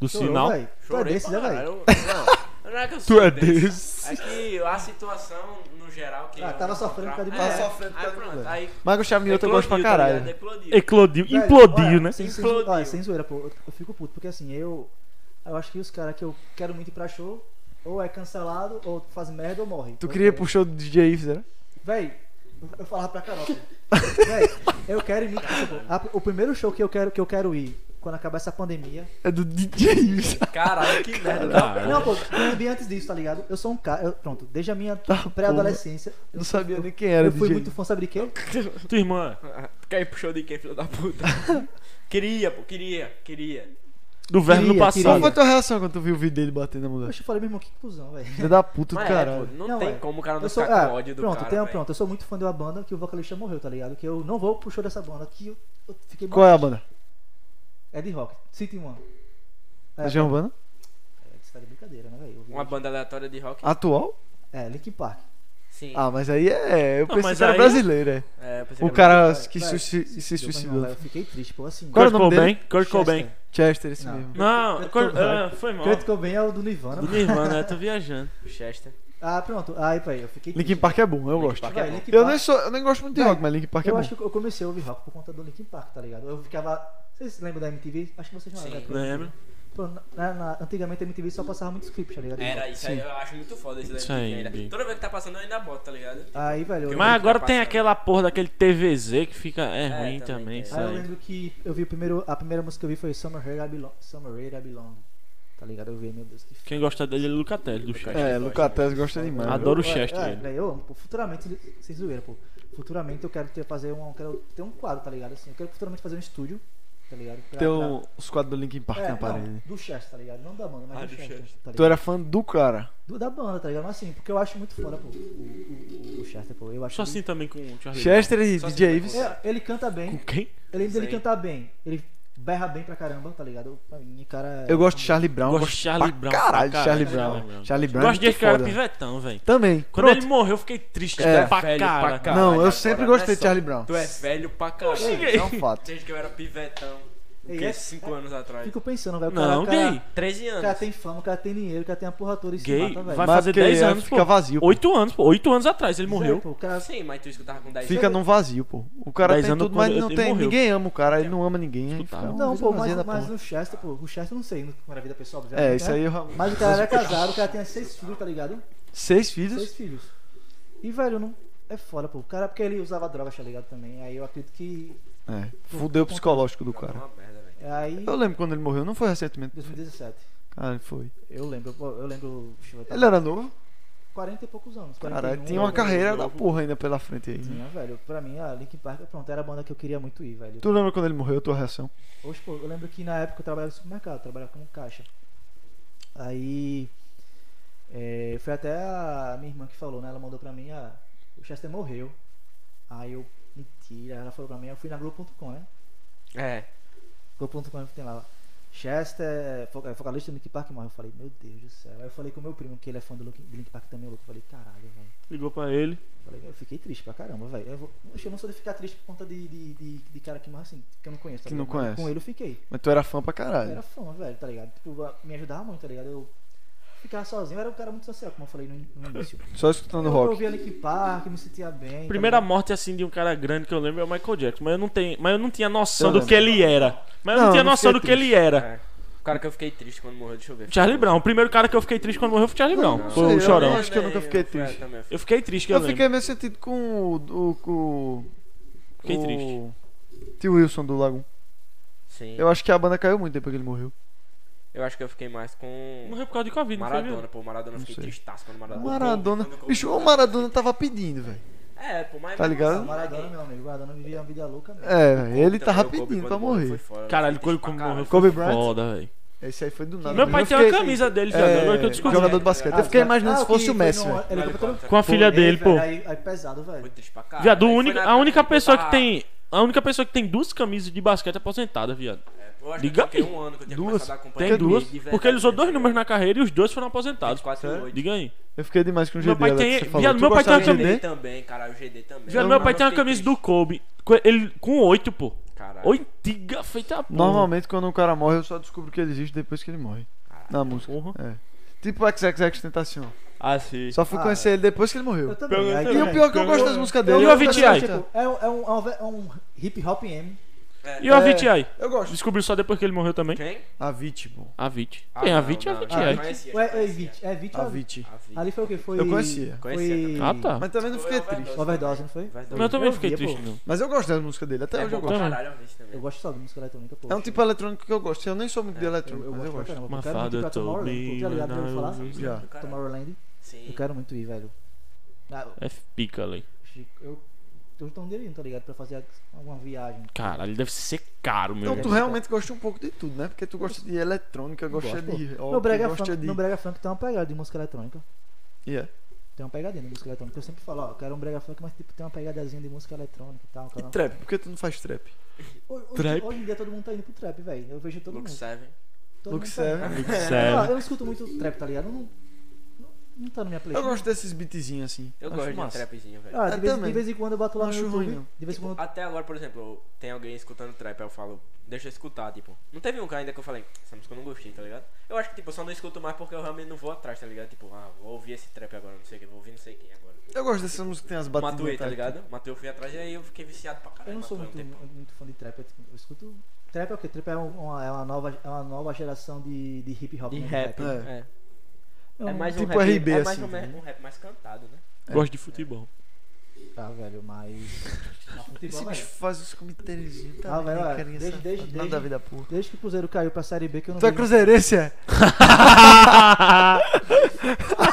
S4: Do
S3: Chorou,
S4: sinal.
S3: véi. Tu é
S6: Chorei
S3: desse, né,
S6: pra
S3: velho?
S6: caralho. *laughs* Não, não é que eu sou É que a situação, no geral, que...
S3: Ah,
S6: eu
S3: tava
S6: me
S3: sofrendo por causa de
S1: mulher.
S6: encontrava- É,
S1: Tava sofrendo por
S6: aí
S1: causa de
S6: pronto,
S1: mulher.
S6: aí
S1: Mas Gustavo Mioto eu gosto pra
S6: eclodiu, tá
S1: caralho.
S6: ligado? Eclodiu.
S4: Eclodiu,
S3: Velho,
S4: implodiu,
S3: olha, assim,
S4: né?
S3: Sem, sem,
S6: Implodiu.
S3: olha, sem zoeira, pô. Eu, eu fico puto, porque assim, eu. Eu acho que os caras que eu quero muito ir pra show, ou é cancelado, ou faz merda, ou morre.
S1: Tu
S3: Eu-
S1: queria ir
S3: eu-
S1: pro show do DJ Ives, né?
S3: Véi, eu falava pra Carol. pô. Véi, eu quero ir muito pra show. A- o primeiro show que eu quero, que eu quero ir, quando acabar essa pandemia.
S1: É do DJ
S3: *laughs*
S1: Ives.
S6: *laughs* Caralho, que merda.
S4: *laughs*
S1: Ah,
S4: Caralho.
S1: é?
S3: Não, pô, eu bem antes disso, tá ligado? Eu sou um cara. eu- Pronto, desde a minha pré-adolescência. eu
S1: Tá, Não
S3: sou-
S1: sabia
S3: eu-
S1: nem quem era
S3: Eu fui
S1: DJ.
S3: muito fã, sabe de quê?
S4: Tua irmã.
S6: Tu quer ir pro show de quem, filho da puta? queria, pô, queria, queria.
S4: Do verbo no
S3: Queria,
S1: Qual
S4: passado.
S1: foi a tua reação quando tu viu o vídeo dele batendo na mulher?
S3: *laughs* Poxa, eu falei, meu irmão, que cuzão, velho.
S1: Filho da puta do
S6: Mas
S3: Ah,
S6: é,
S1: caralho.
S6: pô, não,
S3: Não,
S6: tem
S3: é.
S6: como o cara não
S3: Eu sou,
S6: ficar
S3: ah,
S6: com ódio do
S3: pronto,
S6: cara,
S3: tem-
S6: velho.
S3: pronto, eu sou muito fã de uma banda que o vocalista morreu, tá ligado? Que eu não vou pro show dessa banda, que eu, eu fiquei
S1: Qual é a banda?
S3: É de rock, City One. É,
S1: Legião Urbana?
S3: é, Você tá de brincadeira, né, velho? Eu vi-
S6: Uma banda aleatória de rock.
S1: Atual?
S3: É, Linkin Park.
S6: Sim.
S1: Ah, mas aí é. Eu
S4: Ah,
S1: pensei
S4: mas
S1: que era
S4: aí-
S1: brasileiro, é.
S6: É, eu pensei
S1: O
S6: que
S1: cara
S3: Vai,
S1: que
S3: vai, é
S1: suici- se
S3: Meu irmão,
S1: suicidou.
S3: velho, eu fiquei triste, pô, assim.
S1: Qual era
S4: Kurt
S1: o nome
S4: Cobain. Kurt
S3: Chester.
S4: Cobain.
S1: Chester, esse
S3: Não.
S1: mesmo.
S4: Não,
S3: Kurt
S4: Kurt-
S3: Cobain.
S4: ah, foi mal.
S3: Kurt Cobain é o do Nirvana.
S4: Do
S3: mano.
S4: Nirvana, né? Tô viajando.
S6: era Chester.
S3: Ah, pronto. Aí, pai, eu fiquei
S1: Linkin
S3: triste.
S1: Park é bom, eu
S6: Linkin
S1: gosto.
S6: Park
S3: Vai,
S6: é bom.
S3: Linkin
S1: Eu
S3: Park.
S1: nem, sou, eu nem gosto muito de
S3: Vai.
S1: rock, mas Linkin Park é
S3: eu
S1: bom.
S3: acho que eu comecei a ouvir rock por conta do Linkin Park, tá ligado? Eu ficava. Vocês lembram da MTV? Acho que vocês não
S6: Sim.
S3: lembram. né?
S4: Lembra?
S3: Pô, na- na- Antigamente a MTV só passava muito script, tá ligado?
S6: Era isso aí,
S1: Sim.
S6: eu acho muito foda esse
S4: Isso
S6: daí.
S4: aí,
S6: ainda.
S4: Bi.
S6: Toda vez que tá passando eu ainda boto, tá ligado?
S3: Aí, velho. eu-
S4: Mas agora
S6: tá
S4: tem
S6: passando.
S4: aquela porra daquele TVZ que fica. É,
S6: É, também
S4: ruim também,
S6: tem.
S4: isso
S3: Aí Ah, eu
S4: aí.
S3: lembro que eu vi o primeiro, a primeira música que eu vi foi Summer Here I Belong. Summer Here I Belong. Tá ligado? Eu vi, meu Deus, que
S4: Quem gosta dele é o Lucatelli do chat.
S1: É, Lucatez gosta demais.
S4: Adoro o
S3: É,
S4: Chester,
S3: É,
S4: ele.
S3: velho, eu amo. pô. Futuramente, sem zoeira, pô. Futuramente eu quero ter, fazer um. eu Quero ter um quadro, tá ligado? Assim, eu quero futuramente fazer um estúdio tá ligado? Pra-
S1: Tem
S3: pra-
S1: um- os quadros do Linkin Park
S3: É,
S1: na
S3: não,
S1: parede.
S3: do Chester, tá ligado? Não da banda, mas
S6: Ah,
S3: do,
S6: do
S3: Chester.
S6: Chester.
S3: tá
S1: Tu
S3: ligado?
S1: era fã do cara.
S3: Do- da banda, tá ligado? Mas assim, porque eu acho muito foda, pô, o, o, o- o Chester, pô. Eu acho
S4: Só
S3: muito-
S4: assim também com o Charlie.
S1: Chester e
S6: Só
S1: DJ
S6: assim,
S1: Ives.
S3: É, ele canta bem,
S4: Com quem?
S3: eu lembro dele
S6: Sim.
S3: cantar bem, ele berra bem pra caramba, tá ligado? Pra mim, cara...
S1: Eu gosto de Charlie Brown.
S4: Gosto de
S1: pra
S4: Charlie Brown,
S1: Caralho,
S4: pra
S1: Charlie
S4: caralho,
S1: Brown.
S4: Charlie Brown.
S1: Charlie Brown.
S4: Gosto
S1: é
S4: desse
S1: muito
S4: cara
S1: foda.
S4: pivetão, velho.
S1: Também.
S4: Quando
S1: Pronto.
S4: ele morreu, eu fiei triste
S1: É,
S4: pra
S6: velho pra
S4: cara.
S6: caralho.
S1: Não, eu
S6: Agora,
S1: sempre
S6: né,
S1: gostei de
S6: só?
S1: Charlie Brown.
S6: Tu é velho pra caralho.
S4: Cheguei.
S1: Fato.
S6: Desde que eu era pivetão.
S3: Ei,
S6: Que
S3: é-
S6: 5 anos atrás.
S3: Fico pensando, velho, o cara,
S4: Não,
S3: o cara,
S4: gay.
S6: 13
S3: o cara
S6: anos.
S3: tem fama, o cara tem dinheiro, o cara tem a porra toda e se
S4: Gay,
S3: mata, velho.
S4: vai
S3: Mas,
S4: fazer
S1: porque
S4: 10
S1: aí
S4: anos,
S1: fica
S4: pô.
S1: vazio. pô.
S4: 8 anos, pô. 8 anos atrás ele
S3: é,
S4: morreu.
S3: pô, o cara...
S6: Sim, mas tu escutava com 10
S1: Fica
S6: anos.
S1: num vazio, pô. O cara
S4: Dez
S1: tem
S4: anos
S1: tudo,
S4: quando
S1: mas
S4: eu-
S1: não
S4: ele
S1: tem.
S4: morreu.
S1: Ninguém ama o cara, ele não ama ninguém. aí
S4: Escutava.
S1: fica uma
S3: Não, pô, mas,
S1: vazia da
S3: mas
S1: porra.
S3: no Chester, pô, o Chester eu não sei no- como era a vida pessoal,
S1: É,
S3: obviamente,
S1: isso
S3: né?
S1: aí eu já-
S3: Mas o cara
S1: *laughs*
S3: era casado, o cara tinha seis filhos, tá ligado?
S1: Seis filhos.
S3: Seis filhos. E, velho, não... É foda, pô. O cara, porque ele usava drogas, tá ligado, também. Aí eu acredito que...
S1: É, fudeu o psicológico do cara.
S6: É Uma merda, velho.
S3: Aí...
S1: Eu lembro quando ele morreu, não foi recentemente.
S3: 2017.
S1: Cara, foi.
S3: Eu lembro, pô, eu lembro... Deixa eu ver, tá-
S1: Ele era novo?
S3: 40 e um, poucos anos.
S1: Caralho,
S3: 41,
S1: tinha uma
S3: eu-
S1: carreira da porra ainda pela frente aí. né?
S3: assim. Tinha, velho. Pra mim, a Linkin Park, é pronto, era a banda que eu queria muito ir, velho.
S1: Tu lembra quando ele morreu, tua reação?
S3: Hoje, pô, eu lembro que na época eu trabalhava no supermercado, eu trabalhava como caixa. Aí. é, foi até a minha irmã que falou, né? Ela mandou pra mim, ah, o Chester morreu. Aí eu, mentira, ela falou pra mim, eu fui na Globo.com, né?
S6: É.
S3: Globo.com tem lá. Chester, fo- é, vocalista do Link Park morre. Eu falei, meu Deus do céu. Aí eu falei com o meu primo, que ele é fã do Link, do Link Park também, o louco. Eu falei, caralho, velho.
S4: Ligou pra ele.
S3: Falei, eu fiquei triste pra caramba, velho. Eu, vou- eu não sou de ficar triste por conta de, de, de, de cara que morre assim, que eu não conheço. tá
S1: Que não
S3: ligado? Mas
S1: conhece.
S3: Com ele eu fiquei.
S1: Mas tu era fã pra
S3: Eu era
S1: caralho.
S3: fã, velho, tá ligado? Tipo, a- me ajudava muito, tá ligado? Eu ficava sozinho, eu era um cara muito social, como eu falei no, in- no início.
S1: Só escutando
S3: eu, eu
S1: rock.
S3: via Link Park, me sentia bem. tá
S4: Primeira
S3: ligado?
S4: morte assim de um cara grande que eu lembro é o Michael Jackson, mas eu não tenho, mas eu não tinha noção
S1: Eu
S4: do
S1: lembro.
S4: que ele era. Mas eu não,
S1: Não,
S4: tinha
S1: não
S4: noção do
S1: fiquei
S4: que ele era.
S6: é. O cara que eu fiquei triste quando morreu, deixa eu ver.
S4: Charlie Brown, o primeiro cara que eu fiquei triste quando morreu foi o Charlie Brown.
S6: Não,
S4: Foi
S1: sei, eu
S4: o chorão.
S1: não acho que eu nunca fiquei
S6: fui- é,
S1: triste.
S6: também, eu fui-
S4: Eu fiquei triste que eu,
S1: Eu
S4: lembro.
S1: fiquei meio sentido com o. do- com o-
S4: Fiquei
S1: o-
S4: triste.
S1: Tio Wilson do Lagoon.
S6: Sim.
S1: Eu acho que a banda caiu muito depois que ele morreu.
S6: Eu acho que eu fiquei mais com.
S4: Morreu por causa de Covid, não foi
S6: Maradona,
S4: mesmo?
S6: pô. Maradona, eu fiquei
S1: sei.
S6: tristaço quando Maradona.
S1: Maradona.
S6: Quando eu-
S1: Bicho, o Maradona tava pedindo, velho.
S6: É, pô, mas.
S1: Tá ligado?
S3: O Maradona, meu amigo, o Maradona vivia uma vida louca mesmo.
S1: É, ele
S6: Então,
S1: tava
S6: eu, Kobe,
S1: pedindo
S6: quando
S1: pra
S6: morreu, foi
S1: morrer.
S6: fora, eu
S4: Caralho,
S6: fiquei
S4: quando
S6: triste pra
S4: morreu
S6: caralho.
S4: foi
S1: Kobe Bryant?
S4: foda, velho.
S1: Esse aí foi do nada.
S4: Meu pai
S1: Eu
S4: tem uma
S1: fiquei-
S4: camisa Ah, dele, viado,
S1: É,
S4: agora que eu descobri.
S1: Jogador de basquete.
S3: Ah,
S1: Eu fiquei imaginando se
S3: que
S1: fosse o
S3: foi
S1: Messi,
S3: no
S1: velho.
S3: helicóptero.
S4: Com a filha
S3: Ei,
S4: dele,
S3: velho,
S4: pô.
S3: Aí, aí pesado, velho.
S6: Foi triste pra caralho.
S4: Viado, o
S6: Aí foi
S4: único,
S6: na
S4: a única
S6: época
S4: pessoa
S6: eu
S4: que
S6: tava- É,
S4: tem, a única pessoa que tem duas camisas de basquete é aposentada, viado.
S6: É, eu acho
S4: Diga
S6: que eu
S4: aí.
S6: fiquei um ano que eu tinha
S1: Duas?
S6: começado a acompanhar
S4: Tem
S6: NBA
S4: duas,
S6: de verdade,
S4: porque ele usou
S6: né?
S4: dois números na carreira e os dois foram aposentados.
S6: 24 e 8.
S4: Diga aí.
S1: Eu fiquei demais com o GD.
S4: Meu pai
S1: Alex,
S4: tem-
S1: você falou.
S4: viado,
S1: Tu
S4: meu pai tem
S1: gostava
S4: uma
S1: de
S6: O
S1: GD?
S6: GD também, caralho, o GD também.
S4: Viado,
S6: Eu
S4: meu
S6: não
S4: pai tem uma
S6: fiquei
S4: camisa do
S6: triste.
S4: Kobe, co- ele com oito, pô.
S6: Caralho.
S4: Oitiga feita a porra.
S1: Normalmente quando um cara morre, eu só descubro que ele existe depois que ele morre.
S6: Caralho.
S1: Na música.
S4: Porra.
S1: É. Tipo XXX Tentacion.
S4: Ah, sim.
S1: Só fui
S3: Ah,
S1: conhecer ele depois que ele morreu.
S3: Eu também. aí
S1: E o
S3: também.
S1: pior é que eu gosto das músicas dele.
S4: E o
S1: eu gosto
S4: Avicii?
S1: das músicas.
S3: Tipo, é, um- é um, é um, é um hip hop M.
S4: E o
S1: É.
S4: Avicii aí?
S1: Eu gosto.
S4: Descobriu só depois que ele morreu também?
S6: Quem?
S1: Avicii, pô.
S4: Avicii.
S6: Ah,
S4: Tem é
S6: não,
S4: Avicii e
S6: não,
S4: Avicii
S6: já
S4: aí.
S6: conhecia, já
S3: Ué, é
S6: conhecia.
S3: Vit. É Vit ou Avit?
S1: Avicii.
S6: Avicii.
S3: Ali foi o que? Foi.
S1: Eu conhecia.
S6: Conhecia
S3: Foi.
S4: Ah, tá.
S1: Mas também não
S6: Foi
S1: fiquei
S6: overdose.
S1: triste.
S3: Overdose, não foi?
S4: Mas eu também fiquei
S3: via, pô.
S4: triste, não.
S1: Mas eu gosto das músicas dele, até hoje tá eu
S6: É bom
S1: gosto.
S6: pra Caralho, eu vi isso também.
S3: Eu gosto só de música eletrônica, pô.
S1: É um tipo eletrônico que eu gosto. Eu nem sou muito de eletrônico,
S3: Eu
S1: mas eu
S3: gosto pra
S1: gosto.
S3: caramba.
S4: Uma
S3: Eu quero muito ir
S4: fada
S3: pra Tomorrowland. pô. Já ligado pra eu falar?
S4: Tomorrowland.
S1: Já.
S6: Do caralho.
S3: Tomorrowland.
S6: Sim.
S3: Eu quero muito ir, velho. Ah,
S4: É pica, ali.
S3: Chico, eu tô tão tá ligado? Pra fazer alguma viagem.
S4: Caralho, deve ser caro, meu.
S1: Então tu
S4: irmão.
S1: realmente gosta um pouco de tudo, né? Porque tu gosta de eletrônica, gosta
S3: Gosto, pô.
S1: de
S3: no,
S1: rock,
S3: brega
S1: gosta
S3: funk,
S1: é de...
S3: no brega funk tem uma pegada de música eletrônica.
S1: E é.
S3: Tem uma pegadinha de música eletrônica. Eu sempre falo, ó, eu quero um brega funk, mas tipo, tem uma pegadazinha de música eletrônica e tal.
S1: E
S3: cara.
S1: trap, por que tu não faz trap?
S3: Hoje, hoje-
S4: Trap?
S3: hoje em dia todo mundo tá indo pro trap, velho. Eu vejo todo
S6: Luke
S3: mundo.
S6: Seven.
S3: Todo
S1: Luke
S3: mundo tá indo.
S1: Seven.
S4: Sério.
S3: Ah, eu não escuto muito trap, tá ligado? Não, não, não tá na minha
S1: Eu
S3: playlist.
S1: gosto desses beatzinhos assim.
S6: Eu
S1: Acho
S6: gosto de um
S1: massa.
S6: trapzinho, velho.
S3: Ah, de,
S1: Eu
S3: vez,
S1: também.
S3: de vez em quando eu bato lá
S1: Não
S3: no
S1: acho
S3: YouTube.
S1: ruim, não.
S6: tipo,
S3: de vez em quando.
S6: Até agora, por exemplo, tem alguém escutando trap, aí eu falo, deixa eu escutar, tipo. Não teve um cara ainda que eu falei, essa música eu não gostei, tá ligado? Eu acho que, tipo, eu só não escuto mais porque eu realmente não vou atrás, tá ligado? Tipo, ah, vou ouvir esse trap agora, não sei o que, vou ouvir não sei quem agora.
S1: Eu gosto dessas músicas que tem as batidas.
S6: Matuei, tá
S1: trap.
S6: ligado? Matuei, eu fui atrás e aí eu fiquei viciado pra caralho.
S3: Eu não sou
S6: Matuê
S3: muito,
S6: um tempão.
S3: muito fã de trap. Eu, eu escuto. Trap é o quê? Trap é uma, é uma nova, é uma nova geração de, de hip hop.
S6: De
S3: né,
S6: rap,
S3: velho?
S1: É.
S6: É.
S3: Eu
S6: É
S3: não-
S6: mais um
S1: Tipo
S6: rap,
S1: RB,
S6: é mais
S1: assim,
S6: um,
S1: tá
S6: um rap mais cantado, né?
S4: Gosto de futebol.
S3: Tá, velho, mas.
S6: *laughs*
S3: mas
S1: Esse
S3: futebol,
S1: bicho
S3: velho.
S1: faz os comitês.
S3: Ah, velho, olha, desde- desde-
S1: Nada da
S3: desde-
S1: vida porra.
S3: Desde que o Cruzeiro caiu pra Série B, que eu não
S6: Tá
S1: Tu é
S3: vejo-
S1: cruzeirense, é?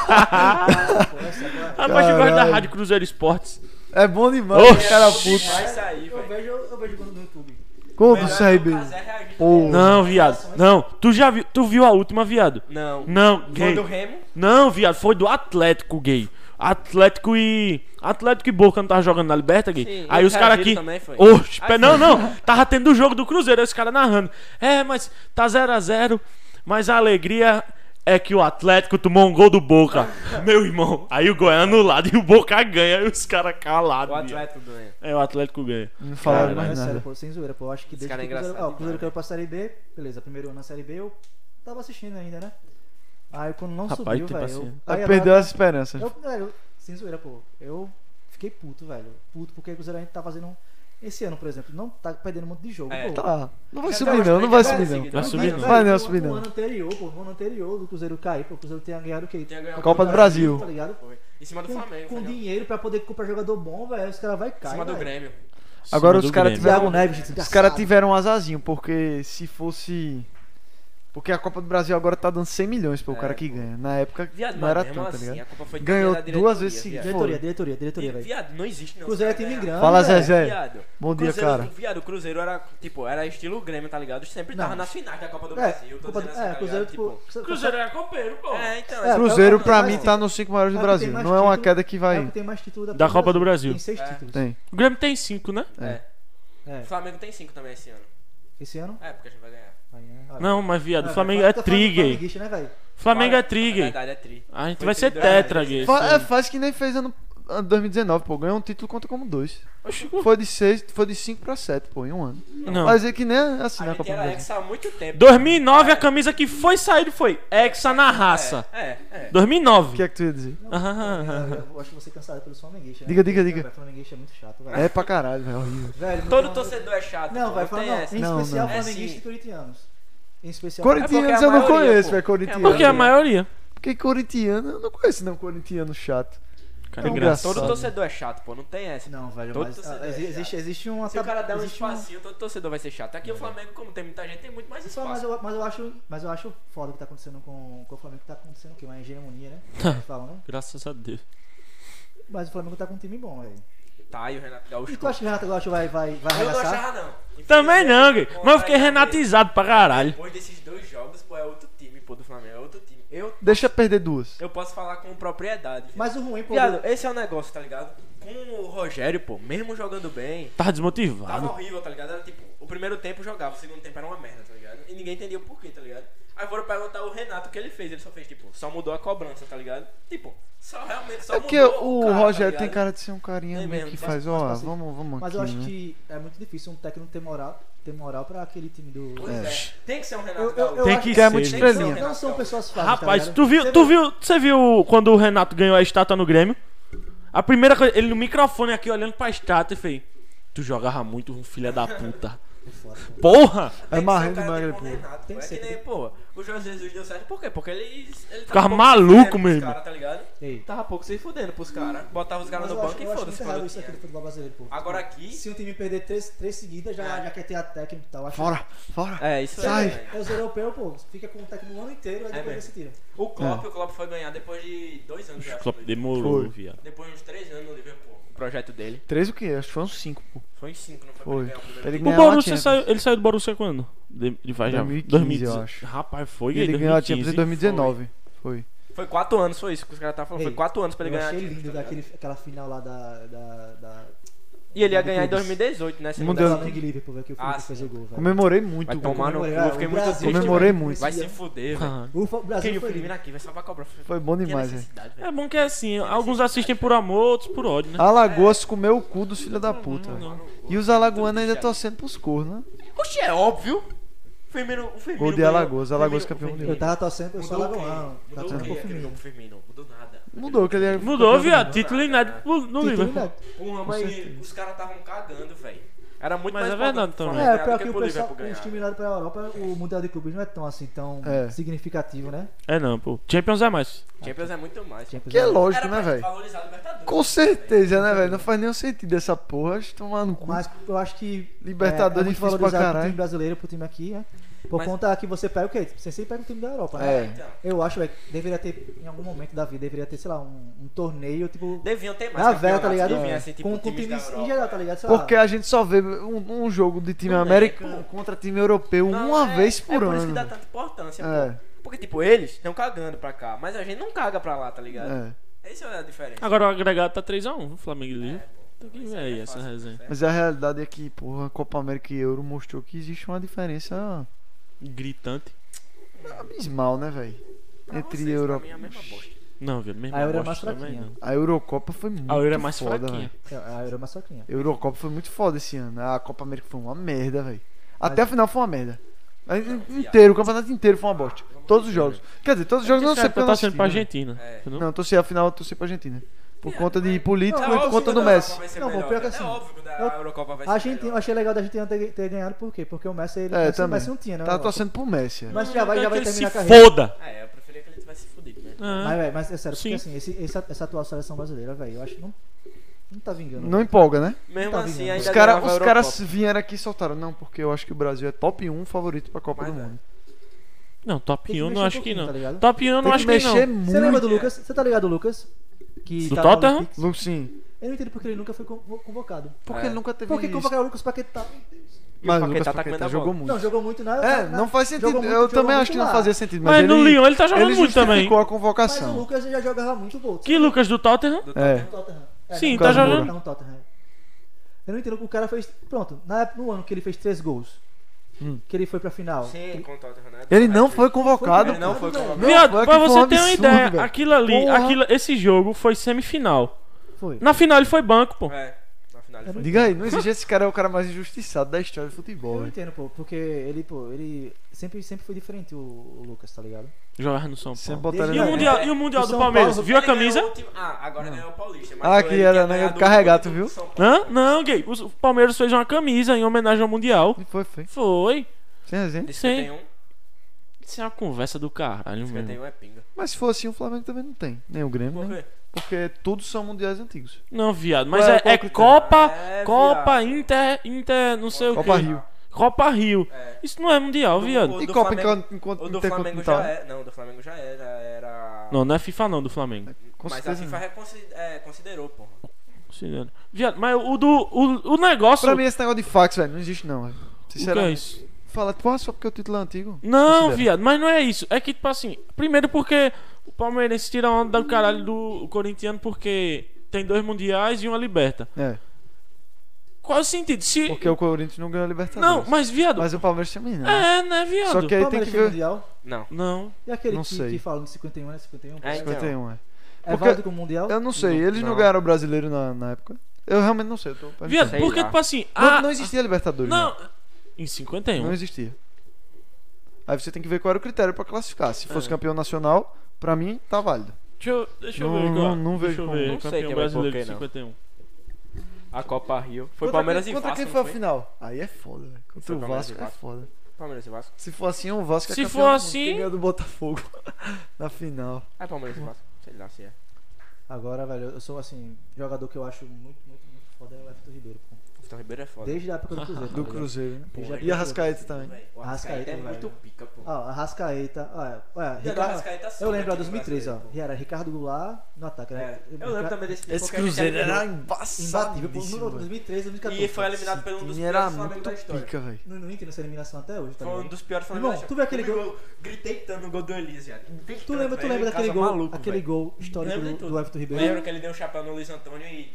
S3: Pô, é sério, velho.
S4: Ah, mas eu gosto da
S1: Caralho.
S4: Rádio Cruzeiro Esportes.
S1: É bom demais,
S4: Oxe.
S1: cara puto.
S6: Vai sair,
S3: Eu
S6: velho.
S3: vejo, eu vejo quando no YouTube.
S1: Gol do
S6: Melhor
S1: CRB.
S6: é o Cazé reagir.
S1: Pô.
S4: Não, viado. Não. Tu já viu, tu viu a última, viado?
S6: Não.
S4: Não,
S6: Gol
S4: gay.
S6: do Remo.
S4: Não, viado, foi do Atlético, gay. Atlético e. Atlético e Boca não tava jogando na Liberta, gay.
S6: Sim,
S4: aí
S6: e
S4: os caras
S6: reagiram
S4: aqui.
S6: também, Assim. foi.
S4: Oxe,
S6: Aí
S4: pé- não, não. Tava tendo o jogo do Cruzeiro, aí os caras narrando. É, mas tá 0x0. Mas a alegria é que o Atlético tomou um gol do
S6: *laughs*
S4: Boca. Meu irmão. Aí o Goiano anulado e o Boca ganha. Aí os caras
S6: O
S4: calados. viado.
S6: Atlético ganha.
S4: É, o Atlético ganha.
S1: Não falaram
S6: Cara,
S1: mais
S3: é sério,
S1: nada.
S3: pô, sem zoeira, pô. Eu acho que
S6: Esse
S3: desde
S6: cara
S3: que
S6: é
S3: o Cruzeiro,
S6: engraçado
S3: ó, o Cruzeiro
S6: demais.
S3: caiu pra Série B, beleza, primeiro ano na Série B, eu tava assistindo ainda, né? Aí quando não
S4: Rapaz,
S3: subiu,
S4: tem
S3: velho. eu-
S4: paciência.
S3: aí
S1: Aí
S3: agora-
S1: perdeu as
S4: Tá.
S1: esperanças.
S3: Eu, velho, sem zoeira, pô. Eu fiquei puto, velho. Puto porque o Cruzeiro ainda tá fazendo. um- Esse ano, por exemplo, não tá perdendo muito de jogo,
S6: É,
S3: pô.
S1: Tá. Não vai
S6: Já
S1: subir
S6: tá,
S1: não,
S6: já
S1: não vai
S6: tá
S1: subir
S6: seguido.
S1: não.
S4: Vai
S3: Mas,
S4: subir,
S3: velho,
S4: não.
S1: Vai né, não,
S3: o-
S1: subir
S3: O
S1: não.
S3: ano anterior, pô, o ano anterior do Cruzeiro cair, pô, o Cruzeiro tenha ganhado o quê?
S6: Tem a ganhar
S1: Copa do
S6: o
S1: Brasil.
S3: Tá ligado?
S6: Foi. Em cima do
S3: Com,
S6: Flamengo.
S3: com
S6: foi, né?
S3: dinheiro pra poder comprar jogador bom, velho, os caras vai
S6: Em
S3: cair.
S6: cima do
S3: velho.
S6: Grêmio.
S1: Agora
S4: Cima
S1: os
S4: do
S1: caras
S4: Grêmio.
S3: Thiago Neves,
S1: Os
S3: desgraçado.
S1: caras tiveram um azarzinho, porque se fosse. Porque a Copa do Brasil agora tá dando 100 milhões pro
S6: É,
S1: cara que
S6: pô.
S1: ganha. Na época
S6: Viado,
S1: não
S6: mas
S1: era
S6: mesmo
S1: tanto, tá
S6: assim,
S3: é
S1: ligado?
S6: a Copa foi
S1: Ganhou
S6: da
S1: duas
S6: diretoria,
S1: vezes seguidas.
S6: viado.
S3: Diretoria, diretoria, diretoria, velho.
S6: Viado, não existe não.
S3: Cruzeiro
S6: os caras
S3: é time
S6: ganharam.
S3: grande.
S1: Fala,
S3: velho.
S1: Zezé.
S6: Viado.
S1: Bom dia,
S6: Cruzeiro,
S1: cara.
S6: Viado, o Cruzeiro era, tipo, era estilo Grêmio, tá ligado? Sempre
S3: Não.
S6: tava nas finais da Copa do
S3: É,
S6: Brasil. tô
S3: Copa do-
S6: dizendo assim,
S3: é,
S6: tá
S3: Cruzeiro,
S6: ligado?
S3: tipo.
S4: Cruzeiro é copeiro, pô.
S6: É, então.
S3: É,
S6: assim,
S1: Cruzeiro,
S3: é,
S1: pra
S3: é,
S1: mim,
S3: é.
S1: tá nos 5 maiores do
S3: É o que
S1: Brasil.
S3: tem mais
S1: Não é uma
S3: título-
S1: queda que
S3: É o
S1: vai.
S3: que tem mais título da,
S4: Da Copa do Brasil.
S3: Tem seis
S6: É.
S3: títulos.
S1: Tem.
S4: O Grêmio tem cinco, né?
S3: É.
S6: O Flamengo tem cinco também esse ano.
S3: Esse ano? né?
S6: É, porque a gente vai ganhar.
S4: Não, mas viado, o
S3: Ah,
S4: Flamengo
S3: tá
S4: é
S3: falando do
S4: trigger.
S3: flamenguista, né, velho?
S4: Flamengo
S6: Olha,
S4: é
S6: Na
S4: trigger.
S6: verdade é tri.
S4: A gente
S6: Foi
S4: vai ser
S6: tri dois, né?
S4: tetra, gay.
S1: Fa-
S4: esse
S1: é,
S4: ano.
S1: faz que nem fez ano ano 2019, pô. Ganhou um título, conta como dois.
S4: Oxi,
S1: Foi de 6, foi de 5 pra 7, pô, em um ano.
S4: Não.
S1: Mas é que nem assim
S6: A
S1: na
S6: gente
S1: Copa do
S6: era
S1: Brasil.
S6: ex há muito tempo.
S4: 2009 a camisa que foi sair foi Hexa na raça.
S6: É, é.
S4: 2009.
S1: O que é que tu ia dizer?
S4: Ah,
S3: Eu acho que você cansado pelos flamenguistas. né?
S1: Diga, diga,
S3: Não,
S1: diga.
S3: velho, Flamenguista é muito chato, velho.
S1: É pra caralho, velho. horrível.
S3: Velho, não
S6: Todo
S3: tem-
S6: torcedor é chato.
S3: Não,
S6: pô,
S3: vai falar
S6: tem
S3: não.
S6: essa.
S3: Em
S1: Não,
S3: especial
S6: não. É
S3: flamenguista
S6: sim.
S3: e corintianos. Em especial.
S6: É porque
S1: Corintianos
S6: a
S1: eu não
S6: maioria,
S1: conheço,
S6: pô.
S1: velho.
S6: Por
S4: Porque
S6: que
S1: Corintiano.
S4: a maioria.
S1: Porque corintiano, eu não conheço não corintiano chato.
S4: Cara,
S1: É um
S4: engraçado.
S6: Todo
S1: Sabe.
S6: torcedor é chato, pô. Não tem essa.
S3: Não, velho,
S6: Todo
S3: mas ah,
S6: torcedor é
S3: exi- existe, existe uma
S6: Se o cara der um
S3: existe um- né?
S6: espacinho, todo torcedor vai ser chato. Aqui o Flamengo, como tem muita gente, tem muito mais
S3: Só, mas,
S6: um espaço.
S3: eu, mas, eu acho, mas eu acho foda o que tá acontecendo com, com o Flamengo. que Tá acontecendo o quê? Uma hegemonia,
S6: *laughs*
S3: né? Que Falam, né?
S4: Graças a Deus.
S3: Mas o Flamengo tá com um time bom, velho.
S6: Tá, e o Renato Gaúcho.
S3: um- E tu acha que o Renato Gaúcho vai, vai, vai
S6: Eu não
S3: arregaçar?
S6: achava, não. Infelizmente,
S4: Também não, gay. Mas eu
S6: contra
S4: fiquei
S6: a
S4: renatizado pra caralho.
S6: Depois desses dois jogos, pô, é outro time, pô, do Flamengo. É outro time. Eu,
S1: Deixa perder duas.
S6: eu posso falar com propriedade. viado.
S3: Mas o ruim, pô.
S6: Viado, esse é o negócio, tá ligado? Com o Rogério, pô, mesmo jogando bem,
S4: Tava
S6: tava
S4: desmotivado.
S6: horrível, tá ligado? Era tipo, o primeiro tempo jogava, o segundo tempo era uma merda, tá ligado? E ninguém entendia o porquê, tá ligado? Aí foram perguntar o Renato o que ele fez, ele só fez, tipo, só mudou a cobrança, tá ligado? Tipo, só realmente só
S1: É porque
S6: mudou
S1: o
S6: cara, tá
S1: Rogério tem
S6: ligado?
S1: cara de ser um carinha
S6: Tem
S1: meio
S6: mesmo,
S1: que
S6: mas-
S1: faz,
S6: assim,
S1: ó, vamos, vamos
S3: Mas
S1: aqui,
S3: eu acho
S1: né?
S3: que é muito difícil um técnico ter moral, ter moral pra aquele time do.
S6: Pois é. Tem que ser um Renato
S3: Eu- eu-
S6: Gaúcho.
S3: eu
S4: Tem
S3: acho
S4: que
S1: que é
S4: ser.
S1: muito
S4: gay.
S6: estranho.
S1: estrelinha.
S6: Tem que ser um
S3: Não são pessoas fáceis.
S4: Rapaz,
S3: tá ligado?
S4: tu viu,
S3: Você
S4: tu viu, você viu quando o Renato ganhou a estátua no Grêmio? A primeira coisa, ele no microfone aqui olhando pra estátua e fez: Tu jogava muito, um filho da puta. Porra!
S1: É
S6: Tem que ser um
S1: marrendo
S6: cara
S1: demais,
S6: tipo
S1: pô.
S6: um Renato,
S3: Tem
S6: pô.
S3: que
S6: É
S3: ser. tipo-
S6: que nem, pô, o José Jesus deu certo. Por quê? Porque ele. ele
S4: Ficava
S6: pouco se
S4: maluco
S6: fudendo pros
S4: mesmo.
S6: Cara, tá ligado?
S3: Ei.
S6: Tava pouco se fudendo pros caras. Botava os caras
S3: Mas
S6: no
S3: eu acho,
S6: banco é e
S3: eu acho muito
S6: foda-se.
S3: errado
S6: quando
S3: isso
S6: tinha.
S3: aqui do futebol brasileiro, pô.
S6: Agora aqui.
S3: Se um time perder três, três seguidas, já,
S6: É.
S3: já quer ter a técnica e tal. Acho
S1: Fora, fora.
S6: É, isso
S1: Sai.
S6: aí.
S3: É os europeus, pô. Fica com o técnico o ano inteiro, aí
S6: É
S3: depois
S6: mesmo.
S3: você tira.
S6: O Klopp, o Klopp foi ganhar depois de dois anos, eu acho.
S4: Klopp
S6: no Liverpool.
S4: demorou,
S1: Foi.
S4: viado.
S6: Depois de uns três anos no Liverpool. O projeto dele.
S1: Três o quê? Acho que foi uns cinco, pô.
S6: Foi em cinco, não foi,
S1: Foi.
S6: pra ele ganhar um o primeiro
S1: Ele
S6: título.
S4: O
S1: ganhou a
S4: Borussia
S1: Champions.
S4: saiu, ele saiu do Borussia quando? De, de vai já.
S1: 2015, eu acho.
S4: Rapaz, foi
S1: Ele ganhou a Champions em
S4: 2015.
S1: 2019. Foi.
S6: Foi quatro anos, foi isso que os caras estavam falando.
S3: Ei,
S6: Foi quatro anos pra ele
S3: Eu
S6: ganhar. a
S3: achei
S6: Champions,
S3: lindo
S6: tá ligado?
S3: daquele, aquela final lá da. da, da
S6: E ele ia
S3: do
S6: ganhar em
S3: clubes.
S6: 2018, né? se
S1: Não
S6: der
S1: deu.
S6: certo.
S3: Flamengo e Liverpool, velho, que o Felipe
S6: Ah,
S3: fez
S6: sim.
S3: o gol, velho.
S1: Comemorei muito.
S6: Vai
S1: pô.
S6: tomar no cu,
S3: Comemorei,
S6: eu fiquei
S3: o
S6: muito
S3: Brasil-
S6: triste.
S1: Comemorei
S3: velho,
S1: muito.
S6: Vai
S3: esse
S6: se
S3: ano.
S6: fuder, velho.
S4: Ah.
S3: O fa-
S6: Quem
S3: Brasil
S6: viu
S3: foi
S6: primeiro
S3: lindo.
S6: aqui vai salvar a cobra.
S1: Foi bom
S6: Que
S1: demais, velho.
S6: necessidade, velho.
S4: É bom que é assim, alguns assistem por amor, outros por ódio, né?
S3: Ah,
S1: Alagoas comeu o cu dos filhos da puta. velho.
S6: É,
S4: não.
S1: E os alagoanos ainda torcendo pros cornos, né?
S6: Oxe, é óbvio. Firmino, o Firmino.
S1: Gol de
S6: ganhou.
S1: Alagoas, Alagoas
S6: Firmino-
S1: campeão
S6: o Firmino
S3: Eu tava torcendo, eu sou
S6: Mudou o quê?
S3: alagoano. Tá
S6: Mudou o
S3: torcendo
S6: quê?
S3: pro
S6: Aquele
S3: Firmino.
S6: jogo Firmino. Mudou nada.
S1: Mudou, que ele é era.
S4: Mudou, viado.
S6: não.
S4: Título inédito pro- no
S3: Título
S4: Liverpool.
S3: inédito.
S6: Porra, mas os caras estavam cagando, velho. Era muito
S4: Mas
S6: mais
S4: é verdade
S6: pra- pra
S4: também.
S6: ganhar
S3: É,
S6: do
S3: pior que
S6: pro
S3: o pessoal,
S6: Liverpool ganhar.
S3: os times lá pra Europa, o Mundial de Clubes não é tão assim, tão
S1: É.
S3: significativo, né?
S4: É não, pô. Champions é mais.
S6: Champions é muito mais.
S3: Champions
S1: Que é
S3: League.
S1: lógico,
S6: Era
S1: né,
S6: pra
S1: velho?
S6: valorizar o Libertadores.
S1: Com certeza, né, velho? Não faz nenhum sentido essa porra. Acho que tomar no cu.
S3: Mas eu acho que.
S1: Libertadores
S3: é, é muito
S1: difícil pra
S3: valorizado pro
S1: caralho.
S3: time brasileiro, pro time aqui, né? Por
S6: Mas-
S3: conta que você pega o quê? Você sempre pega o time da Europa, né?
S1: É.
S6: Então,
S3: Eu acho, velho, que deveria ter, em algum momento da vida, deveria ter, sei lá, um, um torneio, tipo.
S6: deviam ter mais.
S3: Na velha, tá
S6: campeonatos,
S3: ligado?
S6: Deviam, assim, tipo,
S3: com com
S6: times da
S3: times em
S6: Europa.
S3: geral, tá ligado? Sei lá.
S1: Porque a gente só vê um, um jogo de time
S6: Não é,
S1: americano
S6: pô.
S1: contra time europeu
S6: Não,
S1: uma
S6: é-
S1: vez por
S6: é
S1: ano.
S6: por isso que dá tanta importância. pô.
S1: É,
S6: Porque, tipo, eles estão cagando pra cá, mas a gente não caga pra lá, tá ligado?
S1: é.
S6: Essa é a diferença.
S4: Agora o agregado tá 3x1, o Flamengo e Liga. Tem que
S6: Isso
S4: ver
S6: aí
S4: aí
S6: é
S4: essa
S6: fácil,
S4: resenha.
S1: Mas a realidade é que, porra, Copa América e Euro mostrou que existe uma diferença
S4: Gritante.
S1: abismal, né, velho?
S6: Pra
S1: Entre
S6: vocês,
S1: Europa.
S6: Pra mim é a mesma bosta.
S4: Não, viu? Mesmo
S3: A Euro é
S4: bosta
S3: mais
S4: também,
S3: fraquinha.
S4: não.
S1: A Eurocopa foi muito
S4: A Euro é mais
S1: foda,
S4: fraquinha.
S1: velho.
S3: É, A Euro é uma soquinha.
S1: A Eurocopa foi muito foda esse ano. A Copa América foi uma merda, velho.
S3: Mas-
S1: Até a final foi uma merda. A- Inteiro, o campeonato inteiro foi uma bosta. Todos os jogos. Quer dizer, todos os jogos não
S4: Essa
S1: sei
S4: época
S1: porque eu
S4: eu
S1: não
S4: tava sendo
S1: assisti,
S4: tá
S1: né, velho?
S4: pra Argentina.
S6: É.
S4: entendeu?
S1: Não, eu torci a final, eu torci pra Argentina. Por
S6: É,
S1: conta de
S6: mas-
S1: político e por
S6: óbvio
S1: conta
S6: que
S1: do
S6: o da
S1: Messi.
S6: Eurocopa vai ser
S3: Não, pô,
S6: melhor.
S3: pior que
S6: É
S3: assim,
S6: óbvio que o da
S3: eu-
S6: Eurocopa vai ser
S3: A gente, eu
S6: melhor.
S3: achei legal da Argentina ter, ter ganhado, por quê? Porque o Messi, ele,
S1: É,
S3: Messi,
S1: também.
S3: Messi não tinha, né?
S1: Tava torcendo pro Messi. é.
S3: Mas já vai,
S4: Eu
S3: já
S4: quero
S3: vai
S4: que
S3: terminar
S4: ele
S3: a
S4: se
S3: carreira.
S4: foda!
S6: Ah, é, eu preferia que ele tivesse fudido, né?
S4: Ah.
S3: Mas, velho, mas é sério,
S4: Sim.
S3: porque assim, esse, esse- essa atual seleção brasileira, velho, eu acho que não, não tá vingando.
S1: Não empolga, né?
S6: Mesmo
S3: tá
S6: assim,
S3: vingando.
S6: ainda
S1: Os, cara,
S6: ganhava a
S1: os
S6: Eurocopa.
S1: caras vieram aqui e soltaram. Não, porque eu acho que o Brasil é top 1 favorito pra Copa
S6: Mas
S1: do
S6: é.
S1: Mundo.
S4: Não, top
S3: Tem que
S4: 1
S3: mexer
S4: não
S3: um
S4: acho que
S3: pouquinho,
S4: não.
S3: Tá ligado?
S4: Top 1 eu não
S1: Tem
S4: acho
S1: que
S4: que não.
S1: mexer
S3: Você lembra
S1: muito.
S3: do Lucas? Você tá ligado do Lucas? Que
S4: Do
S3: tá lá no
S4: Tottenham?
S3: Olympics?
S1: Lu- Sim.
S3: Eu não entendo porque ele nunca foi con- convocado.
S1: Porque
S6: É.
S1: ele nunca teve
S3: Por que
S1: isso.
S3: convocaram o Lucas Paquetá?
S1: Mas
S6: E
S1: o Lucas
S6: o Paquetá tá
S1: Paquetá
S6: comendo a
S1: jogou
S6: bola.
S1: muito.
S3: Não, jogou muito na.
S1: É,
S3: na-
S1: não faz
S3: jogou
S1: sentido.
S3: muito-
S1: Eu
S3: jogou
S1: também
S3: muito
S1: acho que não
S3: lá.
S1: fazia sentido. Mas,
S4: Mas no
S1: ele,
S4: Lyon ele tá
S1: ele
S4: jogando muito também.
S1: justificou a
S3: Mas o
S1: convocação.
S3: Lucas já jogava muito gol.
S4: Que Lucas do Tottenham?
S6: Do
S1: É.
S6: Tottenham.
S3: Tottenham.
S4: Sim,
S1: tá
S3: Tottenham,
S1: jogando.
S3: Tá no Tottenham. é. Eu não entendo. O cara fez. Pronto, na época- no ano que ele fez três gols.
S1: Hum.
S3: Que ele foi pra final.
S6: Sim,
S3: Ele-
S6: com o Tottenham, né?
S1: Ele não foi convocado.
S6: Ele não foi
S3: Não,
S6: convocado.
S4: Viado,
S1: foi
S4: pra
S1: que foi
S4: você
S1: um
S4: ter uma
S1: absurdo,
S4: ideia,
S1: velho.
S4: aquilo ali,
S1: Porra.
S4: aquilo, esse jogo foi semifinal.
S3: Foi.
S4: Na final ele foi banco, pô.
S6: É, na final. ele
S3: Eu
S6: foi.
S3: não
S1: Diga aí, não existe esse cara é o cara mais injustiçado da história do futebol.
S3: Eu não
S1: velho.
S3: entendo, pô, porque ele, pô, ele sempre, sempre foi diferente, o, o Lucas, tá ligado?
S4: Jogava no São
S1: Sempre
S4: Paulo.
S1: botaram
S4: E
S1: ele.
S4: o
S1: na-
S4: Mundial, e o mundial
S3: O
S4: do
S1: é
S3: São
S4: Palmeiras?
S3: Paulo-
S4: Viu a
S6: Ele ganhou
S4: camisa?
S6: o time- Ah, agora ganhou o Paulista. mas
S1: Ah,
S6: foi
S1: que
S6: ele que
S1: era,
S6: tinha
S1: né,
S6: ganhado o
S1: carregado,
S6: São
S1: viu?
S6: Paulo.
S4: Hã? Não, gay. Os- O Palmeiras fez uma camisa em homenagem ao Mundial.
S1: E Foi, foi.
S4: Foi.
S1: Sem resenha.
S6: De
S4: Sim.
S6: 51,
S4: Isso é uma conversa do caralho mesmo.
S6: 51 é pinga. É,
S1: Mas se for assim, o Flamengo também não tem. Nem o Grêmio,
S6: Por
S1: nem.
S6: quê?
S1: Porque todos são mundiais antigos.
S4: Não, viado. Mas
S1: Qual é-
S4: é,
S1: qual
S4: é
S1: o critério?
S4: Copa,
S6: É,
S4: Copa,
S6: viado.
S4: Inter, Inter, não sei o
S1: Copa
S4: quê.
S1: Rio.
S4: Copa Rio.
S6: É.
S4: Isso não é Mundial,
S6: Do-
S4: viado.
S6: O
S1: E
S6: do
S1: Copa
S6: Flamengo-
S1: enquanto- enquanto
S6: O do Flamengo
S1: intercontinental.
S6: já é. Não, o do Flamengo já era. era...
S4: Não, não é FIFA não, do Flamengo.
S1: É, Com
S6: mas a
S1: certeza.
S4: assim
S6: FIFA
S1: não.
S6: reconsi- é, considerou, porra.
S4: Considero. Viado, mas o do. O, o negócio.
S1: Pra mim, esse negócio de fax, velho, não existe não, velho.
S4: o que é
S1: Sinceramente.
S4: isso?
S1: Fala, pô, só porque o título é antigo.
S4: Não,
S1: Considera.
S4: viado, mas não é isso. É que, tipo assim, primeiro porque o Palmeirense tira a onda do caralho do corintiano porque tem dois mundiais e uma liberta.
S1: É.
S4: Qual é o sentido? Se...
S1: Porque o Corinthians não ganhou a
S4: Não,
S1: Libertadores.
S4: mas viado.
S1: Mas o Palmeiras também não.
S4: É, né, viado?
S1: Só que aí tem
S3: Palmeiras
S1: que
S3: chega no
S1: ver.
S3: Mundial.
S6: Não.
S4: Não.
S3: E aquele
S1: Não
S3: que,
S1: sei.
S3: que falam de 51, né? 51?
S6: É, então.
S1: 51, é.
S3: É
S1: Porque-
S3: válido como Mundial?
S1: Eu não sei, eles não,
S6: Não.
S1: ganharam o brasileiro na, na época. Eu realmente não sei, eu tô
S4: Viado,
S1: pensando.
S6: Sei
S4: porque,
S6: lá.
S4: tipo assim.
S1: Não,
S6: ah,
S4: a-
S1: não existia Libertadores.
S4: Não. Em
S1: não.
S4: 51.
S1: Não é existia. Aí você tem que ver qual era o critério pra classificar. Se fosse
S4: É.
S1: campeão nacional, pra mim, tá válido.
S4: Deixa eu, deixa eu
S1: Não-
S4: ver.
S1: não-
S4: qual-
S1: não
S4: deixa
S1: vejo
S4: eu
S1: como.
S4: ver.
S6: Não sei
S4: Campeão
S6: também
S4: brasileiro de
S6: por que é não.
S4: 51.
S6: A Copa Rio. Foi
S1: Contra
S6: Palmeiras
S1: quem,
S6: e
S1: Contra
S6: Vasco.
S1: quem
S6: não
S1: foi a
S6: foi?
S1: final? Aí é foda, velho. Contra
S6: Foi
S1: o
S6: Palmeiras
S1: Vasco
S6: e
S1: é
S6: Vasco.
S1: foda.
S6: Palmeiras e Vasco.
S1: Se for assim, o Vasco é
S4: Se
S1: campeão
S4: for
S1: do mundo,
S4: assim-
S1: quem ganhou do Botafogo *laughs* na final.
S6: É Palmeiras e Vasco. Sei lá se é.
S3: Agora, velho, eu sou assim, jogador que eu acho muito, muito, muito foda é o Everton Ribeiro, pô.
S6: O Vitor Ribeiro é foda.
S3: Desde a época do
S1: *laughs* Do
S3: Cruzeiro. tá ligado?
S1: Cruzeiro, né?
S3: Desde a época
S1: E
S3: do
S1: a Rascaeta também.
S6: Véi, O
S3: Arrascaeta,
S6: Arrascaeta é
S3: velho.
S6: muito pica, pô.
S3: Ó, Arrascaeta. Olha, olha,
S6: Jogador
S3: Ricardo-
S6: Arrascaeta
S3: eu
S6: sobe
S3: lembro, ó,
S6: aqui no
S3: 2003, ó.
S6: Brasileiro,
S3: E era Ricardo Goulart no ataque,
S6: É,
S3: né?
S6: Eu lembro também desse time,
S1: Esse
S6: porque a gente
S1: Cruzeiro
S6: era
S1: era
S3: Imbatível, pô.
S1: embaçadíssimo,
S3: No-
S1: velho.
S3: 2003, 2014.
S6: E foi eliminado
S1: Esse
S6: pelo um dos
S1: time era
S6: piores Flamengo
S1: muito
S6: da história.
S1: pica, velho.
S3: Não, não entendo essa eliminação até hoje, tá
S6: Foi um
S3: ligado?
S6: dos piores Flamengo
S3: Irmão,
S6: da história.
S3: tu vê aquele
S6: Comigo, eu Gritei tanto no gol do Elias, viado. Gritei
S3: Tu
S6: tanto,
S3: lembra, tu
S6: velho,
S3: lembra
S6: em
S3: daquele
S6: casa,
S3: gol,
S6: maluco,
S3: aquele
S6: velho.
S3: gol histórico
S6: Lembro de
S3: do,
S6: tudo.
S3: do Everton Ribeiro?
S6: Lembro que ele deu um chapéu no Luiz Antônio e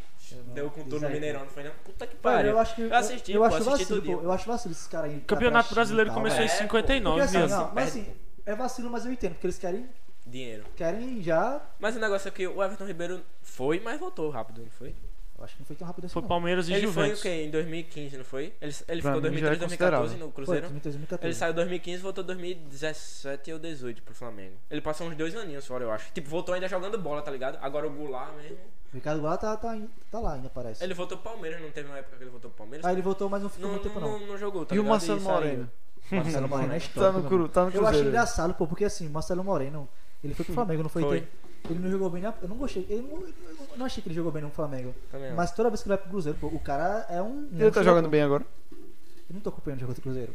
S3: não-
S6: deu com tudo
S3: Isso
S6: no
S3: aí,
S6: Mineirão, não foi não? Puta que
S3: Velho,
S6: pariu.
S3: eu acho que.
S6: Eu assisti,
S3: eu
S6: pô,
S3: acho
S6: assisti
S3: vacilo,
S6: tudinho.
S3: pô. Eu acho vacilo esses caras aí.
S4: Campeonato brasileiro começou em
S6: velho.
S3: Porque
S4: 59,
S3: assim,
S6: Nossa,
S4: viado.
S3: não, mas assim, é vacilo, mas eu entendo, porque eles querem,
S6: Dinheiro.
S3: querem já.
S6: Mas o negócio é que o Everton Ribeiro foi, mas voltou rápido, não foi?
S3: Eu acho que não foi tão rápido assim.
S4: Foi
S3: não.
S4: Palmeiras e
S6: Ele foi o
S4: Juventus.
S6: quê? Em 2015, não foi? Ele, ele
S1: Pra mim, já
S6: ficou
S1: é
S6: 2013, 2014 no
S3: Foi,
S6: Cruzeiro.
S3: 2013,
S6: Ele
S3: 2014.
S6: saiu em 2015 e voltou em 2017 ou 18 pro Flamengo. Ele passou uns dois aninhos fora, eu acho. Tipo, voltou ainda jogando bola, tá ligado? Agora o Goulart mesmo.
S3: O Ricardo Goulart tá, tá, em- tá lá ainda, parece.
S6: Ele voltou pro Palmeiras, não teve uma época que ele voltou pro Palmeiras.
S3: Aí ele voltou, mas não ficou
S6: não,
S3: muito tempo,
S6: não,
S3: não.
S6: não jogou, tá
S1: E o
S6: ligado?
S1: Marcelo
S6: saiu.
S1: Moreno?
S3: Marcelo Moreno é
S1: Tá
S3: histórico.
S1: no,
S3: meu
S1: cru, tá no
S3: Eu acho
S1: Cruzeiro.
S3: engraçado, pô, porque assim, o Marcelo Moreno, ele foi
S1: *laughs*
S3: pro Flamengo, não foi?
S6: Foi.
S3: Ele- Ele não jogou bem na. Eu não gostei. Eu não, eu não achei que ele jogou bem no Flamengo.
S6: Também não.
S3: Mas toda vez que ele vai pro Cruzeiro, pô, o cara é um.
S1: Ele tá jogando bem agora.
S6: *laughs*
S3: Eu não tô acompanhando o jogo do Cruzeiro.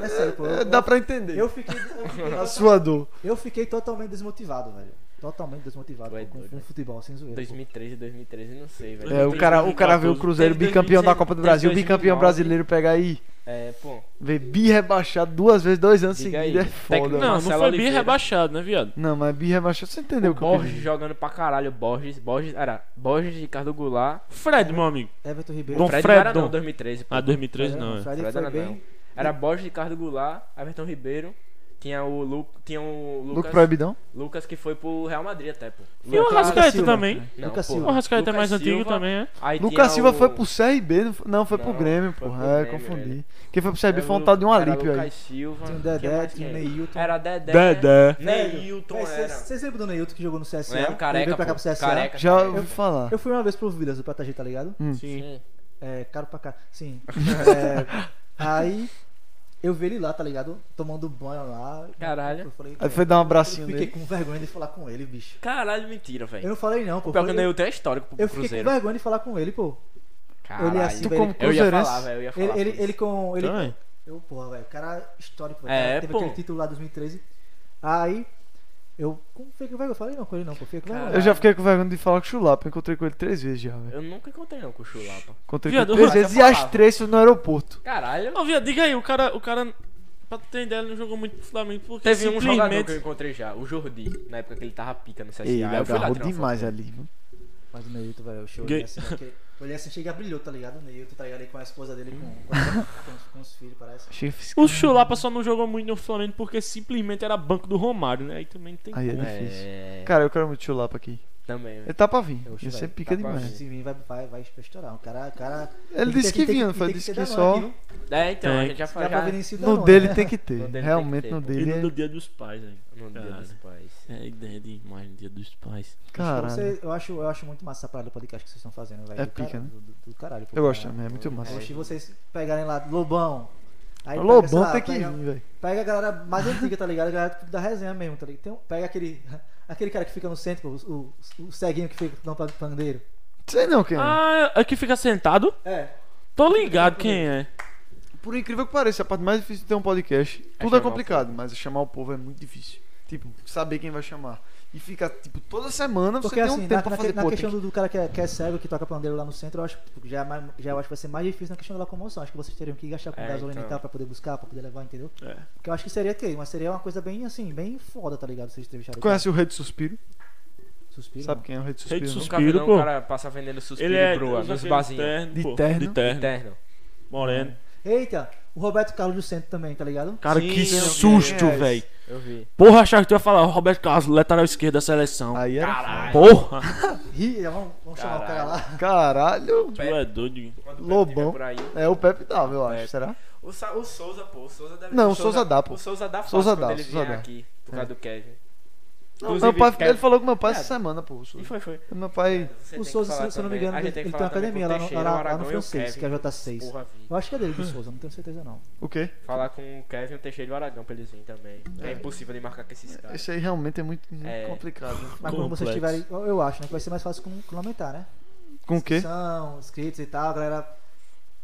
S3: É sério, pô.
S1: É,
S3: Eu,
S1: dá pra entender.
S3: eu fiquei. Eu fiquei,
S1: A sua dor.
S3: eu fiquei totalmente desmotivado, velho. Totalmente desmotivado
S6: Tu é
S3: pô, com,
S6: doido,
S3: com
S6: né?
S3: futebol, sem zoeira. pô.
S6: 2013, 2013, não sei, velho.
S1: É, o cara, o cara vê o Cruzeiro
S4: Desde
S1: bicampeão da
S4: 2019,
S1: Copa do Brasil,
S4: desde
S1: bicampeão
S4: 2009.
S1: brasileiro, pega aí.
S6: É, pô.
S1: Vê bi rebaixado duas vezes, dois anos
S6: Diga
S1: seguidos,
S6: aí.
S1: é foda.
S6: Tec-
S4: Não, não
S6: Marcelo
S4: foi bi
S6: Oliveira.
S4: rebaixado, né, viado?
S1: Não, mas bi rebaixado, você entendeu o que eu quis
S6: Borges
S1: dizer.
S6: jogando pra caralho, Borges, Borges, era Borges, Ricardo Goulart.
S4: Fred, meu amigo.
S3: Everton Ribeiro.
S4: Bom,
S6: Fred não
S4: Fred,
S6: era
S4: não.
S6: não, 2013, pô.
S4: Ah, 2013
S3: Fred-
S4: não, é.
S3: Fred
S6: Fred
S3: foi
S6: era
S3: bem.
S6: não. Era Borges, Ricardo Goulart, Everton Ribeiro, tinha o Lu, tinha o
S1: Lucas
S6: Lucas,
S1: Proibidão?
S6: Lucas que foi pro Real Madrid até, pô.
S4: E o
S3: Lucas
S4: Arrascaeta
S3: Silva,
S4: também.
S3: né?
S6: Não,
S3: Lucas
S6: pô.
S4: O
S3: Silva.
S4: Arrascaeta é
S6: Lucas
S4: mais antigo
S6: Silva.
S4: também, é.
S6: Aí tinha
S1: Lucas Silva
S6: o-
S1: foi pro CRB, não foi, não, foi pro
S6: Não,
S1: Grêmio,
S6: foi
S1: porra.
S6: pro
S1: É,
S6: Grêmio,
S1: confundi.
S6: velho.
S1: Quem foi pro CRB
S6: era
S1: foi um
S6: Lu-
S1: tal de um
S6: era
S1: Alípio aí.
S6: Lucas Silva.
S3: Tinha o
S6: quem
S3: Dedé,
S6: mais
S3: tinha um o
S6: que era?
S3: Neilton.
S6: Era Dedé. né?
S4: Dedé.
S6: Neilton era.
S3: Vocês lembram do Neilton que jogou no CSA?
S6: Lembro,
S3: Ele
S6: um careca,
S3: veio pra cá
S6: pô.
S3: pro CSA.
S6: Careca.
S1: Já
S6: careca.
S1: ouvi falar.
S3: Eu fui uma vez pro Vilas do Patagê, tá ligado?
S4: Sim.
S3: É, caro pra cá.
S6: *laughs*
S3: Sim. É, aí eu vi ele lá, tá ligado? Tomando banho lá.
S6: Caralho.
S3: Eu falei,
S1: Aí foi dar um
S3: eu
S1: abracinho
S3: fiquei
S1: nele.
S3: com vergonha de falar com ele, bicho.
S6: Caralho, mentira,
S3: Eu
S6: velho.
S3: não falei não, pô.
S6: Pior que o
S3: Falei-
S6: Neilton é histórico pro
S3: eu fiquei
S6: Cruzeiro.
S3: com vergonha de falar com ele, pô.
S6: Caralho.
S3: Ele assim,
S1: Tu
S3: velho,
S1: como
S6: Eu ia falar,
S1: cruzeirense,
S6: velho. Eu ia falar.
S3: Ele, ele, ele com. Ele,
S4: Também.
S3: Eu, porra, velho, cara histórico, velho.
S6: É,
S3: cara, teve
S6: pô.
S3: aquele título lá em 2013. Aí, eu. Como foi que vai? Eu falei não com ele não, pô. Fiquei com vergonha.
S1: eu já fiquei com vergonha de falar com o Chulapa, encontrei com ele três vezes já, velho.
S6: Eu nunca encontrei não com o Chulapa.
S1: Encontrei
S4: Viado,
S1: com ele três
S4: eu-
S1: vezes
S6: eu
S1: e as
S6: falava.
S1: três foi no aeroporto.
S6: Caralho.
S4: Ô, viado, diga aí, o cara, o cara, pra tu ter ideia, ele não jogou muito pro Flamengo porque
S6: Teve um jogador
S4: simplesmente...
S6: que eu encontrei já, o Jordi, na época que ele tava pica no CSA.
S1: Ele
S6: Aí eu fui lá
S1: agarrou
S6: tirar uma
S1: demais ali, viu?
S3: Mas o Neilton, velho, eu show
S4: Gay.
S3: olhei assim,
S6: *laughs*
S3: porque- eu olhei assim, chega brilhou, tá ligado? O Neilton tá ligado aí com a esposa dele,
S6: Hum.
S3: com, com, a- com os, com os filhos, parece.
S1: Achei que fiz-
S4: O Chulapa só não jogou muito no Flamengo porque simplesmente era banco do Romário, né? Aí também não tem
S1: Aí é
S4: como.
S6: foto.
S1: difícil.
S6: É,
S1: Cara, eu quero muito Chulapa aqui.
S6: também, velho.
S1: Ele tá pra vir,
S3: Eu,
S1: ele
S3: velho,
S1: sempre
S3: tá
S1: pica
S6: É.
S3: pra-
S1: demais.
S3: Se vir, vai, vai, vai estourar. O cara. o cara
S1: Ele
S3: tem
S1: disse
S3: tem
S1: que vinha, não foi?
S3: tem
S1: Disse
S3: ser
S1: que
S3: Danone,
S1: só-
S3: viu?
S6: É, então,
S4: Tem.
S6: a gente já
S3: Dá
S6: foi
S3: pra
S6: já...
S3: Vinícius
S1: No
S3: Danone,
S1: dele
S3: né?
S1: tem que ter,
S6: No dele tem
S1: realmente
S6: que ter,
S1: no
S6: pô.
S4: E no
S1: dele
S4: dia dos pais, aí.
S6: No dia dos pais.
S4: É ideia demais no dia dos pais.
S1: é.
S3: Então, você-
S1: Caralho.
S3: Eu acho, eu acho muito massa a parada do podcast que vocês estão fazendo, velho.
S1: É
S3: Do
S1: pica,
S3: cara-
S1: né?
S3: Do, do- do caralho. pô,
S1: Eu gosto
S3: cara.
S1: também, é muito massa.
S3: Eu acho que vocês pegarem lá, Lobão. Aí
S1: O
S3: pega, sei
S1: Lobão
S3: lá,
S1: tem que
S3: pega-
S1: vir, velho.
S3: Pega a galera
S1: *laughs*
S3: mais antiga, tá ligado? A galera da resenha mesmo, tá ligado? Tem um- pega aquele, *laughs* aquele cara que fica no centro, pô, o, o, o ceguinho que fica no pandeiro.
S1: Sei não quem é.
S4: Ah, é que fica sentado?
S3: É.
S4: Tô ligado quem é.
S1: Por incrível que pareça, a parte mais difícil de ter um podcast. Tudo
S6: chamar
S1: é
S6: o
S1: complicado, mas chamar o povo é muito difícil. Tipo, saber quem vai chamar. E fica, tipo, toda semana você
S3: Porque
S1: tem
S3: assim,
S1: um
S3: na,
S1: tempo pra
S3: na-
S1: fazer
S3: na
S1: pô, tem
S3: questão do, do cara que é, que é cego, que toca pandeiro lá no centro, eu acho que já, é mais- já eu acho que vai ser mais difícil na questão da locomoção. Acho que vocês teriam que gastar com
S6: É,
S3: gasolina e
S6: então.
S3: tal pra poder buscar, pra poder levar, entendeu?
S4: É.
S3: Porque eu acho que seria que, mas seria uma coisa bem assim, bem foda, tá ligado? Vocês entrevistaram
S1: que-
S3: o
S1: Conhece o Rei do Suspiro?
S3: cara. Suspiro. né?
S1: Sabe
S3: não.
S1: quem é o Rei do Suspiro?
S4: Sus-
S1: não?
S6: Nunca vi
S4: Suspiro,
S6: não,
S4: pô.
S6: o cara passa vendendo suspiro
S4: Ele é
S6: e brua nos
S4: aqueles
S6: barzinhos.
S4: terno,
S1: De
S4: pô.
S1: terno?
S4: De terno.
S6: Interno.
S4: Moreno.
S3: Eita, o Roberto Carlos do centro também, tá ligado?
S4: Cara,
S6: Sim,
S4: que
S6: eu vi,
S4: susto,
S1: é.
S4: velho.
S6: Eu vi.
S4: Porra, achava que tu ia falar Roberto Carlos, lateral esquerdo da seleção.
S1: Aí é.
S6: Caralho.
S4: Porra.
S3: Ih, vamos, vamos chamar o cara lá.
S1: Caralho.
S4: Tu é doido.
S6: Quando o Pepe
S1: Lobão.
S6: tiver por aí.
S1: É o Pepe dava, eu acho.
S6: Pepe.
S1: Será?
S6: O, Sa- o Souza, pô. O Souza deve
S1: Não, o Souza dá, pô.
S6: O Souza dá fácil
S1: Souza
S6: quando
S1: dá,
S6: ele
S1: Souza
S6: vier
S1: dá.
S6: aqui. Por causa do Kevin.
S1: Não,
S6: Inclusive,
S1: meu pai,
S6: quero-
S1: ele falou com meu pai essa
S6: É.
S1: semana, pô.
S6: E foi, foi.
S1: Meu pai.
S6: Você
S3: O
S6: tem que
S3: Souza,
S6: falar
S3: se eu não me
S6: também-
S3: engano,
S6: a
S3: ele,
S6: gente
S3: ele tem uma
S6: falar também com
S3: academia
S6: o
S3: lá no,
S6: Teixeira,
S3: lá,
S6: o
S3: lá no
S6: Aragão e o
S3: francês, que é a
S6: Kevin.
S3: J6.
S6: Porra, vi.
S3: Eu acho que é dele, do Souza, não tenho certeza não.
S1: O quê?
S6: Falar com o Kevin, o Teixeira e o Aragão pra eles virem também. É, impossível de marcar com esses caras.
S1: Esse aí realmente é muito, muito
S6: É.
S1: complicado. né?
S3: Mas quando vocês
S4: Complexo.
S3: tiverem, eu eu acho, né? Que vai ser mais fácil com- complementar, né?
S1: Com o quê?
S3: São, inscritos e tal, a galera.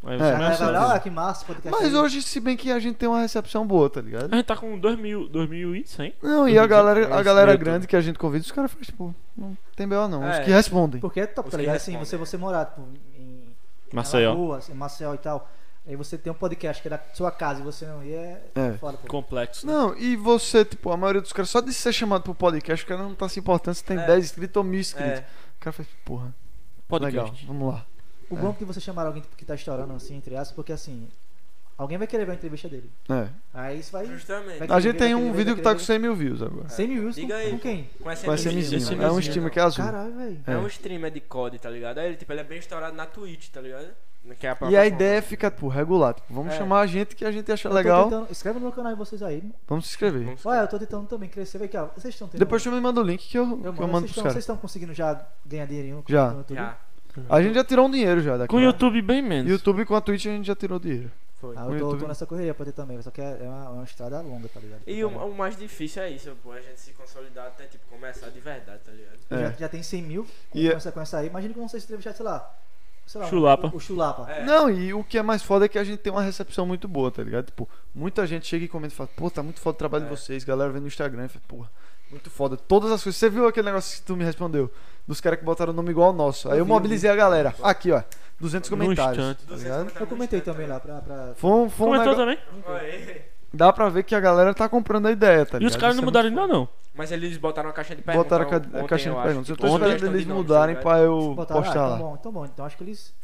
S4: Aí
S1: É.
S4: você
S3: a
S4: vai
S3: galera vai
S4: saber.
S3: olhar, "Ah, que massa, podcast.
S1: Mas
S3: aí."
S1: hoje, se bem que a gente tem uma recepção boa, tá
S6: *laughs*
S1: ligado?
S4: A gente tá com 2000, 2100.
S1: Não, e a galera, a
S4: Isso,
S1: galera
S4: YouTube.
S1: grande que a gente convida, os caras fazem, tipo, não tem B.O. não. Os
S6: É.
S1: que respondem.
S3: Porque é top,
S6: Os
S3: tá
S6: que
S3: ligado? Assim,
S6: respondem,
S3: você,
S6: né?
S3: você morar, tipo, em
S4: Maceió.
S3: rua, em Maceió e tal. Aí você tem um podcast que é da sua casa e você não ia, é,
S1: É.
S3: foda, pô.
S4: Complexo. né?
S1: Não, e você, tipo, a maioria dos caras, só de ser chamado pro podcast, o cara não tá se importando se tem
S6: É.
S1: 10 inscritos ou mil inscritos.
S6: É,
S1: O cara faz, tipo, porra, legal,
S4: Podcast.
S1: vamos lá.
S3: O bom é que você chamar alguém tipo, que tá estourando, assim, entre aspas, porque assim, alguém vai querer ver a entrevista dele.
S1: É.
S3: Aí isso vai.
S6: justamente.
S3: Vai
S1: A gente
S3: Daquele
S1: tem
S3: vídeo,
S1: um
S3: daquele
S1: vídeo que tá com
S3: vídeo.
S1: 100 mil views agora.
S3: 100 mil views com,
S6: Diga aí,
S3: com
S6: pô.
S3: quem?
S6: Com essa
S1: Com esse
S6: MZzinho,
S1: Mzinho.
S4: né?
S1: É um
S4: Sim,
S1: streamer que é azul.
S3: Caralho, velho.
S6: É
S1: É.
S6: um streamer de COD, tá ligado? Aí ele, tipo, ele é bem estourado na Twitch, tá ligado? Que é
S1: E a
S6: plataforma.
S1: ideia fica, tipo, regular. Tipo, vamos
S6: É.
S1: chamar a gente que a gente acha
S3: Eu tô
S1: legal.
S3: tentando- Escreve no meu canal de vocês aí.
S1: Vamos se inscrever.
S6: Vamos-
S3: Olha, eu tô tentando também crescer. Vem cá, vocês estão tentando.
S1: Depois tu me manda o link que eu, que eu mando
S3: vocês
S1: pros
S3: estão-
S1: caras.
S3: Vocês estão conseguindo já ganhar dinheirinho com-
S1: Já.
S3: no YouTube?
S6: Já.
S1: A gente já tirou um dinheiro já daqui.
S4: Com o
S1: né?
S4: YouTube bem menos.
S1: YouTube com a Twitch a gente já tirou dinheiro.
S6: Foi.
S3: Ah,
S1: No
S3: eu tô,
S1: YouTube.
S3: tô nessa correria pra ter também, só que é é uma, é uma estrada longa, tá ligado?
S6: E o, o mais difícil é isso, pô, a gente se consolidar até, tipo, começar de verdade, tá ligado?
S3: Já,
S1: É.
S3: já tem 100 mil,
S1: E- é-
S3: começa, começa aí. Imagina que vocês entrevistar, sei lá, sei lá,
S4: Chulapa.
S3: O, o chulapa.
S6: É.
S1: Não, e o que é mais foda é que a gente tem uma recepção muito boa, tá ligado? Tipo, muita gente chega e comenta e fala, pô, tá muito foda o trabalho de vocês, galera vendo no Instagram, e fala, porra, muito foda. Todas as coisas. Você viu aquele negócio que tu me respondeu? Dos caras que botaram o nome igual ao nosso. Aí eu mobilizei a galera. Aqui, ó. 200
S4: Num
S1: comentários.
S4: instante.
S1: Tá ligado?
S3: Eu comentei também
S6: né?
S3: lá pra. pra-
S1: Foi um, foi um
S4: Comentou
S1: negócio-
S4: também?
S1: Dá pra ver que a galera tá comprando a ideia, tá ligado?
S4: E os caras
S1: Isso
S4: não
S1: é
S4: mudaram ainda, não.
S6: Mas eles botaram a caixa de perguntas.
S1: Botaram a ca- a caixinha de perguntas. Eu
S6: tipo,
S1: tô
S4: Ontem
S1: esperando eles mudarem pra eu
S3: Botaram, ah,
S1: postar
S3: então
S1: lá.
S3: bom, então bom. Então acho que eles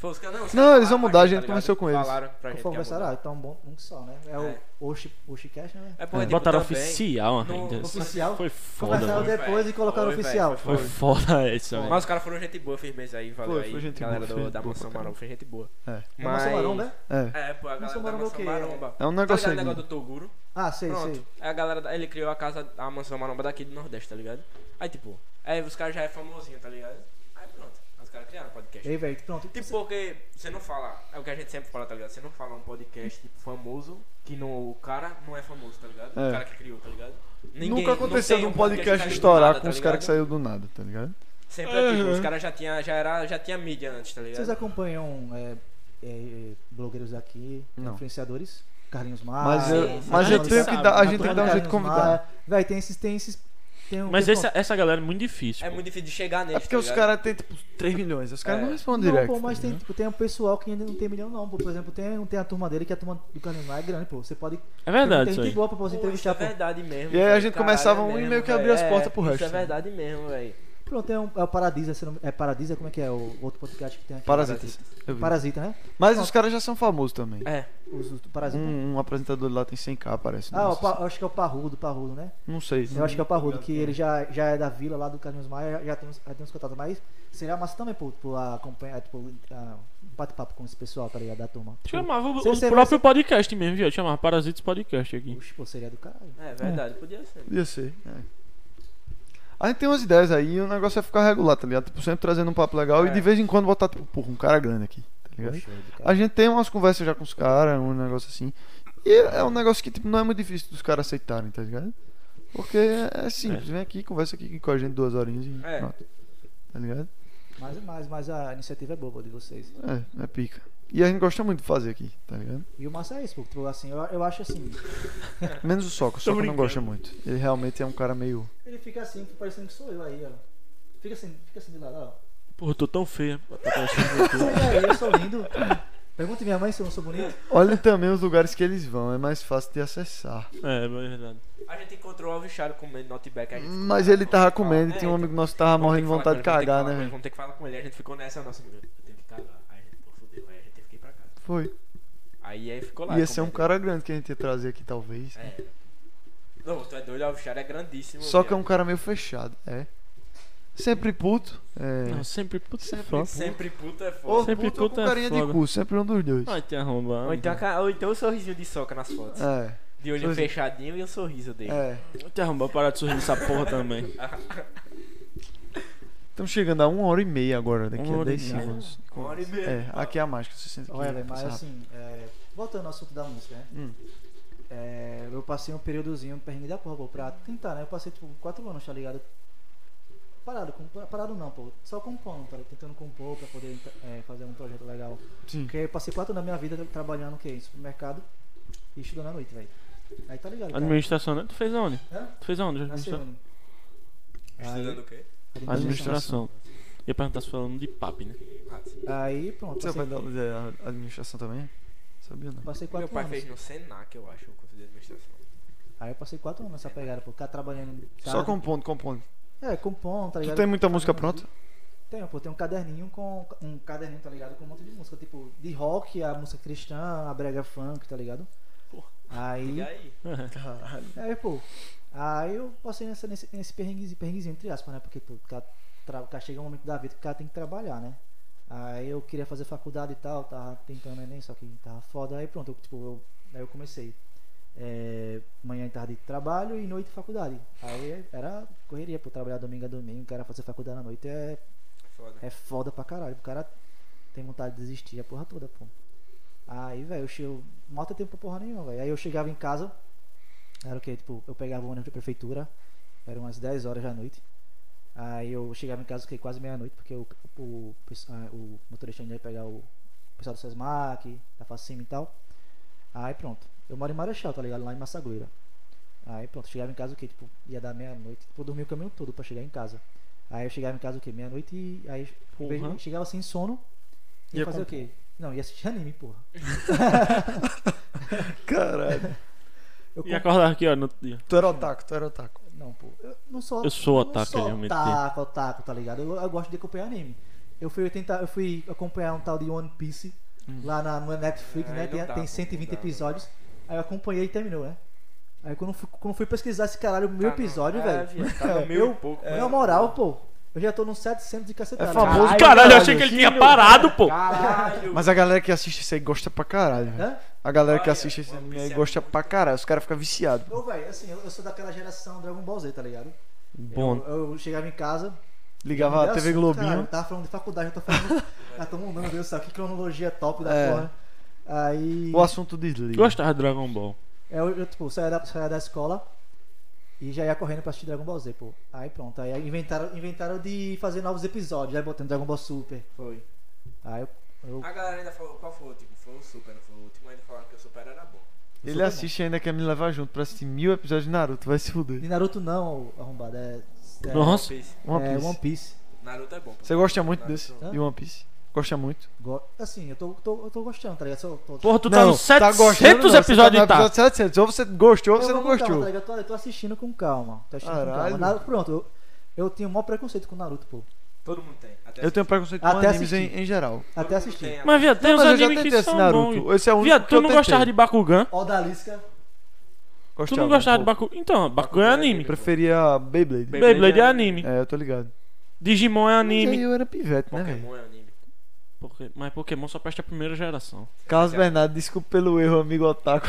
S1: Não, eles vão mudar, a gente conversou com eles.
S6: Falaram pra gente. que ia
S3: conversaram, ah,
S6: mudar.
S3: então bom, um só, né? É
S6: É.
S3: o Oshi, Oshicast, né?
S6: É, porra, tipo,
S4: Botaram
S6: também-
S4: oficial né?
S6: No-
S4: ainda. assim.
S3: Oficial.
S4: É, Foi foda,
S3: Conversaram
S4: mano.
S6: velho.
S3: depois e colocaram
S6: Foi, velho,
S3: oficial.
S6: foi
S4: Foi foda *laughs* essa, velho.
S6: Mas os caras foram gente boa, firmeza aí, valeu
S1: né? Foi,
S6: aí.
S1: foi gente
S6: galera
S1: boa,
S6: do-
S1: foi gente
S6: da
S1: boa
S6: Mansão
S1: pra
S6: Maromba, foi gente boa.
S1: É.
S3: É Mansão Maromba, né?
S1: É.
S6: É, pô, a galera
S3: Mansão
S6: da
S3: Maromba é o
S6: Mansão
S3: quê?
S6: Maromba.
S1: É um
S6: Tá ligado
S1: negócio
S6: o negócio
S1: aí.
S6: do Toguro?
S3: Ah, sei, sei.
S6: Pronto. Aí A galera, da- ele criou a casa, a Mansão Maromba daqui do Nordeste, tá ligado? Aí, tipo, aí os caras já é famosinho, tá ligado? Aí pronto, os caras criaram podcast.
S3: Ei, velho, pronto.
S6: Tipo, porque você não fala, é o que a gente sempre fala, tá ligado? Você não fala um podcast tipo, famoso que não, o cara não é famoso, tá ligado?
S1: É.
S6: O cara que criou, tá ligado?
S1: Nunca aconteceu de
S6: num
S1: um podcast
S6: tá
S1: estourar com os caras que saíram do nada, tá ligado?
S6: Sempre é
S1: Uhum.
S6: tipo, os caras já tinha, já, era, já tinha mídia antes, tá ligado?
S3: Vocês acompanham é, é, blogueiros daqui,
S1: Não.
S3: influenciadores? Carlinhos Maia.
S1: Mas eu,
S6: sim,
S1: mas
S4: a
S1: eu
S4: gente
S1: tenho
S4: sabe,
S1: que dar, a
S4: mas
S1: gente tem que
S3: Antônio
S1: dar um jeito de
S3: Carlos
S1: convidar.
S3: Maia. Véi, tem esses. Tem esses tem um,
S4: Mas
S3: tem
S4: essa, essa galera é muito difícil.
S6: É
S4: pô.
S6: muito difícil de chegar neles,
S1: É porque
S6: tá
S1: os
S6: ligado?
S1: caras têm, tipo, 3 milhões. Os caras
S6: É.
S1: não
S3: Não,
S1: respondem direto.
S3: pô, mas
S4: né?
S3: tem, tipo, tem um pessoal que ainda não tem milhão, não. Pô. Por exemplo, tem, tem a turma dele que a turma do Carlinhos Maia é grande, pô. Você pode.
S4: É verdade,
S3: tem
S4: isso
S3: gente
S4: aí.
S3: boa
S1: tipo,
S3: pra
S6: Pô,
S3: você
S6: isso
S3: entrevistar,
S6: é
S3: pô.
S6: verdade mesmo.
S1: E aí a
S6: velho.
S1: gente
S6: Caralho,
S1: começava
S6: é
S1: um e
S6: mesmo,
S1: meio que
S6: velho.
S1: abria as
S6: É,
S1: portas pro resto,
S6: Isso é
S1: né?
S6: verdade mesmo, velho.
S3: Pronto, tem um, é o Paradisa, se não, é Paradisa, como é que é o outro podcast que tem aqui?
S1: Parasitas. Eu vi.
S3: Parasita, né?
S1: Mas os caras já são famosos também.
S6: É,
S3: Os, os Parasita.
S4: Hum.
S1: Um, um apresentador lá tem 100k, parece.
S3: Ah,
S1: não,
S3: o Pa- eu acho que é o Parrudo, Parrudo, né?
S1: não sei.
S3: Eu acho que é o Parrudo, que ele já, já é da vila lá do Carlinhos Maia, já, já tem uns, já tem uns contatos, mas seria massa também, pô, tipo, a acompanhar, tipo, a, bate-papo com esse pessoal, tá ligado, da turma. Tipo,
S4: Chamava o,
S3: Você-
S4: o
S3: você-
S4: próprio
S3: você-
S4: podcast mesmo, viado. Chamava Parasitos Podcast aqui.
S3: Oxe, pô, seria do caralho.
S6: é verdade, podia ser.
S1: Podia ser. É. A gente tem umas ideias aí e o negócio é ficar regular, tá ligado? Tipo, sempre trazendo um papo legal e
S6: É.
S1: de vez em quando botar, tipo, porra, um cara grande aqui, tá ligado?
S3: Oxe, do
S1: A
S3: caralho.
S1: gente tem umas conversas já com os caras, um negócio assim. E é um negócio que tipo, não é muito difícil dos caras aceitarem, tá ligado? Porque é simples, vem aqui, conversa aqui com a gente duas horinhas e
S6: É.
S1: pronto. Tá ligado?
S3: Mas, mas, mas a iniciativa é boa pô, de vocês.
S1: É, é pica. E a gente gosta muito de fazer aqui, tá ligado?
S3: E o massa é isso, pô, tipo, assim, eu, eu acho assim,
S6: É.
S1: Menos o Soco, o Soco não gosta muito. Ele realmente é um cara meio.
S3: ele fica assim, parecendo que sou eu aí, ó. Fica assim, fica assim de lado, ó.
S4: Porra, eu tô tão feio.
S3: Sou eu aí, eu sou lindo. Pergunta minha mãe se eu não sou bonito.
S1: Olha também os lugares que eles vão, é mais fácil de acessar.
S4: É, é verdade.
S6: A gente encontrou o Alvicharo comendo notback. a gente ficou,
S1: Mas
S6: "Ah,
S1: ele
S6: vamos
S1: tava
S6: falar".
S1: comendo e
S6: É,
S1: tinha um
S6: então,
S1: amigo nosso que tava
S6: vamos ter
S1: morrendo
S6: que
S1: de
S6: falar
S1: vontade de
S6: com ele,
S1: cagar,
S6: vamos ter que falar com
S1: né,
S6: ele,
S1: velho?
S6: Vamos ter que falar com ele, a gente ficou nessa nossa. Eu tenho que cagar. Aí a gente, pô, fudeu, aí a gente teve que ir pra casa.
S1: Foi.
S6: Aí aí ficou né? lá.
S1: Ia ser um
S6: comendo.
S1: cara grande que a gente ia trazer aqui, talvez.
S6: É. Não, tu é doido, o Alvicharo é grandíssimo.
S1: Só que é
S6: viado.
S1: um cara meio fechado, é. Sempre puto. É.
S4: Não, sempre puta
S1: Sempre
S4: foda.
S6: Sempre puto é foda.
S1: Ou
S4: Sempre
S1: puto ou
S4: puto
S1: com
S4: é
S1: carinha de
S4: foda.
S1: cu, sempre um dos dois.
S4: Ai, tem arrombado.
S6: Ou então, a ca- ou então o sorrisinho de soca nas fotos.
S1: É,
S6: De olho
S1: Sorrisinho.
S6: fechadinho e o sorriso dele.
S1: é.
S4: Te arrombar, parar de sorrir nessa porra também.
S1: Estamos chegando a uma hora e meia agora, daqui
S4: Uma
S1: a
S4: hora e
S1: 10
S4: meia.
S1: segundos.
S6: Uma hora e meia.
S1: É, aqui é a mágica, 60
S3: Olha, velho, mas assim, é, voltando ao assunto da música, né?
S1: Hum.
S3: É, eu passei um períodozinho perrengue da porra, pô, pra tentar, né? Eu passei, tipo, quatro anos, tá ligado? Parado, com, parado não, pô. Só compondo, tá? ligado? Tentando compor pra poder é, fazer um projeto legal.
S1: Sim.
S3: Porque eu passei quatro anos da minha vida trabalhando, é o quê? Em supermercado e estudando à noite, velho. Aí tá ligado, cara.
S4: Administração, né? Tu fez aonde?
S3: Hã?
S4: Tu fez aonde?
S1: Tá
S3: Na
S4: Administração.
S3: Serrone.
S6: Tá Estudando o quê?
S3: Aí-
S4: Administração. Ia perguntar se falando de papo,
S1: *laughs*
S4: né?
S6: Ah, sim.
S3: Aí, pronto.
S1: Você vai
S3: Passei,
S1: dar aula de administração também? Sabia não.
S3: passei
S6: Meu
S3: quatro
S6: pai
S3: anos.
S6: fez no Senac, eu acho, o curso de administração.
S3: Aí eu passei quatro
S6: É.
S3: anos nessa pegada, pô. Ficar trabalhando.
S1: Só um
S3: tarde.
S1: compondo, compondo.
S3: É, compondo, tá
S1: Tu
S3: ligado?
S1: tem muita música pronta?
S3: Tem, pô, tem um caderninho com. Um caderninho, tá ligado? Com um monte de música, tipo, de rock, a música cristã, a brega funk, tá ligado?
S6: Porra.
S3: Aí.
S6: E aí?
S3: É, pô. Aí eu passei nessa, nesse, nesse perrenguezinho, perrenguezinho, entre aspas, né? Porque, pô, o cara, tra- o cara chega um momento da vida que o cara tem que trabalhar, né? Aí eu queria fazer faculdade e tal, tava tentando Enem, só que tava foda. Aí pronto, eu, tipo, eu, aí eu comecei. É, manhã e tarde trabalho e noite faculdade. Aí era correria, pô, trabalhar domingo a domingo, o cara fazer faculdade à noite é
S6: Foda.
S3: é foda pra caralho. O cara tem vontade de desistir a porra toda, pô. Aí, velho, eu chego. Mal tem tempo pra porra nenhuma, velho. Aí eu chegava em casa, era o quê? Tipo, eu pegava o ônibus da prefeitura, eram umas 10 horas da noite. Aí eu chegava em casa, fiquei quase meia-noite, porque o, o, pes- ah, o motorista ainda ia pegar o pessoal do Sesmac, da Facima e tal. Aí pronto. Eu moro em Marechal, tá ligado? Lá em Massagueira. Aí pronto, chegava em casa o quê? Tipo, ia dar meia-noite. Tipo, eu dormia o caminho todo pra chegar em casa. Aí eu chegava em casa o quê? Meia-noite e aí em vez de-
S4: Porra.
S3: chegava sem sono. Ia,
S1: Ia
S3: fazer o quê? Não, ia assistir *laughs* anime, porra.
S1: Caralho.
S3: Eu
S4: E acordar aqui, ó, no outro dia.
S1: Tu era otaku, tu era otaku.
S3: Não, pô. Eu não sou.
S4: Eu sou
S3: não
S4: otaku,
S3: sou
S4: eu me
S3: otaku, otaku, tá ligado? Eu, eu gosto de acompanhar anime. Eu fui, tentar, eu fui acompanhar um tal de One Piece
S4: Uhum.
S3: lá na, no Netflix,
S5: Ah,
S3: né?
S5: aí não
S3: Tem,
S5: dá,
S3: tem
S5: pô,
S3: 120
S5: não dá,
S3: episódios. Aí eu acompanhei e terminou, né? Aí quando eu fui, quando eu fui pesquisar esse caralho, o meu
S5: Tá no-
S3: episódio,
S5: é,
S3: velho.
S5: viado,
S1: *laughs*
S5: Tá no meio e pouco.
S3: Na moral, pô. Eu já tô nos 700 de cacetada.
S1: É famoso.
S4: Caralho, eu
S1: caralho,
S4: achei que ele tinha parado, pô.
S5: Caralho.
S1: Mas a galera que assiste isso aí gosta pra caralho, velho.
S3: Hã?
S1: A galera que
S6: Olha,
S1: assiste esse
S6: One
S1: anime
S6: Piece
S1: aí
S6: é
S1: gosta pra caralho. Os caras ficam viciados.
S3: Ô, velho, assim, eu, eu sou daquela geração Dragon Ball Z, tá ligado?
S4: Bom,
S3: Eu, eu chegava em casa,
S1: Ligava a TV
S3: Cara,
S1: Globinho.
S3: tava falando de faculdade, eu tô falando. *laughs* ah, tô mandando, Deus sabe, que cronologia top da
S1: É.
S3: porra. Aí.
S1: O assunto desliga.
S4: gostava de Dragon Ball.
S3: Eu, eu tipo, saía da, saía da escola e já ia correndo pra assistir Dragon Ball Z, pô. Aí pronto, aí inventaram, inventaram de fazer novos episódios, aí botando Dragon Ball Super.
S5: Foi.
S3: Aí eu. eu
S6: A galera ainda falou, qual foi o último? Foi o Super, não foi o último, ainda falaram que o Super era bom.
S1: Ele assiste e ainda quer me levar junto pra assistir mil episódios de Naruto. Vai se fuder.
S3: de Naruto não, arrombado, é. é
S4: Nossa.
S6: One Piece.
S1: One
S3: é
S1: Piece. Tá.
S3: One Piece.
S6: Naruto é bom. pô.
S1: Você gosta muito
S6: Naruto
S1: desse?
S6: é bom.
S3: Hã?
S1: De One Piece? Gosta muito.
S3: Go- Assim, eu tô, tô- eu tô gostando, tá ligado? Só- tô-
S4: Porra, tu tá nos 700
S1: gostando, não. Você tá
S4: episódios
S1: no
S4: e tá.
S1: episódio 700. Ou você gostou ou você
S3: Eu
S1: não
S3: vou com calma,
S1: gostou.
S3: tá ligado? eu, tô, eu tô assistindo com calma. Tô assistindo com calma.
S1: Caralho.
S3: Naruto, pronto, eu, eu tenho o maior preconceito com Naruto, pô.
S6: Todo mundo tem. Até
S1: Eu tenho um preconceito com
S3: Até
S1: animes em,
S3: assisti.
S1: em geral.
S6: Todo
S3: Até
S6: mundo
S3: assisti.
S6: tem,
S4: Mas, viado, tem uns
S1: Mas eu já
S4: animes
S1: tentei
S4: que
S1: esse
S4: são
S1: Naruto.
S4: bons.
S1: Esse é o único
S4: Viado,
S1: que eu
S4: tu não
S1: tentei.
S4: gostava de Bakugan?
S3: Odalisca.
S4: Tu não
S1: Gostava,
S4: gostava de
S1: pô.
S4: Bakugan? Então, Bakugan é anime.
S1: Preferia Beyblade.
S6: Beyblade.
S4: Beyblade é anime.
S1: É, eu tô ligado.
S4: Digimon é
S1: Mas aí
S4: anime.
S1: eu era pivete, né, velho?
S6: Pokémon é anime.
S4: Porque- Mas Pokémon só presta a primeira geração.
S1: Carlos Bernardo, desculpa pelo erro, amigo *laughs* otaku.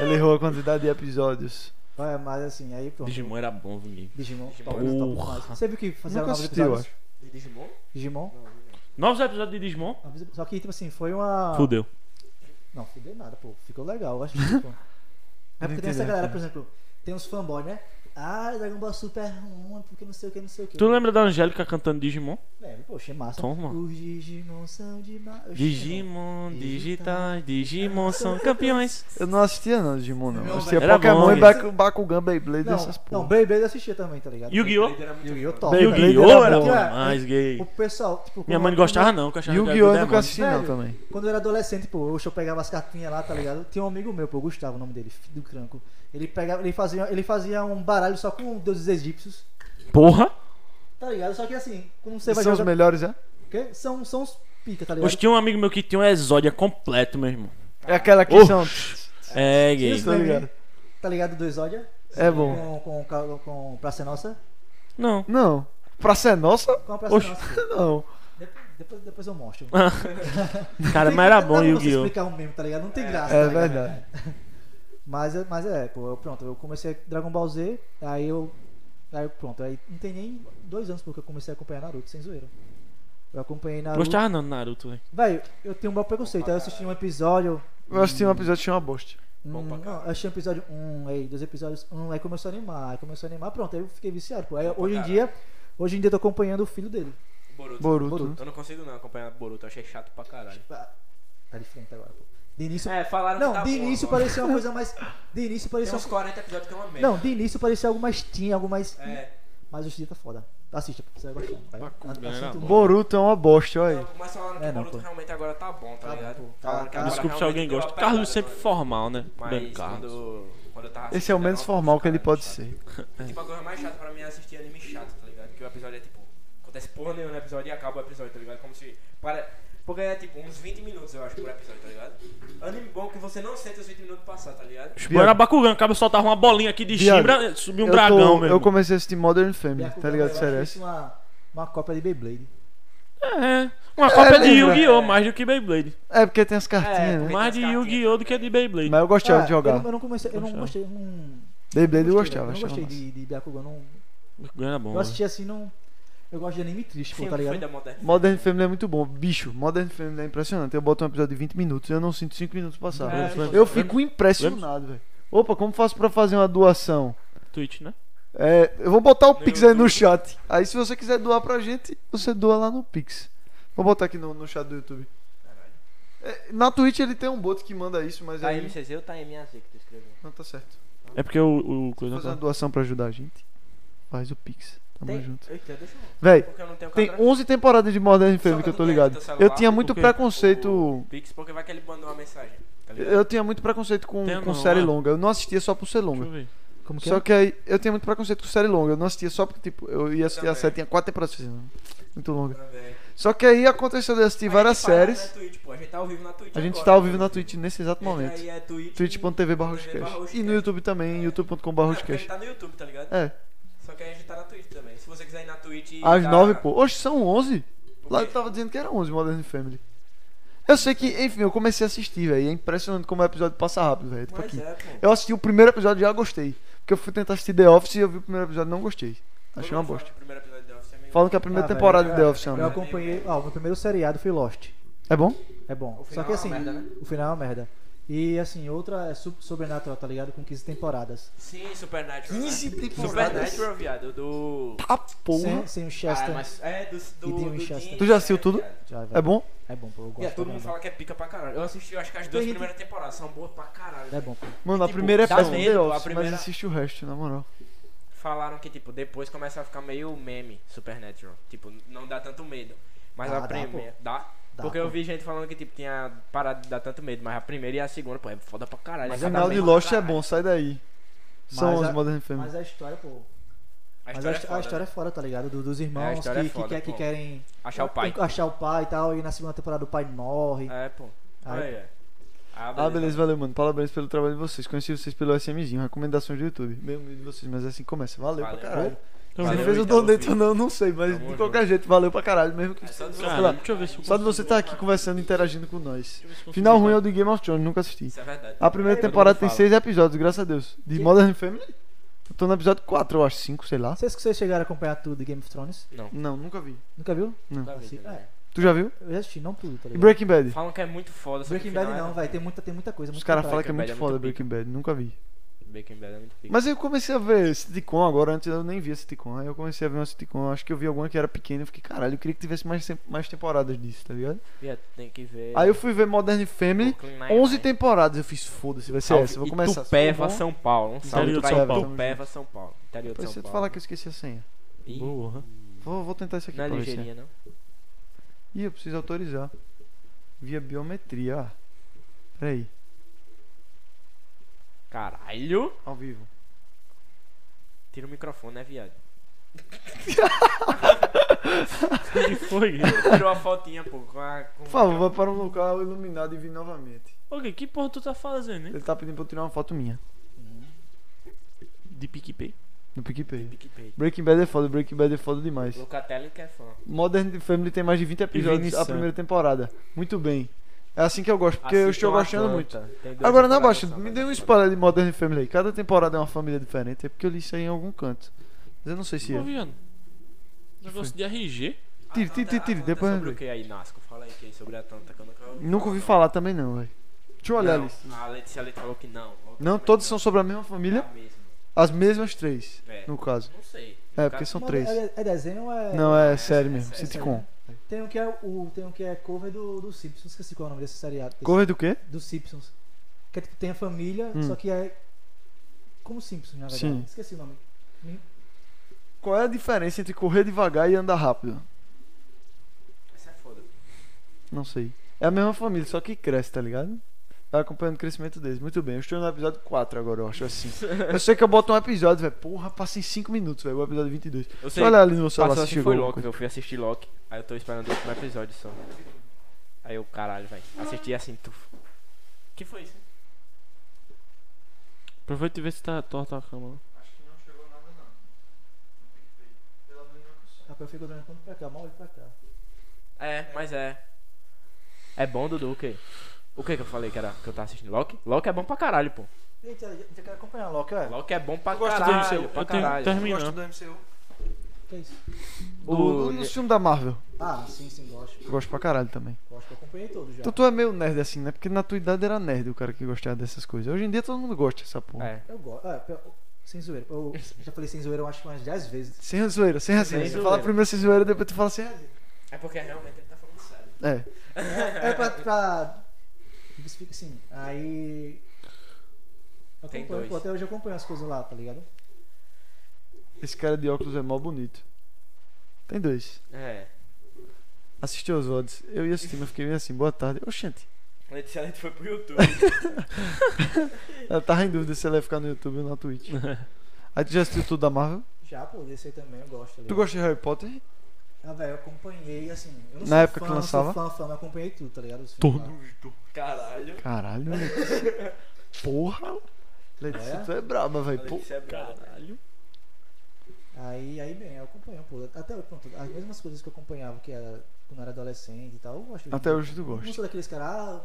S1: Ele errou a quantidade de episódios.
S3: É, mas assim, aí pronto.
S4: Digimon era bom, Vinguinho.
S3: Digimon.
S6: Digimon.
S3: top, top
S4: Porra.
S3: demais. Você viu que
S1: Nunca
S3: fizeram novos
S1: assisti, eu
S3: episódios?
S1: acho.
S6: De Digimon?
S3: Digimon?
S4: Novos episódios de Digimon?
S3: Só que, tipo assim, foi uma.
S1: Ah,
S4: Fudeu.
S3: Não, fudeu nada, pô. Ficou legal, eu acho.
S4: *laughs*
S3: Tipo... É porque tem essa
S1: Entendi,
S3: galera,
S1: cara.
S3: por exemplo, tem uns fanboys, né? Ah, Dragon Ball Super é ruim, porque não sei o que, não sei o que.
S4: Tu lembra da Angélica cantando Digimon?
S3: É, poxa, é massa.
S4: Toma.
S3: Os Digimon são demais.
S4: Digimon, digitais, Digimon são campeões.
S1: Eu não assistia não, Digimon, não.
S3: Não,
S1: Eu assistia
S4: velho. Era
S1: Pokémon
S4: bom,
S1: e
S4: hein?
S1: Baku- Bakugan, Beyblade e
S3: né? Não,
S1: essas
S3: não,
S1: porra.
S3: Beyblade eu assistia também, tá ligado?
S4: Yu-Gi-Oh!
S6: Ele era muito
S3: Yu-Gi-Oh!
S6: bom.
S3: Top. velho.
S4: Yu-Gi-oh!
S3: Era
S4: Era
S3: bom
S4: bom
S3: demais.
S4: demais, gay.
S3: O pessoal, tipo.
S4: Minha
S3: quando-
S4: mãe não gostava não, que eu achava que era
S1: Yu-Gi-Oh! eu
S4: do
S1: nunca
S4: demônio.
S1: assisti não
S3: Velho.
S1: também.
S3: Quando eu era adolescente, pô, eu só pegava as cartinhas lá, tá ligado? Tinha um amigo meu, pô, Gustavo, o nome dele, filho do cranco. Ele pegava, ele fazia, ele fazia um baralho só com deuses egípcios,
S4: Porra!
S3: tá ligado? Só que assim, quando você
S1: São
S3: vai
S1: os
S3: jogar,
S1: melhores, é?
S3: o quê? são são os pica, tá ligado?
S4: Hoje tinha um amigo meu que tinha um Exódia completo, meu irmão.
S1: É aquela que
S4: Oh.
S1: são...
S3: Tinha
S4: É, gay.
S3: os
S1: tá
S3: memes,
S1: ligado.
S3: Tá ligado do Exódia?
S1: É bom.
S3: Com, com, com, com Praça Nossa?
S4: Não.
S1: Não. Pra ser nossa,
S3: Com a Praça
S4: Oxe.
S3: Nossa.
S1: *laughs* não.
S3: Depois, depois eu mostro.
S4: Cara,
S3: Tem-
S4: mas era
S3: não
S4: bom
S3: dá pra você
S4: Yu-Gi-Oh!
S3: explicar um meme, tá ligado? Não tem graça, tá
S1: É
S3: ligado?
S1: verdade.
S3: Mas, é- mas é, pô, eu, pronto, eu comecei Dragon Ball Z, aí eu. Aí pronto, aí não tem nem dois anos porque eu comecei a acompanhar Naruto, sem zoeira. Eu acompanhei Naruto.
S4: Gostava não do Naruto, velho.
S3: Véi, eu tenho um mau preconceito. Aí eu assisti um episódio.
S1: Eu assisti um episódio que chama Bosta.
S6: Bom
S3: Hum,
S6: pra
S3: não,
S6: caralho.
S3: eu achei um episódio um, aí dois episódios um, aí começou a animar, aí começou a animar, pronto, aí eu fiquei viciado, pô. Aí,
S6: Bom pra
S3: hoje em
S6: caralho.
S3: dia, hoje em dia eu tô acompanhando o filho dele.
S6: Boruto.
S1: Boruto.
S3: Boruto.
S6: Eu não consigo não acompanhar Boruto, eu achei chato pra caralho.
S3: Pá, Tá diferente agora, pô. De início.
S6: É, falaram
S3: não,
S6: que tá
S3: de
S6: bom
S3: início
S6: agora.
S3: parecia uma coisa mais. De início
S6: Tem
S3: parecia. um,
S6: uns 40 episódios que é uma merda.
S3: Não, de início parecia algo mais teen, algo mais.
S6: É.
S3: Mas hoje em dia tá foda. Assista, pô, você vai gostar. vai. um
S4: Bakugan
S6: né,
S4: era
S3: Assunto
S4: bom.
S1: Boruto é uma bosta, olha aí.
S6: Não, mas falaram que
S3: É, não,
S6: Boruto
S3: pô.
S6: realmente agora tá bom, tá,
S3: Tá
S6: ligado?
S3: bom, pô.
S6: Falaram
S3: Tá-
S6: que
S3: tá-
S6: agora
S4: Desculpa se alguém
S6: realmente deu
S4: gosta.
S6: uma
S4: Carlos sempre
S6: pegada,
S4: formal, né?
S6: Mas
S4: Bem, Carlos.
S6: quando, quando eu tava
S1: Esse é o
S6: assistindo,
S1: menos
S6: eu
S1: formal que
S6: tava
S1: ele pode
S6: chato.
S1: ser.
S6: Tipo, a coisa mais chata pra mim é assistir anime chato, tá ligado? Que o episódio é tipo. Acontece porra nenhuma no episódio e acaba o episódio, tá ligado? Como se. Para... Porque é tipo uns 20 minutos, eu acho, por episódio, tá ligado? Anime bom que você não sente os 20 minutos passar, tá ligado?
S4: Tipo, era Bakugan, acaba soltava uma bolinha aqui de
S1: Viado,
S4: chimbra, subia um
S1: eu,
S4: dragão,
S1: tô,
S4: meu
S1: eu
S4: irmão.
S1: comecei a assistir Modern Family, tá ligado?
S3: né? Eu
S1: Sério,
S3: acho
S1: essa?
S3: isso uma, uma cópia de Beyblade.
S4: É, uma cópia de
S1: lembra?
S4: Yu-Gi-Oh! mais do que Beyblade.
S1: É porque tem as cartinhas, né?
S4: Mais de Yu-Gi-Oh! do que de Beyblade.
S1: Mas eu gostava de
S3: Ah, Eu
S1: jogar.
S3: não, eu não comecei, eu não
S4: Gostava.
S3: gostei, eu não.
S1: Beyblade eu
S3: gostei,
S1: gostava,
S3: Eu não
S1: achava
S3: gostei
S1: massa.
S3: de, de Byakugan, não.
S4: Bakugan era bom.
S3: Eu
S4: velho.
S3: assisti assim, não. Eu gosto de anime triste, pô,
S6: Sempre
S3: tá
S6: foi
S3: ligado?
S6: da Modern
S1: Modern Family é muito bom. Bicho, Modern Family é impressionante. Eu boto um episódio de 20 minutos e eu não sinto 5 minutos passar.
S4: É,
S1: eu fico impressionado, velho. Opa, como faço pra fazer uma doação?
S4: Twitch, né?
S1: É, eu vou botar o Pix aí no
S6: YouTube.
S1: chat. Aí se você quiser doar pra gente, você doa lá no Pix. Vou botar aqui no, no chat do YouTube. É, na Twitch ele tem um bot que manda isso, mas
S6: Tá
S1: aí
S6: MCZ ou tá MAZ que tu escreveu?
S1: não tá certo.
S4: É porque o, o coisa
S1: Fazer uma
S4: tá.
S1: doação pra ajudar a gente. Faz o Pix. Tamo
S6: Tem?
S1: junto.
S6: Eita, deixa eu...
S1: Véi,
S6: Porque eu não tenho
S1: tem
S6: cadastro.
S1: 11 temporadas de Modern Family
S6: Só
S1: que eu tô
S6: não tem
S1: ligado.
S6: no teu
S1: Eu
S6: celular
S1: tinha muito
S4: o quê?
S1: preconceito.
S6: O Pix, porque vai que ele mandou uma mensagem. Tá ligado?
S1: Eu tinha muito preconceito com,
S4: Tem
S1: com
S4: não,
S1: série
S4: é?
S6: né?
S1: longa. Eu não assistia só por ser longa.
S4: Deixa eu ver.
S3: Como que
S1: Só
S3: é?
S1: que aí eu tinha muito preconceito com série longa. Eu não assistia só porque, tipo, eu ia assistir a
S6: Também.
S1: série, tinha quatro temporadas. eu falei, "Não, Muito longa.
S6: Também.
S1: Só que aí aconteceu de eu assistir várias
S6: A gente faz live
S1: séries.
S6: na Twitch, pô. A gente tá ao vivo na Twitch
S1: A gente
S6: agora,
S1: tá ao
S6: né?
S1: vivo na Twitch nesse exato
S6: Entra
S1: momento.
S6: Aí é Twitch.
S1: twitch.tv barra
S6: TV barra
S1: hostcast. E no
S6: hostcast.
S1: YouTube também, youtube.com barra
S6: Não, porque a
S1: hostcast.
S6: gente tá no YouTube, tá ligado?
S1: É,
S6: Só que a gente tá na Twitch também. Se você quiser ir na Twitch e tá
S1: às
S6: dar-
S1: nove, pô. Hoje são onze?
S6: Por
S1: Lá tá-
S6: quê?
S1: eu tava dizendo que era onze, Modern Family. Eu sei que, enfim, eu comecei a assistir, velho. e É impressionante como o episódio passa rápido, velho. Tipo
S6: Mas
S1: aqui.
S6: é, pô.
S1: Eu assisti o primeiro episódio e já gostei. Porque eu fui tentar assistir The Office e eu vi o primeiro episódio e não gostei. Achei uma bosta.
S6: Primeiro episódio de Office é meio-
S1: Falam que a primeira
S3: Ah, velho,
S1: temporada de The Office é
S3: Eu
S1: uma merda.
S3: acompanhei. Ó, o meu primeiro seriado foi Lost.
S1: É bom?
S3: É bom.
S6: O
S3: Só
S6: final
S3: que
S6: é uma
S3: assim,
S6: merda, né?
S3: o final é uma merda. E assim, outra é sub- Sobrenatural, tá ligado? Com 15 temporadas.
S6: Sim, Supernatural. né?
S1: 15 temporadas.
S6: Supernatural, viado. Do.
S1: Tá porra.
S3: Sem, sem o Chester.
S6: Ah, mas é do. do,
S3: E tem um
S6: do
S3: Chester.
S6: Dean
S1: Tu já assistiu
S6: Chester,
S1: tudo?
S6: viado.
S3: Já, velho.
S1: É bom?
S3: É bom, pô. Eu gosto.
S6: É, todo
S3: pra
S6: mundo
S3: caramba.
S6: fala que é pica pra caralho. Eu assisti, eu acho que as
S3: Tem
S6: duas
S3: gente-
S6: primeiras temporadas são boas pra caralho.
S3: É bom, pô.
S1: Mano, a
S6: Tipo,
S1: primeira é
S6: dá
S1: péssima
S6: medo,
S1: The
S6: a
S1: Office,
S6: primeira-
S1: mas assiste o resto, na moral.
S6: Falaram que, tipo, depois começa a ficar meio meme Supernatural. Tipo, não dá tanto medo. Mas
S3: Dá,
S6: a
S3: dá,
S6: primeira. Dá?
S3: Dá,
S6: Porque
S3: pô.
S6: eu vi gente falando que, tipo, tinha parado de dar tanto medo. Mas a primeira e a segunda, pô, é foda pra caralho.
S1: O
S6: é cada
S1: final de
S6: medo.
S1: Lost é bom, sai daí. São
S3: Mas
S1: os
S3: a-
S1: Modern Family.
S3: Mas a história, pô.
S6: A
S3: Mas a,
S6: história é
S3: histó-
S6: foda.
S3: a história é fora, tá ligado? Do- dos
S6: É, a
S3: irmãos
S6: história
S3: que,
S6: é
S3: que
S6: foda,
S3: quer- que
S6: pô.
S3: querem
S6: Achar o pai.
S3: achar o pai e tal. E na segunda temporada o pai morre.
S6: É, pô.
S3: Aí-
S6: Aí, é.
S1: Ah, beleza, valeu, mano. Parabéns pelo trabalho de vocês. Conheci vocês pelo SMzinho, recomendações do YouTube. Meio humilde de vocês, mas assim começa. Valeu,
S6: Valeu.
S1: pra caralho.
S4: Então,
S1: Se
S6: Valeu,
S1: fez o
S6: Ítalo,
S1: donate
S6: filho.
S1: ou não, não sei, mas
S6: Tamo
S1: de qualquer jeito, valeu pra caralho. Mesmo que
S6: É só dos
S4: Cara,
S1: Sei lá.
S4: deixa eu ver se
S1: Só
S4: eu
S1: de
S4: consigo.
S1: você estar aqui conversando, interagindo com nós.
S4: Deixa eu ver se eu consigo
S1: Final ruim
S4: botar.
S1: é o de Game of Thrones, nunca assisti.
S6: Isso é verdade.
S1: A primeira
S6: Todo mundo
S1: temporada tem
S6: fala.
S1: seis episódios, graças a Deus. De
S3: Que-
S1: Modern Family? Eu tô no episódio 4, eu acho, 5, sei lá.
S3: Vocês que vocês chegaram a acompanhar tudo de Game of Thrones?
S6: Não.
S1: Não, nunca vi.
S3: Nunca viu?
S6: Tá
S3: Assim,
S6: vendo,
S3: é,
S6: né?
S1: Tu já viu?
S3: eu já assisti, não tudo, tá
S1: E
S3: ligado?
S1: Breaking Bad?
S6: Falam que é muito foda. só que
S3: Breaking
S6: o
S3: Bad
S6: final é-
S3: não, vai. Tem muita, tem muita coisa.
S1: Os
S3: muito
S1: caras
S3: pra
S1: falam que é
S6: Breaking Bad
S1: muito
S6: é muito
S1: foda
S6: pica.
S1: Breaking Bad, nunca vi.
S6: Breaking Bad é muito pica.
S1: Mas eu comecei a ver sitcom agora, antes eu nem via sitcom. Aí eu comecei a ver uma sitcom, acho que eu vi alguma que era pequena e fiquei, caralho, eu queria que tivesse mais, tem- mais temporadas disso, tá ligado?
S6: Viado, tem que ver.
S1: Aí eu fui ver Modern Family,
S6: Brooklyn Nine-Nine.
S1: 11 temporadas. Eu fiz, foda-se, vai ser um
S6: Salve
S1: essa, eu vou começar.
S6: Itupeva, São Paulo. Um salve
S4: Interior de
S6: pra
S4: São Paulo.
S6: Itupeva, São Paulo. Interior de
S1: Parecia
S6: São
S1: te
S6: Paulo.
S1: falar que eu esqueci a senha.
S6: Ih,
S4: Porra.
S1: Vou, vou tentar isso aqui
S6: Não é
S1: pra ver se é.
S6: ligeirinha, não.
S1: Ih, eu preciso autorizar. Via biometria. ah. Peraí,
S6: Caralho.
S1: ao vivo.
S6: Tira o microfone,
S1: *laughs*
S6: né, viado?
S4: O que *laughs* foi?
S6: Tirou a fotinha, pô. Com a, com
S1: Por favor, vá para um local iluminado e vim novamente.
S4: Ô, Gui, que porra tu tá fazendo, hein?
S1: Ele tá pedindo pra eu tirar uma foto minha.
S4: De PicPay?
S1: No PicPay.
S6: PicPay.
S1: Breaking Bad é foda, Breaking Bad é foda demais.
S6: Lucatelli que é fã.
S1: Modern Family tem mais de 20 episódios a
S4: Vinicius.
S1: primeira temporada. Muito bem. É assim que eu gosto, porque eu estou gostando muito. Agora,
S6: Agora
S1: na baixa,
S6: né?
S1: me dê um spoiler de Modern Family aí. Cada temporada é uma família diferente. É porque eu li isso aí em algum canto. Mas eu não sei se
S4: Ô,
S1: é.
S4: viado. Negócio de RG.
S1: Tire, tire, tire, tire. Depois
S6: Ah, é Sobre
S1: eu
S6: o que aí, Nasco? Fala aí que aí sobre a Tanta que eu nunca ouvi.
S1: Nunca ouvi falar também não, velho. Deixa eu olhar ali.
S6: Não, A Letícia Leite falou que não. Outra
S1: Não,
S6: também
S1: todos são sobre a mesma família.
S6: É a mesma.
S1: As mesmas três,
S6: É.
S1: no caso.
S6: Não sei.
S1: É, porque são
S3: Mas
S1: três.
S3: É, é desenho ou é.
S1: Não, é sério mesmo.
S6: sério.
S1: Sitcom.
S3: Tem um que é, o, tem um que é cover do, do Simpsons, esqueci qual é o nome desse seriado. desse-
S1: Corre do quê?
S3: Do Simpsons. Que é tipo, tem a família,
S1: Hum.
S3: só que é. Como Simpsons, na verdade.
S1: Sim.
S3: Esqueci o nome.
S1: Qual é a diferença entre correr devagar e andar rápido?
S6: Essa é foda.
S1: Não sei. É a mesma família, só que cresce, tá ligado? Vai acompanhando o crescimento deles. Muito bem, eu estou no episódio 4 agora, eu acho assim. Eu sei que eu boto um episódio, velho. Porra, passa em 5 minutos, velho. O episódio 22.
S6: Eu
S1: Deixa eu olhar ali no meu celular
S6: Passou
S1: se
S6: assim
S1: chegou.
S6: foi
S1: alguma
S6: Loki,
S1: coisa.
S6: eu fui assistir Loki, aí eu tô esperando o último episódio só. Aí eu, caralho, velho, assisti assim, tu. Que foi isso?
S4: Aproveita e vê se tá torta a câmera.
S3: Rapaz, eu fico olhando tanto pra cá, mal olho pra cá.
S6: É, mas é. É bom, Dudu, o quê? O que que eu falei que era que eu tava assistindo? Loki? Loki é bom pra caralho, pô.
S3: Gente, eu quero acompanhar Loki, é.
S6: Loki é bom pra
S1: gosto
S6: caralho,
S4: do MCU,
S6: pra
S4: eu tenho-
S6: caralho.
S4: termino.
S1: Gosto do MCU.
S3: Que é isso?
S1: Do, do, do filme da Marvel.
S3: Ah, sim, sim, gosto.
S1: Eu gosto pra caralho também.
S3: Gosto que eu acompanhei todo já.
S1: Então tu é meio nerd assim, né? Porque na tua idade era nerd o cara que gostava dessas coisas. Hoje em dia todo mundo gosta dessa porra.
S6: É.
S3: Eu gosto. É, pe- Sem zoeira. Eu *laughs* já falei sem zoeira, eu acho que umas
S6: *laughs*
S3: 10 vezes.
S1: Sem zoeira, sem racismo.
S6: Sem
S1: Você fala
S6: zoeira.
S1: primeiro sem zoeira, depois tu fala sem racismo.
S6: É porque realmente ele tá falando sério.
S1: É.
S3: É pra. pra... Eles ficam assim. Aí. Eu
S6: Tem
S3: acompanho,
S6: dois.
S3: pô, até hoje eu acompanho as coisas lá, tá ligado?
S1: Esse cara de óculos é mó bonito. Tem dois.
S6: É.
S1: Assistiu aos odds. Eu ia assistir, mas fiquei meio assim, boa tarde. Oxente.
S6: Letícia Leite foi pro
S1: *laughs*
S6: YouTube.
S1: Ela tava em dúvida se ela ia ficar no YouTube ou na *laughs* Twitch. Aí tu já assistiu tudo da Marvel?
S3: Já, pô, desse aí também eu gosto. tá
S1: Tu
S3: ligado?
S1: gosta de Harry Potter?
S3: Ah, velho, eu acompanhei, assim. Eu não
S1: Na
S3: sou
S1: época
S3: fã,
S1: que
S3: não sou
S1: lançava?
S3: Fã, fã, mas eu acompanhei tudo, tá ligado? Os filmes
S4: Tudo.
S3: lá.
S6: Caralho.
S1: Caralho, *laughs* Letícia. Porra! Letícia,
S3: É?
S1: tu é braba, velho. Pô,
S6: Letícia é brava.
S3: Aí, aí, bem, eu acompanho, pô. Até hoje, pronto, as mesmas coisas que eu acompanhava, que era quando eu era adolescente e tal, eu gosto.
S1: Até
S3: hoje.
S1: hoje tu
S3: Eu Não
S1: gosta.
S3: sou daqueles caras, ah,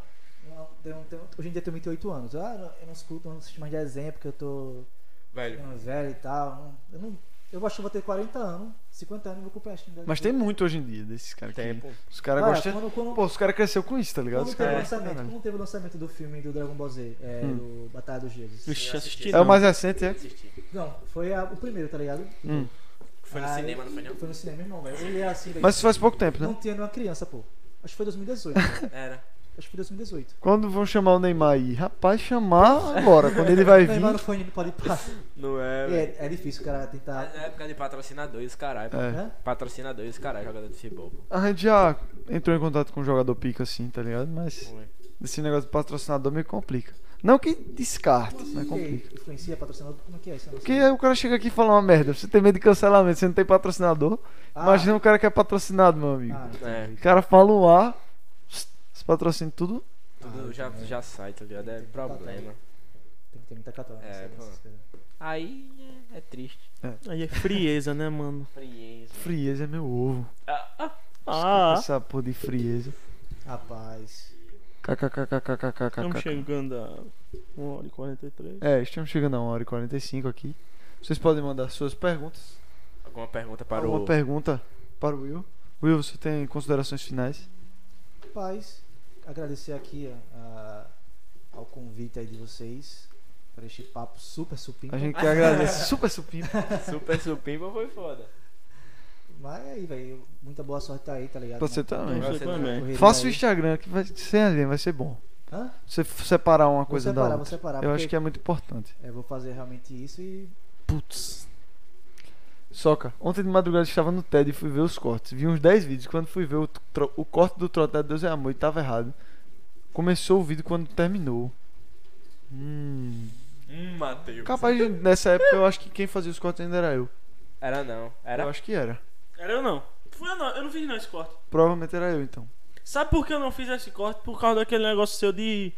S3: não, tem um- tem um- hoje em dia eu tenho 28 anos. Ah, não- eu não escuto, não assisto mais desenho porque eu tô
S6: Velho.
S3: ficando velho e tal. Não- Eu, não, eu acho que eu vou ter 40 anos, 50 anos, eu vou comprar ainda.
S1: Mas tem muito hoje em dia desses caras que...
S6: Tempo.
S1: Os caras
S3: Ah,
S1: gostam...
S3: Quando, quando,
S1: Pô, os caras cresceu com isso, tá ligado? Os
S3: quando, teve o
S1: caras gostam,
S3: lançamento,
S1: caralho.
S3: quando teve o lançamento do filme do Dragon Ball Z, é,
S1: Hum.
S3: do Batalha dos Deuses.
S4: Vixe, assisti
S1: É o
S4: não.
S1: mais recente, é?
S6: Assisti.
S3: Não, foi a- o primeiro, tá ligado?
S1: Hum.
S6: Foi no
S3: Ai.
S6: cinema, não foi não?
S3: Foi no cinema, irmão, velho. Ele é assim, velho.
S1: Mas isso faz pouco tempo, né?
S3: Não tinha nenhuma criança, pô. Acho que foi 2018. acho
S6: Era.
S3: que foi 2018.
S1: Quando vão chamar o Neymar aí? Rapaz, chamar agora. Quando ele vai
S3: O *laughs* Neymar não
S1: vir.
S3: foi indo pra ir
S6: Não é, tá.
S3: é, é difícil o cara tentar.
S6: Mas Na É, época de patrocinadores, caralho. pô.
S1: É.
S3: Né?
S6: Patrocinadores, caralho, jogador de futebol. pô.
S1: A gente já entrou em contato com um jogador pica assim, tá ligado? Mas
S6: Foi.
S1: esse negócio de patrocinador me complica. Não que descarta, mas É complica.
S3: Porque influencia patrocinador, como é que é isso? Eu não
S1: Porque
S3: sei.
S1: aí o cara chega aqui e fala uma merda. Você tem medo de cancelamento, você não tem patrocinador.
S3: Ah,
S1: Imagina um cara que é patrocinado, meu amigo.
S3: ah,
S6: É.
S1: O cara fala um A, os patrocina tudo.
S6: Tudo já, já sai, tá ligado? É problema.
S3: tem que ter muita catarata.
S6: É,
S3: sabe,
S6: pô.
S3: essas coisas.
S6: Aí é, é triste.
S4: Aí é frieza, né, mano?
S6: Frieza.
S1: Frieza é meu ovo.
S4: Ah,
S1: Essa porra de frieza.
S3: Rapaz.
S4: estamos
S1: KKKKKKKK.
S4: chegando a 1 hora e 43.
S1: É, estamos chegando a 1 hora e 45 aqui. Vocês podem mandar suas perguntas.
S6: Alguma pergunta para
S1: Alguma
S6: o.
S1: pergunta para o Will. Will, você tem considerações finais?
S3: Rapaz, agradecer aqui ó, a- ao convite aí de vocês. Para este papo super supimpa.
S1: A gente que agradece. Super supimpa.
S6: Super Supimba foi foda.
S3: Mas é aí, velho, muita boa sorte aí, tá ligado?
S1: Pra você
S3: Na
S1: também.
S4: Você
S6: Você
S4: também.
S3: correria
S1: Faça o
S3: aí.
S1: Instagram, que vai, sem além, vai ser bom.
S3: Hã?
S1: Você f- separar uma
S3: Vou
S1: coisa
S3: separar,
S1: da
S3: vou
S1: outra.
S3: separar,
S1: Eu
S3: porque-
S1: acho que é muito importante.
S3: É, vou fazer realmente isso e.
S1: Putz. Soca, ontem de madrugada eu estava no TED e fui ver os cortes. Vi uns 10 vídeos. Quando fui ver o, tro- o corte do Trotar Deus é Amor e tava errado. Começou o vídeo quando terminou. Hum.
S6: Hum, Matheus.
S1: Capaz de, nessa época eu acho que quem fazia os cortes ainda era eu.
S6: Era não.
S1: Eu
S6: Era.
S1: acho que era.
S4: Era eu não. Foi eu não, eu não fiz não esse corte.
S1: Provavelmente era eu então.
S4: Sabe por que eu não fiz esse corte? Por causa daquele negócio seu de,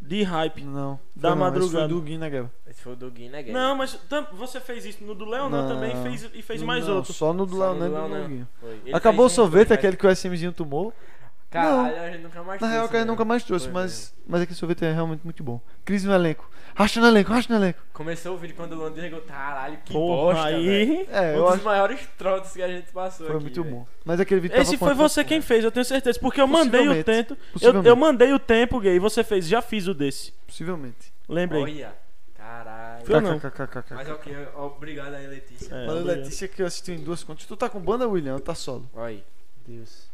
S4: de hype.
S1: Não.
S4: Da
S1: foi não, esse Foi
S4: madrugada.
S1: do Guina, Gueba.
S6: Esse foi o né, do Guiné Guerra.
S4: Não, mas tam- você fez isso no do Leonan
S1: É. Não.
S4: também fez, e fez mais
S1: Não,
S4: outro.
S1: Só no do
S6: Só no do
S1: Leonardo e no
S6: Leonardo.
S1: Guina.
S6: Foi. Ele
S1: Acabou o
S6: fez um
S1: sorvete, aquele
S6: podcast.
S1: que o SMzinho tomou.
S6: Caralho, a gente nunca mais
S1: Na real,
S6: trouxe,
S1: que ele
S6: né?
S1: nunca mais trouxe,
S6: Foi
S1: mas, mas aquele sorvete é realmente muito bom. Crise no elenco. Racha no elenco, racha no elenco.
S6: Começou o vídeo quando o Lando ligou. Caralho, que
S4: Porra,
S6: bosta. velho.
S4: aí.
S1: É,
S6: um
S1: eu
S6: dos
S1: acho que
S6: maiores trotes que a gente passou
S1: foi
S6: aqui,
S1: muito
S6: velho.
S1: bom. Mas aquele vídeo
S4: Esse
S1: tava
S4: foi
S1: com a-
S4: você quem fez, eu tenho certeza. Porque eu mandei o
S1: Possivelmente.
S4: tempo. Eu,
S1: Possivelmente.
S4: eu mandei o tempo, gay, e você fez, já fiz o desse.
S1: Possivelmente.
S4: Lembrei.
S6: Olha, caralho.
S4: Foi Eu não.
S1: KKKKK.
S6: Mas ok, obrigado aí, Letícia.
S4: É,
S1: Valeu,
S4: obrigado.
S1: Letícia, que eu assisti em duas contas. Tu tá com banda, William? Ou tá solo?
S6: Olha aí.
S3: Deus.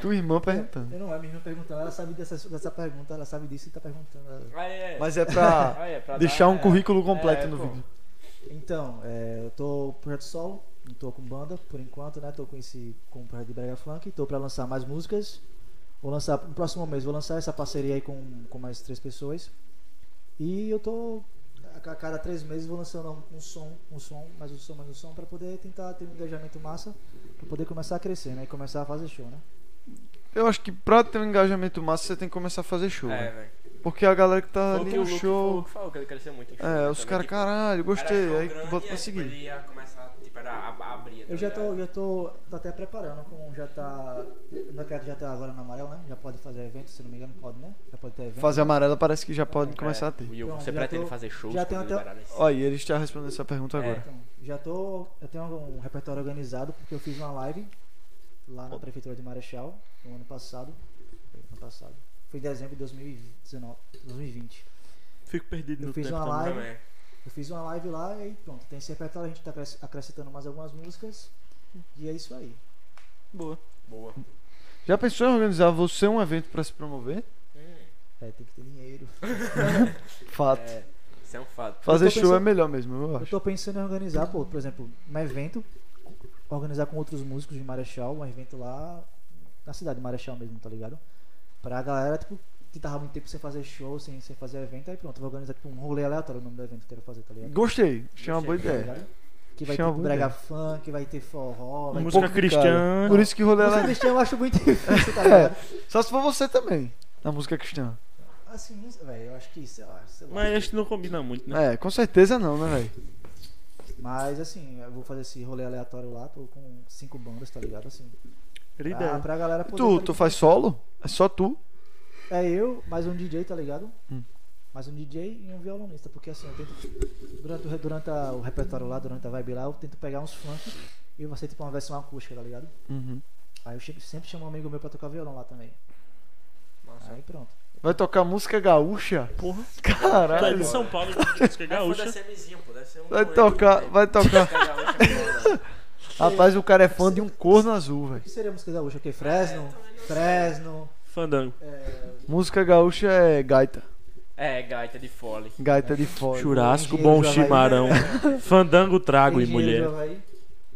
S1: Tua irmã perguntando.
S3: Eu não é mesmo perguntando, ela sabe dessa, dessa pergunta, ela sabe disso e tá perguntando. ela-
S6: Aí é.
S1: Mas é pra
S6: Aí é pra
S1: deixar
S6: dar-
S1: um
S6: é.
S1: currículo completo
S6: É,
S1: no
S6: pô.
S1: vídeo.
S3: Então, é, eu tô projeto solo, não tô com banda por enquanto, né? Tô com esse com o projeto de Brega Funk, tô pra lançar mais músicas. Vou lançar no próximo mês, vou lançar essa parceria aí com, com mais três pessoas. E eu tô a ca- cada três meses vou lançando um, um som, um som, mais um som, mais um som pra poder tentar ter um engajamento massa, pra poder começar a crescer, né? E começar a fazer show, né?
S1: Eu acho que pra ter um engajamento massa, você tem que começar a fazer show.
S6: É,
S1: né?
S6: velho.
S1: Porque a galera que tá
S6: Foi o
S1: ali
S6: que
S1: no
S6: o Luke- O
S1: show.
S6: Luke falou que ele cresceu muito. em show,
S1: É,
S6: né,
S1: os
S6: também,
S1: caras,
S6: tipo,
S1: caralho, gostei.
S6: era
S1: Aí
S6: grande,
S1: bota pra
S6: aí, tipo,
S1: seguir.
S6: Ele ia começar, tipo, era a, a abrir. tá
S3: Eu já tô,
S6: ligado?
S3: já tô, tô até preparando, como já tá. O mercado já tá agora no amarelo, né? Já pode fazer evento, se não me engano, pode, né? Já pode ter evento.
S1: Fazer amarela parece que já pode
S3: É.
S1: começar a ter.
S6: Will,
S3: Pronto,
S6: você
S3: já
S6: pretende
S3: tô-
S6: fazer shows?
S3: já tenho
S6: quando
S3: até-
S6: liberarem isso?
S1: Olha, ele está respondendo essa pergunta
S6: É.
S1: agora.
S3: Então, já tô. Eu tenho um repertório organizado porque eu fiz uma live lá na Prefeitura de Marechal no ano passado. Foi ano passado. Foi em dezembro de 2019, 2020.
S4: Fico perdido
S3: Eu
S4: no
S3: fiz
S4: tempo
S3: uma
S4: também.
S3: live.
S6: Também. Eu
S3: Eu fiz uma live lá e aí pronto, tem esse repertório, a gente tá acres- acrescentando mais algumas músicas. E é isso aí.
S4: Boa.
S6: Boa.
S1: Já pensou em organizar você um evento pra se promover?
S3: É, tem que ter dinheiro.
S1: Fato.
S6: É, isso é um fato.
S1: Fazer
S3: Eu
S1: show
S3: tô
S1: é
S3: pensando-
S1: melhor mesmo, eu
S3: Eu
S1: acho.
S3: tô pensando em organizar, pô, por exemplo, um evento, organizar com outros músicos de Marechal, um evento lá na cidade de Marechal mesmo, tá ligado? Pra galera, tipo, que tava muito tempo sem fazer show, sem, sem fazer evento, aí pronto, eu vou organizar tipo um rolê aleatório o nome do evento que eu quero fazer, tá ligado? Tá
S1: Gostei, achei uma boa
S6: Gostei,
S1: ideia.
S6: cara.
S3: Que vai
S1: Chama
S3: ter
S1: boa
S3: brega funk, vai ter forró, vai ter...
S4: Música
S1: pouco de
S4: cristã.
S1: Por isso que rolê
S3: Música *laughs*
S1: ela.
S3: cristã eu acho muito difícil,
S1: *laughs*
S3: tá ligado?
S1: Só se for você também, na música cristã.
S3: Assim, não sei, velho, eu acho que, sei lá, sei lá.
S4: Mas acho que não combina muito,
S3: Ah,
S4: né?
S1: É, com certeza não, né, velho?
S3: Mas assim, eu vou fazer esse rolê aleatório lá, tô com cinco bandas, tá ligado? Assim,
S4: Era
S3: pra,
S4: ideia.
S3: pra galera poder...
S1: Tu, tu faz solo? É só tu?
S3: É eu, mais um DJ, tá ligado?
S1: Hum.
S3: Mais um DJ e um violonista, porque assim, eu tento. Durante, o re- durante a- o repertório lá, durante a vibe lá, eu tento pegar uns funk e você tipo uma versão acústica, tá ligado?
S1: Uhum.
S3: Aí eu che- sempre chamo um amigo meu pra tocar violão lá também.
S6: Nossa.
S3: Aí pronto.
S1: Vai tocar música gaúcha?
S4: Porra. Tu é
S1: Caralho.
S4: de São Paulo,
S3: *laughs*
S4: é música
S6: Aí
S4: gaúcha.
S6: é foda-se Mzinho, pô. Deve ser um
S1: Vai
S6: doente,
S1: tocar,
S6: né?
S1: vai
S4: *laughs*
S1: tocar.
S6: Música gaúcha, pô, né?
S1: Rapaz, o cara é fã de um corno azul, velho.
S3: O que seria a música gaúcha? O quê? Fresno? Fresno.
S4: Fandango.
S3: É,
S1: Música gaúcha é gaita.
S6: né? É, gaita de fole.
S1: Gaita de fora.
S4: Churrasco,
S3: Engenheiro
S4: bom
S3: do Havaí.
S4: chimarrão. Fandango, trago e
S3: Engenheiro
S4: mulher.
S3: do Havaí.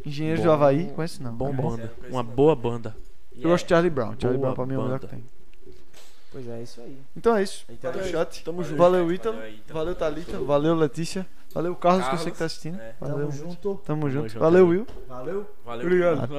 S1: Engenheiro do
S4: Bom.
S1: Havaí? Conhece não.
S4: Bom
S1: né?
S4: banda.
S6: Conheço
S4: Uma
S6: não.
S4: boa banda.
S6: E
S1: Eu
S6: é,
S1: gosto de Charlie Brown. Charlie
S4: Boa
S1: Brown pra mim é o melhor que
S4: banda.
S1: tem.
S3: Pois é, isso aí.
S1: Então é isso.
S6: Então
S1: valeu,
S6: é
S1: chat.
S4: Tamo junto.
S1: Valeu,
S6: Valeu,
S1: Ítalo.
S6: Ítalo.
S1: Valeu, Thalita. Valeu, Letícia. Valeu, Carlos, que eu sei
S6: Carlos.
S1: que tá assistindo.
S6: É.
S1: Valeu.
S3: Tamo junto.
S1: Tamo junto.
S4: junto,
S1: Valeu,
S4: valeu.
S1: Will.
S3: Valeu.
S6: Valeu.
S1: Até.